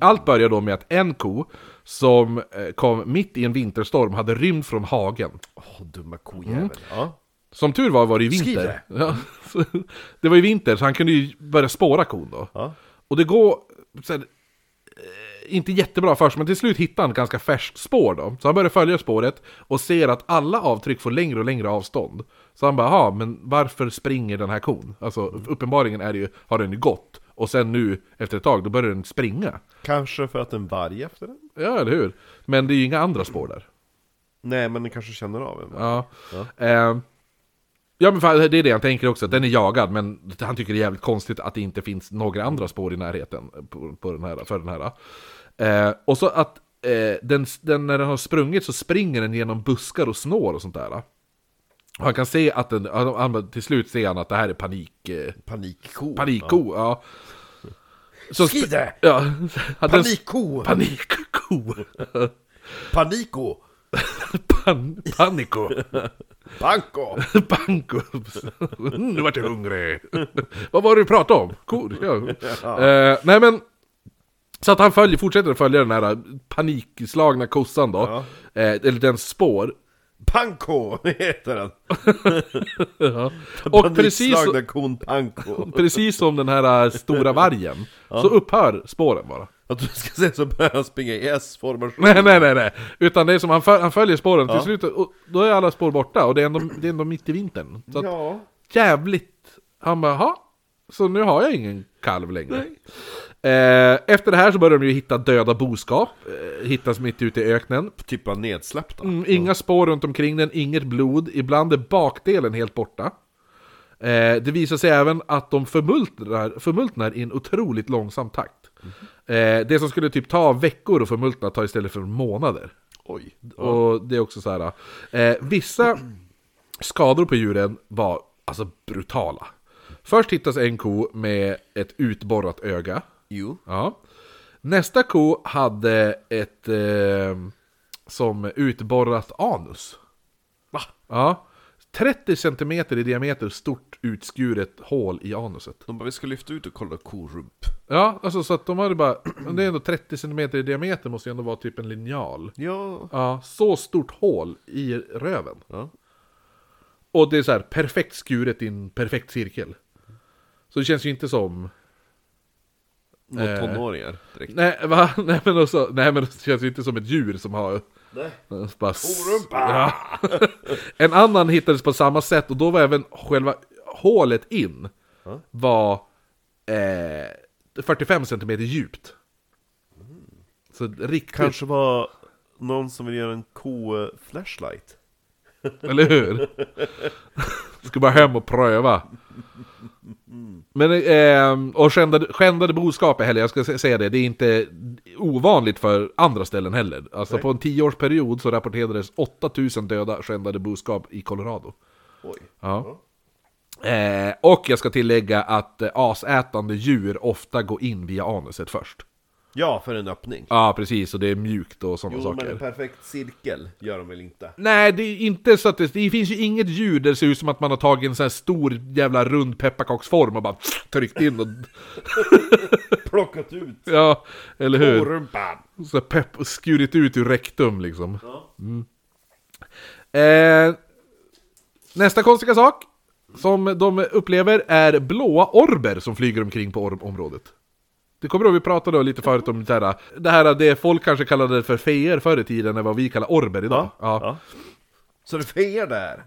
Allt börjar då med att en ko som eh, kom mitt i en vinterstorm hade rymt från hagen.
Åh, dumma kojävel. Mm. Ja.
Som tur var var det ju vinter. Ja, så, det var ju vinter så han kunde ju börja spåra kon då.
Ja.
Och det går så här, eh, inte jättebra först, men till slut hittar han ganska färskt spår då. Så han börjar följa spåret och ser att alla avtryck får längre och längre avstånd. Så han bara, ja men varför springer den här kon? Alltså uppenbarligen är det ju, har den ju gått. Och sen nu, efter ett tag, då börjar den springa.
Kanske för att en varg efter den?
Ja, eller hur? Men det är ju inga andra spår där.
Nej, men den kanske känner av en.
Ja. Eh, ja men fan, det är det han tänker också, att den är jagad men han tycker det är jävligt konstigt att det inte finns några andra spår i närheten på, på den här, för den här. Eh, och så att eh, den, den, när den har sprungit så springer den genom buskar och snår och sånt där. Och han kan se att den, han, han, till slut ser han att det här är panik, eh,
Panikko.
panikko. Ja. Så
Ja.
sp-
Skrider!
Ja, hade den-
Panikko!
Panikko!
Panikko!
Pan, paniko!
Panko!
Banko! Mm, nu vart jag hungrig! Vad var det du pratade om? Kor? Ja. Eh, nej men... Så att han följer, fortsätter att följa den här eh, panikslagna kossan då. Eh, eller dens spår.
Panko heter den!
Och precis,
Panikslagna kon Panko.
precis som den här eh, stora vargen. Så upphör spåren bara.
Att du ska se så börjar han springa i S-formation.
Nej, nej, nej, nej. Utan det är som han, föl han följer spåren till slut. Och då är alla spår borta och det är ändå, det är ändå mitt i vintern. Så att,
Ja.
jävligt... Han bara, "Jaha, så nu har jag ingen kalv längre. Eh, efter det här så börjar de ju hitta döda boskap, eh, hittas mitt ute i öknen.
Typ bara nedsläppta.
Mm, inga spår runt omkring den, inget blod, ibland är bakdelen helt borta. Eh, det visar sig även att de förmultnar, förmultnar i en otroligt långsam takt. Eh, det som skulle typ ta veckor att förmultna tar istället för månader.
Oj.
Och det är också så här. Eh, vissa skador på djuren var alltså brutala. Först hittas en ko med ett utborrat öga.
Jo.
Ja. Nästa ko hade ett eh, som utborrat anus.
Va?
Ja. 30 cm i diameter stort utskuret hål i anuset.
De bara, vi ska lyfta ut och kolla korump.
Ja, alltså så att de hade bara... men Det är ändå 30 cm i diameter, måste ju ändå vara typ en linjal.
Ja.
Ja, så stort hål i röven.
Ja.
Och det är så här perfekt skuret i en perfekt cirkel. Så det känns ju inte som... Eh.
Mot tonåringar direkt.
Nej, va? Nej, men, också, nej, men det känns ju inte som ett djur som har... Bara, s- ja. En annan hittades på samma sätt och då var även själva hålet in var eh, 45 cm djupt. Så riktigt,
Kanske var någon som vill göra en ko-flashlight?
eller hur? Ska bara hem och pröva. Men, eh, och skändade, skändade boskap är heller, jag ska sä- säga det, det är inte ovanligt för andra ställen heller. Alltså på en tioårsperiod så rapporterades 8000 döda skändade boskap i Colorado.
Oj.
Ja. Eh, och jag ska tillägga att eh, asätande djur ofta går in via anuset först.
Ja, för en öppning.
Ja, precis, och det är mjukt och sådana
Jo,
saker.
men en perfekt cirkel gör de väl inte?
Nej, det är inte så att det, det finns ju inget djur där det ser ut som att man har tagit en sån här stor jävla rund pepparkaksform och bara tryckt in och...
Plockat ut
Ja, eller hur?
korumpan!
Så här pepp och skurit ut ur rektum liksom. Mm. Eh, nästa konstiga sak som de upplever är blåa orber som flyger omkring på orm- området. Det kommer ihåg, vi pratade lite förut om det här, det här det folk kanske kallade för feer förr i tiden, är vad vi kallar orber idag. Ja.
Ja. Så det är fejer där?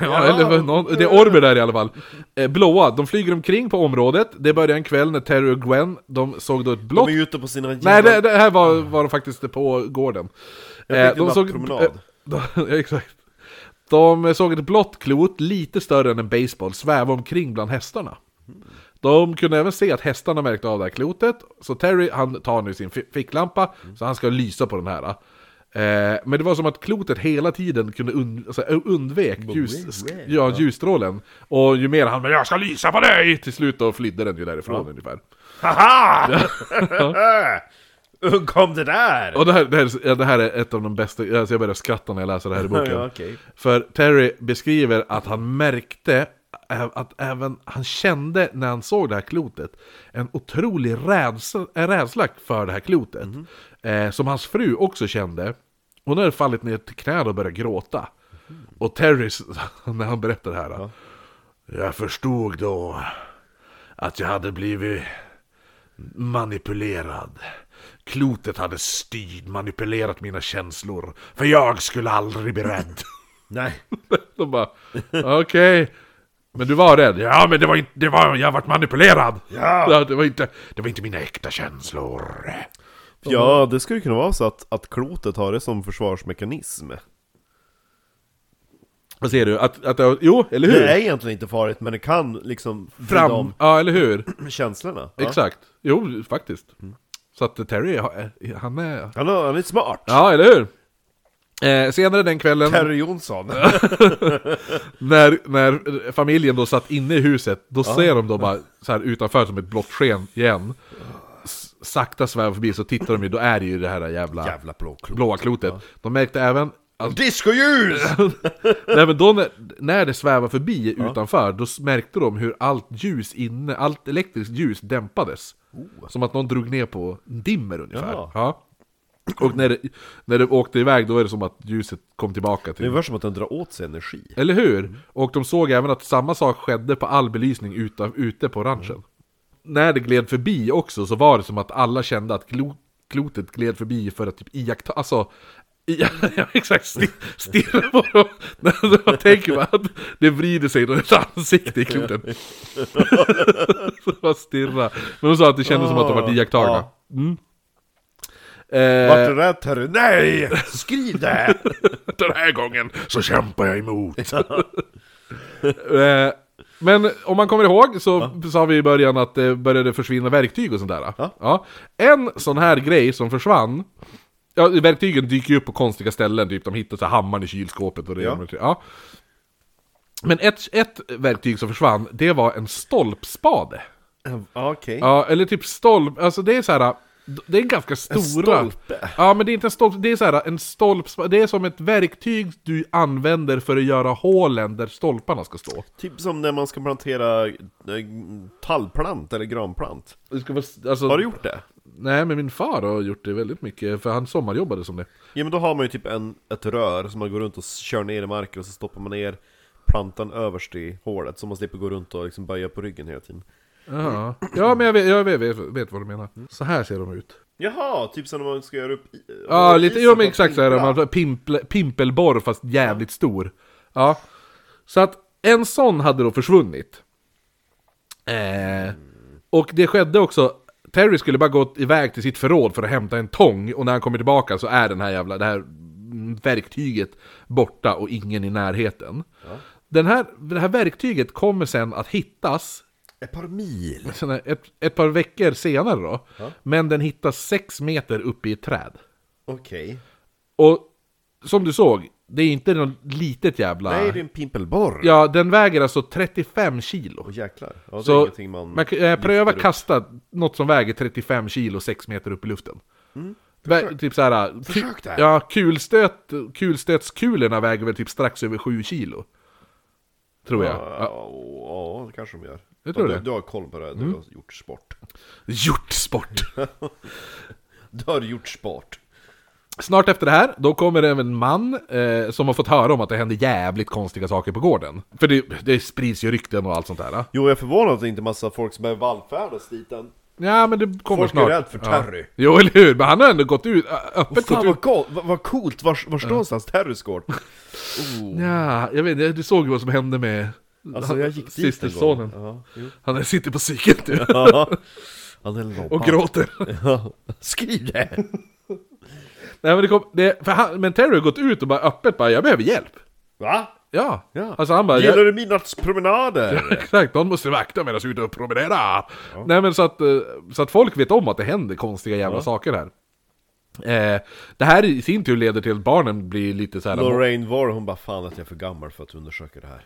Ja, eller vad- någon, det är ormer där i alla fall. Eh, Blåa, de flyger omkring på området. Det började en kväll när Terry och Gwen, de såg då ett blått...
De är ju ute på sina
Nej, det, det här var, var de faktiskt på gården.
Jag
Eh,
tänkte bara promenad.
eh, de, ja, exakt. De såg ett blått klot, lite större än en baseball, sväva omkring bland hästarna. De kunde även se att hästarna märkte av det här klotet, så Terry han tar nu sin fi- ficklampa, så han ska lysa på den här. Eh, men det var som att klotet hela tiden kunde und alltså, undvek ljus sk- ja, ljusstrålen. Och ju mer han men jag ska lysa på dig! Till slut då flydde den ju därifrån ungefär.
Haha! Undkom det där!
Och det här, det, här, ja, det här är ett av de bästa, alltså jag börjar skratta när jag läser det här i boken.
Ja, okej.
För Terry beskriver att han märkte ä- att även han kände när han såg det här klotet en otrolig rädsla, en rädsla för det här klotet. Eh, som hans fru också kände. Hon hade fallit ner till knäna och börjat gråta. Och Terry, när han berättar det här. Jag förstod då att jag hade blivit manipulerad. Klotet hade styrt, manipulerat mina känslor. För jag skulle aldrig bli rädd.
Nej.
De bara, okej. Men du var rädd? Ja, men det var inte, det var, jag varit manipulerad!
Ja.
det, var inte, det var inte mina äkta känslor.
Ja, det skulle kunna vara så att, att klotet har det som försvarsmekanism.
Vad säger du? Att, att, jag- jo, eller hur?
Det är egentligen inte farligt, men det kan liksom vrida
Fram,
om
ja eller hur?
känslorna. Ja. Mm.
Exakt. Jo, faktiskt. Så att Terry, ja, han är...
Han, har- han är smart.
Ja, eller hur? Eh, senare den kvällen,
Terry Jonsson.
när, när familjen då satt inne i huset, då ser de då bara så här utanför som ett blått sken igen. S- sakta svävar förbi, så tittar de ju, då är det ju det här jävla...
Jävla blåklot.
blåa klotet. De märkte även att,
Discoljus!
nej, men då när, när det svävar förbi utanför, då märkte de hur allt ljus inne, allt elektriskt ljus dämpades.
Oh.
Som att någon drog ner på en dimmer ungefär.
Ja.
Ja. Och när det, när det åkte iväg, då är det som att ljuset kom tillbaka
Det
till...
var som att den drar åt sig energi.
Eller hur? Och de såg även att samma sak skedde på all belysning utan, ute på orangen. När det gled förbi också så var det som att alla kände att klo, klotet gled förbi för att typ iaktta, alltså Ja, ja, exakt, Sti- stirra på dem. När Man tänker bara att det vrider sig runt ansikte i klotet. Så bara stirra. Men de sa att det kändes som att de var iakttagna.
Ja.
Eh,
Vart det där Terry? Nej! Eh. Skriv det!
den här gången så kämpar jag emot. Eh, Men om man kommer ihåg så sa vi i början att det började försvinna verktyg och sånt där.
Ja.
En sån här grej som försvann, ja, verktygen dyker ju upp på konstiga ställen, typ de hittar så här hammaren i kylskåpet och det.
Ja.
Ja. Men ett, ett verktyg som försvann, det var en stolpspade.
Okej.
Ja, eller typ stolp, alltså det är så här. Det är ganska stora...
stolpe.
Ja, men det är inte en stolpe, det är så här, en stolpspa... Det är som ett verktyg du använder för att göra hålen där stolparna ska stå.
Typ som när man ska plantera eh, tallplant eller granplant.
Det ska vara, alltså,
Har du gjort det?
Nej, men min far har gjort det väldigt mycket, för han sommarjobbade som det.
Ja men då har man ju typ en, ett rör som man går runt och s- kör ner i marken och så stoppar man ner plantan överst i hålet så man slipper gå runt och liksom böja på ryggen hela tiden.
Ja, ja men jag, vet, jag vet, vet, vet vad du menar. Så här ser de ut.
Jaha, typ som när man ska göra upp i-
Ja,
hål i
lite,
isen
jo
för
men
att
exakt så här,
pimpla.
man, pimple, pimpelborr fast jävligt stor. Ja. Så att en sån hade då försvunnit. Eh, och det skedde också, Terry skulle bara gått iväg till sitt förråd för att hämta en tång och när han kommer tillbaka så är den här jävla, det här verktyget borta och ingen i närheten. Den här, det här verktyget kommer sen att hittas
Ett par mil!
sån här, ett, ett par veckor senare då. Men den hittas sex meter uppe i ett träd.
Okej.
Och som du såg, det är inte något litet jävla...
Nej, det är en pimpelborr! Ja.
Ja, den väger alltså 35 kilo.
Och jäklar. Ja, det är
Så
ingenting man...
man kan eh, pröva
lyfter upp.
kasta något som väger 35 kilo 6 meter upp i luften. Vä- typ såhär... ku-
Mm. Försök det här.
Ja, kulstöt, kulstötskulorna väger väl typ strax över 7 kilo. Tror jag.
Ja,
Ja.
ja, det kanske de gör.
Jag tror
du,
det. Mm.
du har koll på det här, du har gjort sport.
Gjort sport!
Du har gjort sport.
Snart efter det här, då kommer det en man eh, som har fått höra om att det händer jävligt konstiga saker på gården. För det, det sprids ju rykten och allt sånt där. eh.
Jo, jag är förvånad att det inte är massa folk som behöver vallfärdas dit än.
Ja, men det kommer
Folk är
snart.
rädd för Terry.
Ja. Jo, eller hur? Men han har ändå gått ut, ö- öppet gått
Fan
ut.
vad, go- vad, vad coolt, var, var står någonstans Terrys gård?
Ja, jag vet inte, du såg ju vad som hände med
Alltså
han-
jag gick dit
systersonen.
en gång. Ja, jo.
Han sitter på psyket nu
Ja. Han är lobban.
och gråter.
Ja. Skriv det!
Nej, men, det kom, det, för han, men Terry har gått ut och bara öppet bara, jag behöver hjälp.
Va?
Ja,
Ja.
alltså han bara,
Gillar
jag,
du midnattspromenader?
exakt, någon måste vakta medan vi är ute och promenerar. Nej men så att, eh, så att folk vet om att det händer konstiga jävla saker här. Eh, det här i sin tur leder till att barnen blir lite så här.
Lorraine Warr, hon bara fan att jag är för gammal för att undersöka det här.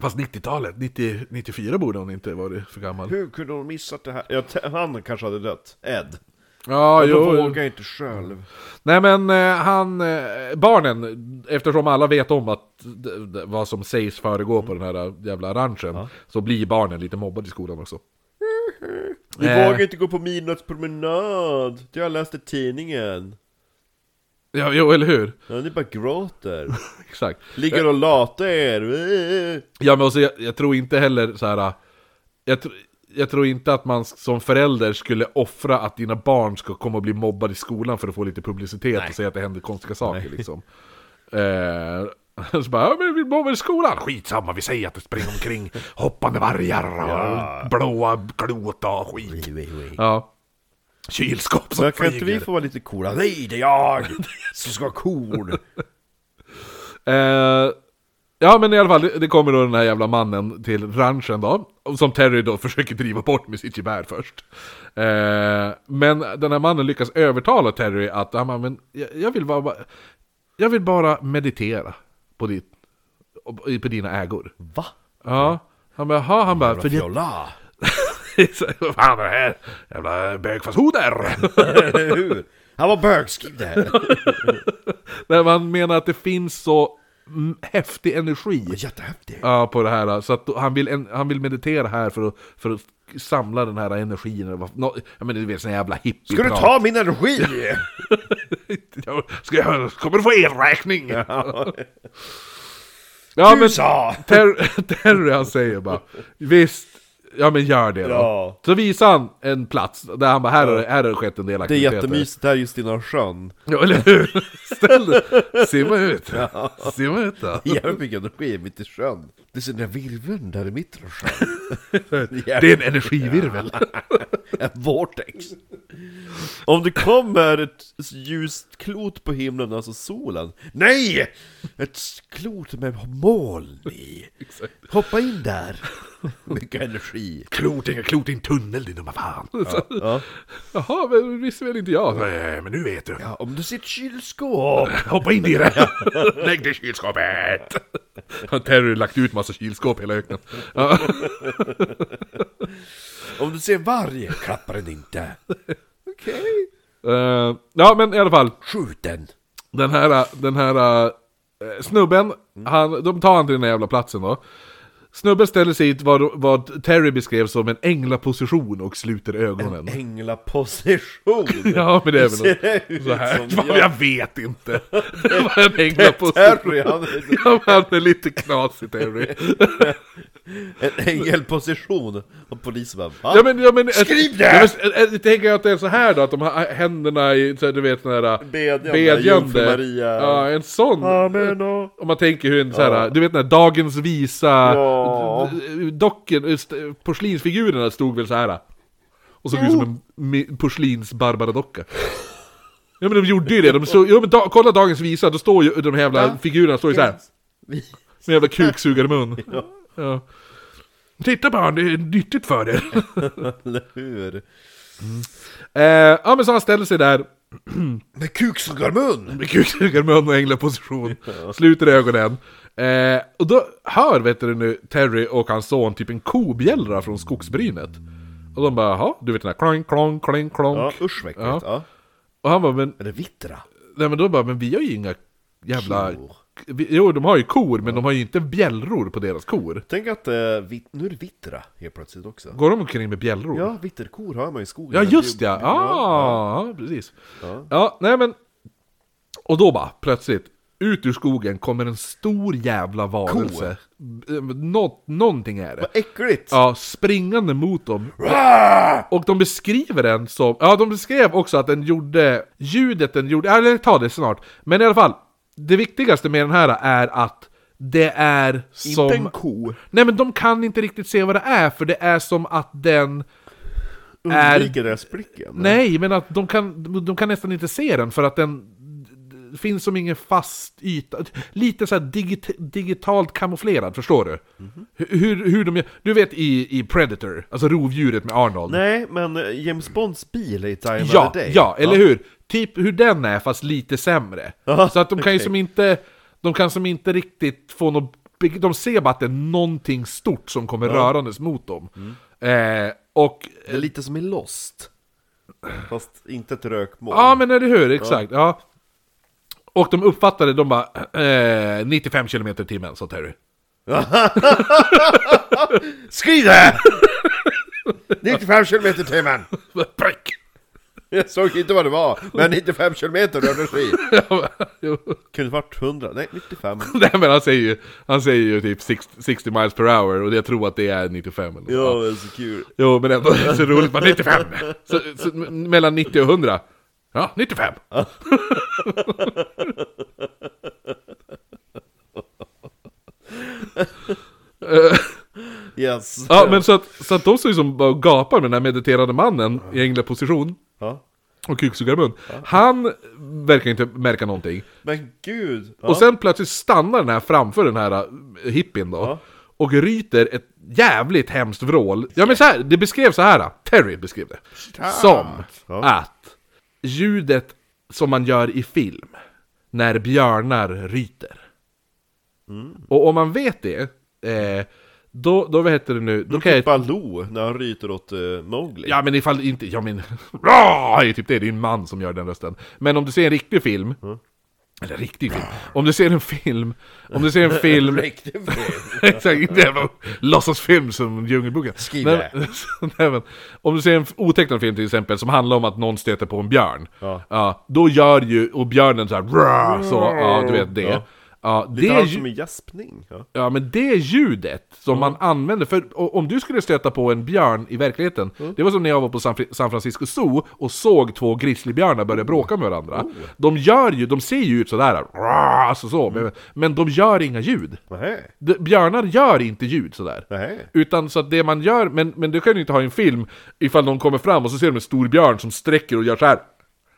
Fast 90-talet, 90, 94 borde hon inte varit för gammal.
Hur kunde hon missat det här? Ja, t- han kanske hade dött. Ed.
Ja,
Men
jo.
de
jo.
vågar inte själv.
Nej men eh, han, eh, barnen, eftersom alla vet om att d- d- vad som sägs föregå på den här jävla ranchen, så blir barnen lite mobbade i skolan också.
Vi
Eh.
vågar inte gå på midnattspromenad. Det har jag läst i tidningen.
Ja, jo, eller hur?
Ja, ni bara gråter.
Exakt.
Ligger och latar er. Eh.
Ja, men också, jag, jag tror inte heller så här. Jag, tr- jag tror inte att man som förälder skulle offra att dina barn ska komma och bli mobbade i skolan för att få lite publicitet och säga att det händer konstiga saker liksom. Eh, så bara, ja, men vi mobbar i skolan, skitsamma, vi säger att det springer omkring hoppande vargar och
Ja.
blåa klot och skit. Ja. Kylskåp som
Men kan inte
flyger.
vi få vara lite coola? Nej, det är jag som ska vara cool.
Eh, ja men i alla fall, det- det kommer då den här jävla mannen till ranchen då. Som Terry då försöker driva bort med sitt gevär först. Eh, men den här mannen lyckas övertala Terry att han bara, men jag, jag, vill bara, jag vill bara meditera på, ditt, på dina ägor.
Va?
Ja, han bara, jaha, han bara, för det,
Fjolla!
vad fan är det här? Jävla bögfasoner!
Eller hur? Han var bögskriv det här.
Där man menar att det finns så mm, häftig energi.
Jättehäftigt.
Ja, på det här. Så att då- han vill, en- han vill meditera här för att, för att samla den här energin. eller vad- nå- Ja men du vet, sån jävla hippie
Ska du ta min energi?
Ska jag, kommer du få elräkning? ja, men
Du sa!
Ter- Terry han säger bara Visst, ja men gör det då.
Ja.
Så visar han en plats där han bara här har, det- här har det skett en del
Det är
aktiviteter.
jättemysigt här just innan sjön.
Ja, eller hur? Ställ dig, simma ut. Simma ut då.
Jävligt mycket energi mitt i sjön. Det är så den där virveln där i mitten av sjön.
Det är en energivirvel.
En vortex. Om det kommer ett ljust klot på himlen, alltså solen. Nej! Ett klot med moln i. Hoppa in där. Mycket energi.
Klot, inga klot i en tunnel din dumma fan.
Ja.
Jaha, men visste väl inte jag. Nej, men nu vet du.
Ja, om du ser ett kylskåp.
Hoppa in i det! Lägg dig i kylskåpet! Har Terry lagt ut massa kylskåp i hela öknen? Ja,
Om du ser en varg, klappa den inte. Okej.
eh, ja men i alla fall.
Skjut den.
Den här, den här eh, snubben, han, de tar han till den här jävla platsen då. Snubben ställer sig i ett- vad, vad Terry beskrev som en änglaposition och sluter ögonen.
Änglaposition.
Ja men det är
Hur ser
väl
det ut
något så här.
som jag?
Jag vet inte. Vad en änglaposition.
Terry, han
Ja, men han är lite knasig Terry.
en ängelposition. Och polisen bara, va?
Ja men, ja, men, eh,
Skriv det!
Ja, men, ä- ä- tänker jag att det är så här då, att de har eh, händerna i, så här, du vet, sån här...
Bedjande, Jungfru
Bedjande.
Maria.
Ja, en sån.
Amen och...
Om man tänker hur en så här, du vet den här Dagens Visa,
Ja.
d- d- docken, just, eh, porslinsfigurerna stod väl så här. Och såg ut som en mi- porslins Barbara-docka. Ja men de gjorde ju det, de såg, ja, men da, kolla Dagens Visa, då står ju de här jävla figurerna står ju så här. Med jävla kuksugarmun. Ja. Titta barn, det är nyttigt för er.
Eller hur?
Eh, ja men så han ställer sig där
Med kuksugarmun!
med kuksugarmun och änglaposition, sluter ögonen. Eh, och då hör vet du nu Terry och hans son typ en kobjällra från skogsbrynet. Och de bara jaha, du vet den här klonk, klonk, klonk, klonk.
Ja, usch vad äckligt.
Ja.
Ja.
Och han bara men,
Eller vittra.
nej men då bara men vi har ju inga jävla...
Kor.
Vi, jo de har ju kor men de har ju inte bjällror på deras kor.
Tänk att eh, vit... nu är det vittra helt plötsligt också.
Går de omkring med bjällror?
Ja, vitterkor har man i skogen.
Ja
Men
just
det-
ja, ah, ja precis. Ja. nej men... Och då bara, plötsligt, ut ur skogen kommer en stor jävla varelse. B- Nå, någonting är det.
Vad äckligt!
Ja, springande mot dem.
Ah!
Och de beskriver den som, ja de beskrev också att den gjorde, ljudet den gjorde, eller ta det snart. Men i alla fall, det viktigaste med den här är att det är som...
Inte en ko.
Nej men de kan inte riktigt se vad det är, för det är som att den...
Undviker deras blicken.
Nej, men att de kan, de kan nästan inte se den för att den... det finns som ingen fast yta. Lite så här digit, digitalt kamouflerad, förstår du?
Mhm.
Hur- Hur, hur de gör- Du vet i, i Predator, alltså rovdjuret med Arnold.
Nej, men eh, James Bonds bil i Time of
ja,
the Day.
ja, eller hur? Typ hur den är, fast lite sämre.
Ja,
så att de kan ju
okej.
som inte... De kan som inte riktigt få något... De ser bara att det är någonting stort som kommer rörandes mot dem.
Mm.
Eh, och
Det är lite som i Lost. Fast inte ett rökmål.
Ja men eller hur, exakt. Ja. Och de uppfattade, de bara eh, 95 km i timmen sa Terry.
Skriv det! 95 km i timmen!
Prick!
Jag såg inte vad det var, men 95 km rörde sig.
Jo.
Kunde varit 100, nej 95.
Nej men han säger ju, han säger ju typ 60, 60 miles per hour och jag tror att det är 95 eller något.
Ja, det är så kul.
Jo men ändå, det är så roligt, bara 95! Så, så, m- mellan 90 och 100. Ja, 95!
Yes.
Ja men så att, så att de står ju som bara och gapar med den här mediterande mannen i änglaposition.
Ja.
Och kuksugarmun. Han verkar inte märka någonting.
Men gud! Ja.
Och sen plötsligt stannar den här framför den här äh, hippien då. Och ryter ett jävligt hemskt vrål. Ja men så här, det beskrevs så här. Terry beskrev det. Som
Ja.
att ljudet som man gör i film. När björnar ryter. Och om man vet det. Eh, då, då, vad heter det nu? Då kan jag
Baloo, när han ryter åt uh, Mowgli.
Ja men ifall inte, ja men... Rah! är typ det, det är en man som gör den rösten. Men om du ser en riktig film,
Mm.
eller riktig film, om du ser en film, om du ser en film,
Riktigt bra.
exakt, inte en låtsasfilm som Djungelboken.
Skriv
Nej, men- nej, men, om du ser en f- otecknad film till exempel som handlar om att någon stöter på en björn,
Ja.
då gör ju, och björnen så här, rah, så, ja du vet det. Ja.
Ja.
det
Det
är
är
ju-
som en gäspning. Ja.
Ja men det ljudet som man använder, för o- om du skulle stöta på en björn i verkligheten Det var som när jag var på San, Fri- San Francisco Zoo och såg två grizzlybjörnar börja bråka med varandra De gör ju, de ser ju ut sådär, "Rar", alltså så, men, men de gör inga ljud
Nej.
de, Björnar gör inte ljud sådär
Nej.
Utan så att det man gör, men, men du kan ju inte ha i en film Ifall någon kommer fram och så ser de en stor björn som sträcker och gör så här.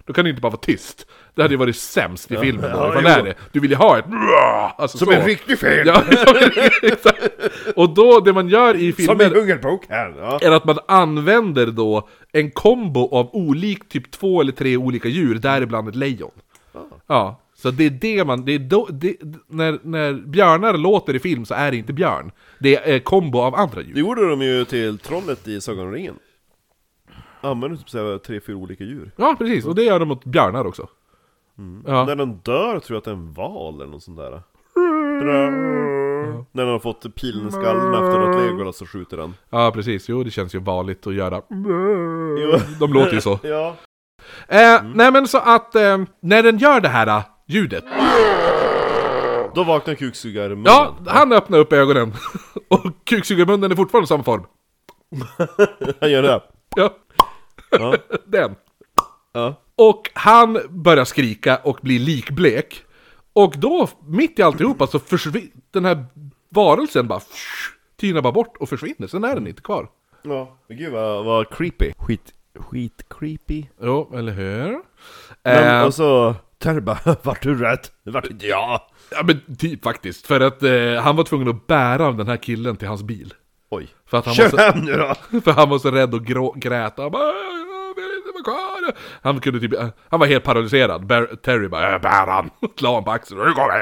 Då kan du inte bara vara tyst Det hade ju varit sämst i filmen då,
Ja,
ifall
jo.
det är det Du vill ju ha ett "Rar", alltså
Som
så.
en riktig film!
Ja, exakt. Och då, det man gör i
Som i
filmer
Hungerboken! Ja.
är att man använder då en kombo av olik, typ två eller tre olika djur, däribland ett lejon.
Ah.
Ja, så det är det man, det är då, det, när, när björnar låter i film så är det inte björn. Det är eh, kombo av andra
Det
djur.
gjorde de ju till trollet i Sagan om ringen. Använde typ såhär tre, fyra olika djur.
Ja, precis, och det gör de mot björnar också. Ja.
När den dör tror jag att det är en val eller något sånt där. När den har fått pilen i skallen efter något Legolas så skjuter den.
ja, precis, jo det känns ju vanligt att göra.
Jo.
De låter ju så.
Ja.
Eh, Nej men så att, eh, när den gör det här eh, ljudet
Då vaknar kuksugarmunnen.
Ja, han öppnar upp ögonen. Och kuksugarmunnen är fortfarande i samma form.
Han gör det.
Ja,
Ja.
den.
Ja.
Och han börjar skrika och blir likblek. Och då, mitt i alltihopa, så försvinner den här varelsen bara fsch, tynar bara bort och försvinner. Sen är den inte kvar.
ja. Men gud vad, vad creepy. Skit, skit creepy.
Jo, eller hur?
Men,
eh,
och så Terry bara, vart du rädd? Det vart inte jag.
ja men typ faktiskt. För att eh, han var tvungen att bära den här killen till hans bil.
Oj.
För att han var
Kör
så-
hem nu då!
För han var så rädd och grå, grät. Han bara, "Äh, jag vill inte vara kvar. Han kunde typ, han var helt paralyserad. Bar- Terry bara, "Äh, bär han. La han på axeln, nu går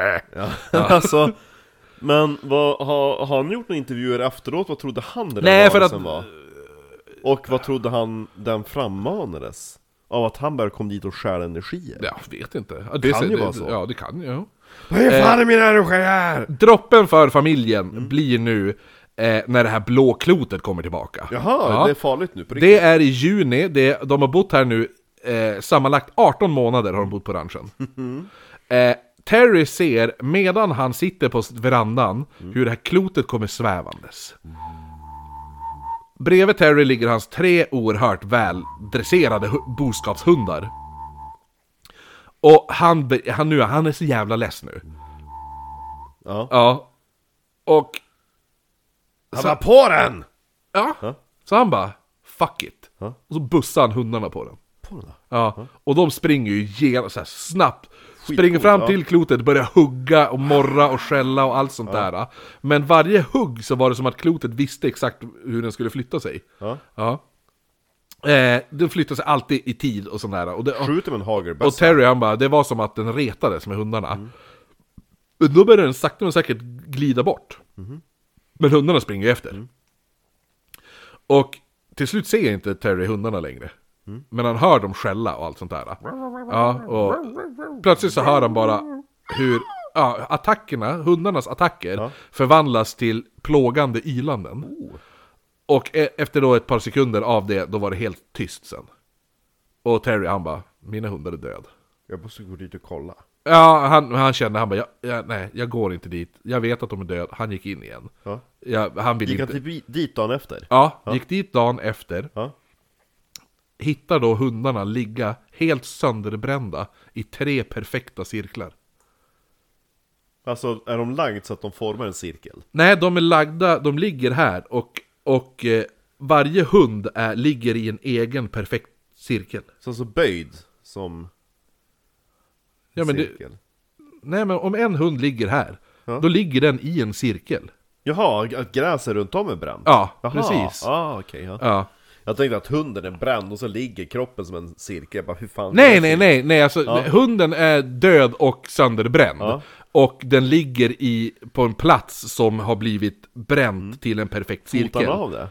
vi.
alltså, men vad, har, har han gjort några intervjuer efteråt? Vad trodde han den
Nej,
Nej,
för
för
att-
var? Och vad trodde han den frammanades? Av att han bara kom dit och stjäl energier?
Ja, jag vet inte. Ja,
Kan ju
det,
vara så.
Ja, det kan ju. ja.
Vad är
Eh.
fan är mina energier?
Droppen för familjen
Mm.
blir nu eh, när det här blå klotet kommer tillbaka.
Jaha,
Ja.
det är farligt nu på riktigt?
Det är i juni, det, de har bott här nu eh, sammanlagt 18 månader har de bott på ranchen.
Mhm.
Eh, Terry ser, medan han sitter på verandan,
Mm.
hur det här klotet kommer svävandes. Bredvid Terry ligger hans tre oerhört väldresserade hu- boskapshundar. Och han, be- han, nu, han är så jävla less nu.
Ja.
Ja. Och
Han var på den!
Ja. Så han bara, fuck it.
Ja.
Och så bussar han hundarna på den.
På den då?
Ja. Och de springer ju genast så här snabbt. Springer
Skitcoolt,
fram
ja.
till klotet, börjar hugga och morra och skälla och allt sånt där. Men varje hugg så var det som att klotet visste exakt hur den skulle flytta sig.
Ja.
Ja. Eh, den flyttar sig alltid i tid och sånt där. Och, det, och,
Skjuter med en hagelbössa.
och Terry han bara, det var som att den retades med hundarna. Och Då börjar den sakta men säkert glida bort. Men hundarna springer ju efter. Och till slut ser inte Terry hundarna längre. Men han hör dem skälla och allt sånt där. Ja, och plötsligt så hör han bara hur ja, attackerna, hundarnas attacker,
Ja.
förvandlas till plågande ylanden. Och e- efter då ett par sekunder av det, då var det helt tyst sen. Och Terry han bara, mina hundar är död.
Jag måste gå dit och kolla.
Ja, han, han kände, han bara, jag, jag, nej, jag går inte dit. Jag vet att de är död. Han gick in igen.
Ja.
Jag, han vill
Gick han
inte.
till, dit dagen efter?
Ja, gick dit dagen efter.
Ja.
Hittar då hundarna ligga helt sönderbrända i tre perfekta cirklar.
Alltså, är de lagd så att de formar en cirkel?
Nej, de är lagda, de ligger här och, och eh, varje hund är, ligger i en egen perfekt cirkel.
Så alltså böjd som
Ja, men det,
cirkel?
nej, men om en hund ligger här,
Ja.
då ligger den i en cirkel.
Jaha, att gräset runt om är bränt?
Ja,
Jaha.
precis.
Ah, okej, ja.
Ja.
Jag tänkte att hunden är bränd och så ligger kroppen som en cirkel, jag bara hur fan
Nej,
är det
nej,
fel?
nej, nej, alltså hunden är död och sönderbränd.
Ja.
Och den ligger i, på en plats som har blivit bränd till en perfekt
Mm. Fotar
cirkel.
han av det?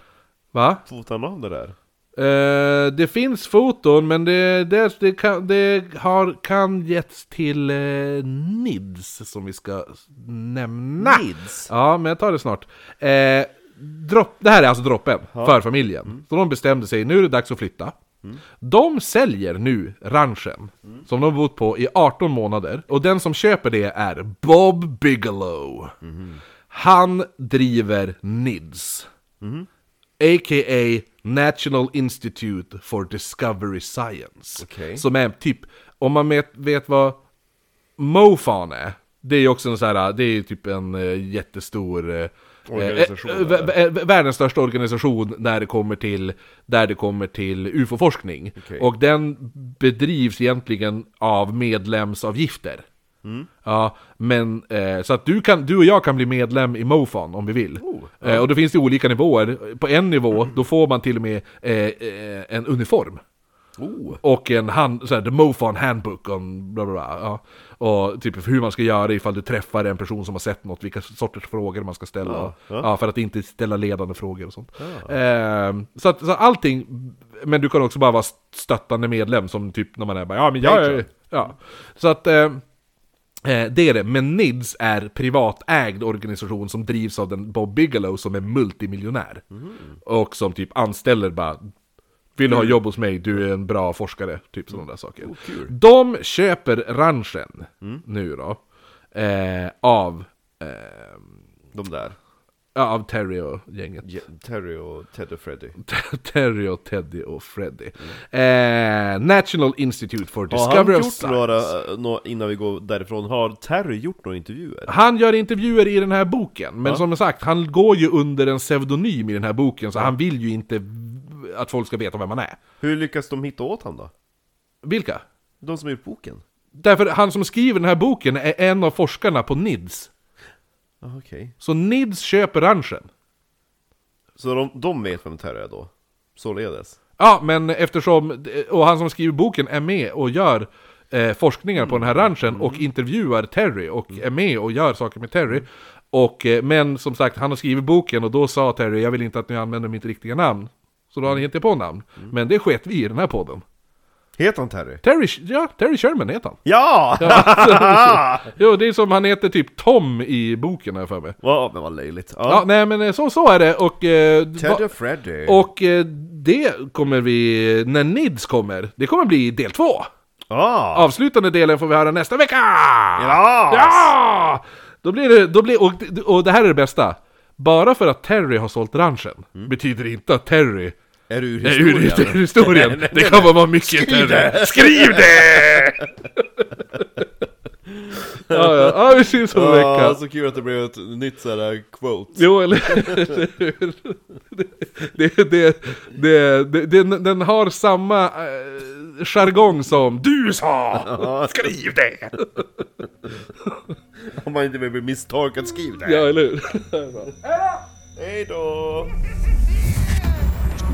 Va?
Fotar han av det där?
Eh, det finns foton, men det, det, det, kan, det har, kan getts till eh, NIDS som vi ska nämna.
Nids?
Ja, men jag tar det snart. Eh, dropp, det här är alltså droppen för familjen. Så de bestämde sig, nu är det dags att flytta. De säljer nu ranchen, som de bott på i 18 månader. Och den som köper det är Bob Bigelow. Han driver NIDS. A.k.a. National Institute for Discovery Science.
Okej.
Som är typ, om man vet, vet vad MOFAN är. Det är ju också en sån här, det är ju typ en eh, jättestor... eh,
Organisation,
eh, eh, vä- vä- världens största organisation när det kommer till, där det kommer till UFO-forskning.
Okej.
Och den bedrivs egentligen av medlemsavgifter.
Mm.
Ja, men eh, så att du, kan, du och jag kan bli medlem i MoFan om vi vill.
Oh,
eh, och då finns det olika nivåer. På en nivå, då får man till och med eh, eh, en uniform.
Oh.
Och en hand, så här, the Mofan handbook on bla bla bla. Ja. Och typ hur man ska göra ifall du träffar en person som har sett något, vilka sorters frågor man ska ställa. Ja,
ja.
för att inte ställa ledande frågor och sånt. Ehm, så, att, så allting, men du kan också bara vara stöttande medlem som typ när man är bara ja men jag är...
Patreon.
Ja. Så att... ehm, Eh, det är det, men NIDS är privatägd organisation som drivs av den Bob Bigelow som är multimiljonär.
Mm.
Och som typ anställer bara Vill du ha jobb hos mig? Du är en bra forskare. Typ sådana där saker.
Mm. Oh, kul. Mm.
De köper ranchen nu då. Eh, av, eh,
De där.
ja, av Terry och gänget.
Je- Terry och Ted och Freddy.
Terry och Teddy och Freddy. Eh, National Institute for
Har han
Discovery of
gjort
Science.
några, nå- innan vi går därifrån, har Terry gjort några intervjuer?
Han gör intervjuer i den här boken, men som sagt, han går ju under en pseudonym i den här boken, så han vill ju inte v- att folk ska veta vem han är.
Hur lyckas de hitta åt han då?
Vilka?
De som har gjort boken?
Därför han som skriver den här boken är en av forskarna på NIDS.
Ah, okej.
Så NIDS köper ranchen.
Så de, de vet vem Terry är då? Således?
Ja, men eftersom, och han som skriver boken är med och gör eh, forskningar på den här ranchen och intervjuar Terry och är med och gör saker med Terry. Och, eh, men som sagt, han har skrivit boken och då sa Terry, jag vill inte att ni använder mitt riktiga namn. Så då har han hittat på namn. Men det sket vi i den här podden.
Heter han Terry?
Terry, ja, Terry Sherman heter han.
Ja!
Jo, det är som han heter typ Tom i boken här för mig.
Vad- men vad löjligt. Ja.
Ja, nej men eh, så, så är det och... Eh,
Ted
va-
och Freddy.
och eh, det kommer vi, när Nids kommer, det kommer bli del två.
ah.
Avslutande delen får vi höra nästa vecka!
Ja!
Ja! Då blir det, då blir, och, och det här är det bästa. Bara för att Terry har sålt ranchen betyder det inte att Terry
Är du ur
är ur
Mm. historien?
ur historien. det kan vara mycket Terry. Skriv det! ja, ja. ja, vi ses om en
Ja, alltså.
vecka.
så kul att det blev ett nytt sådär quote.
Jo, eller hur? det, det, det, det, det, den, den har samma eh, jargong som Du sa!
Ja.
Skriv det!
Om man inte vill bli misstolkad, skriv det!
ja, eller hur?
Hej då!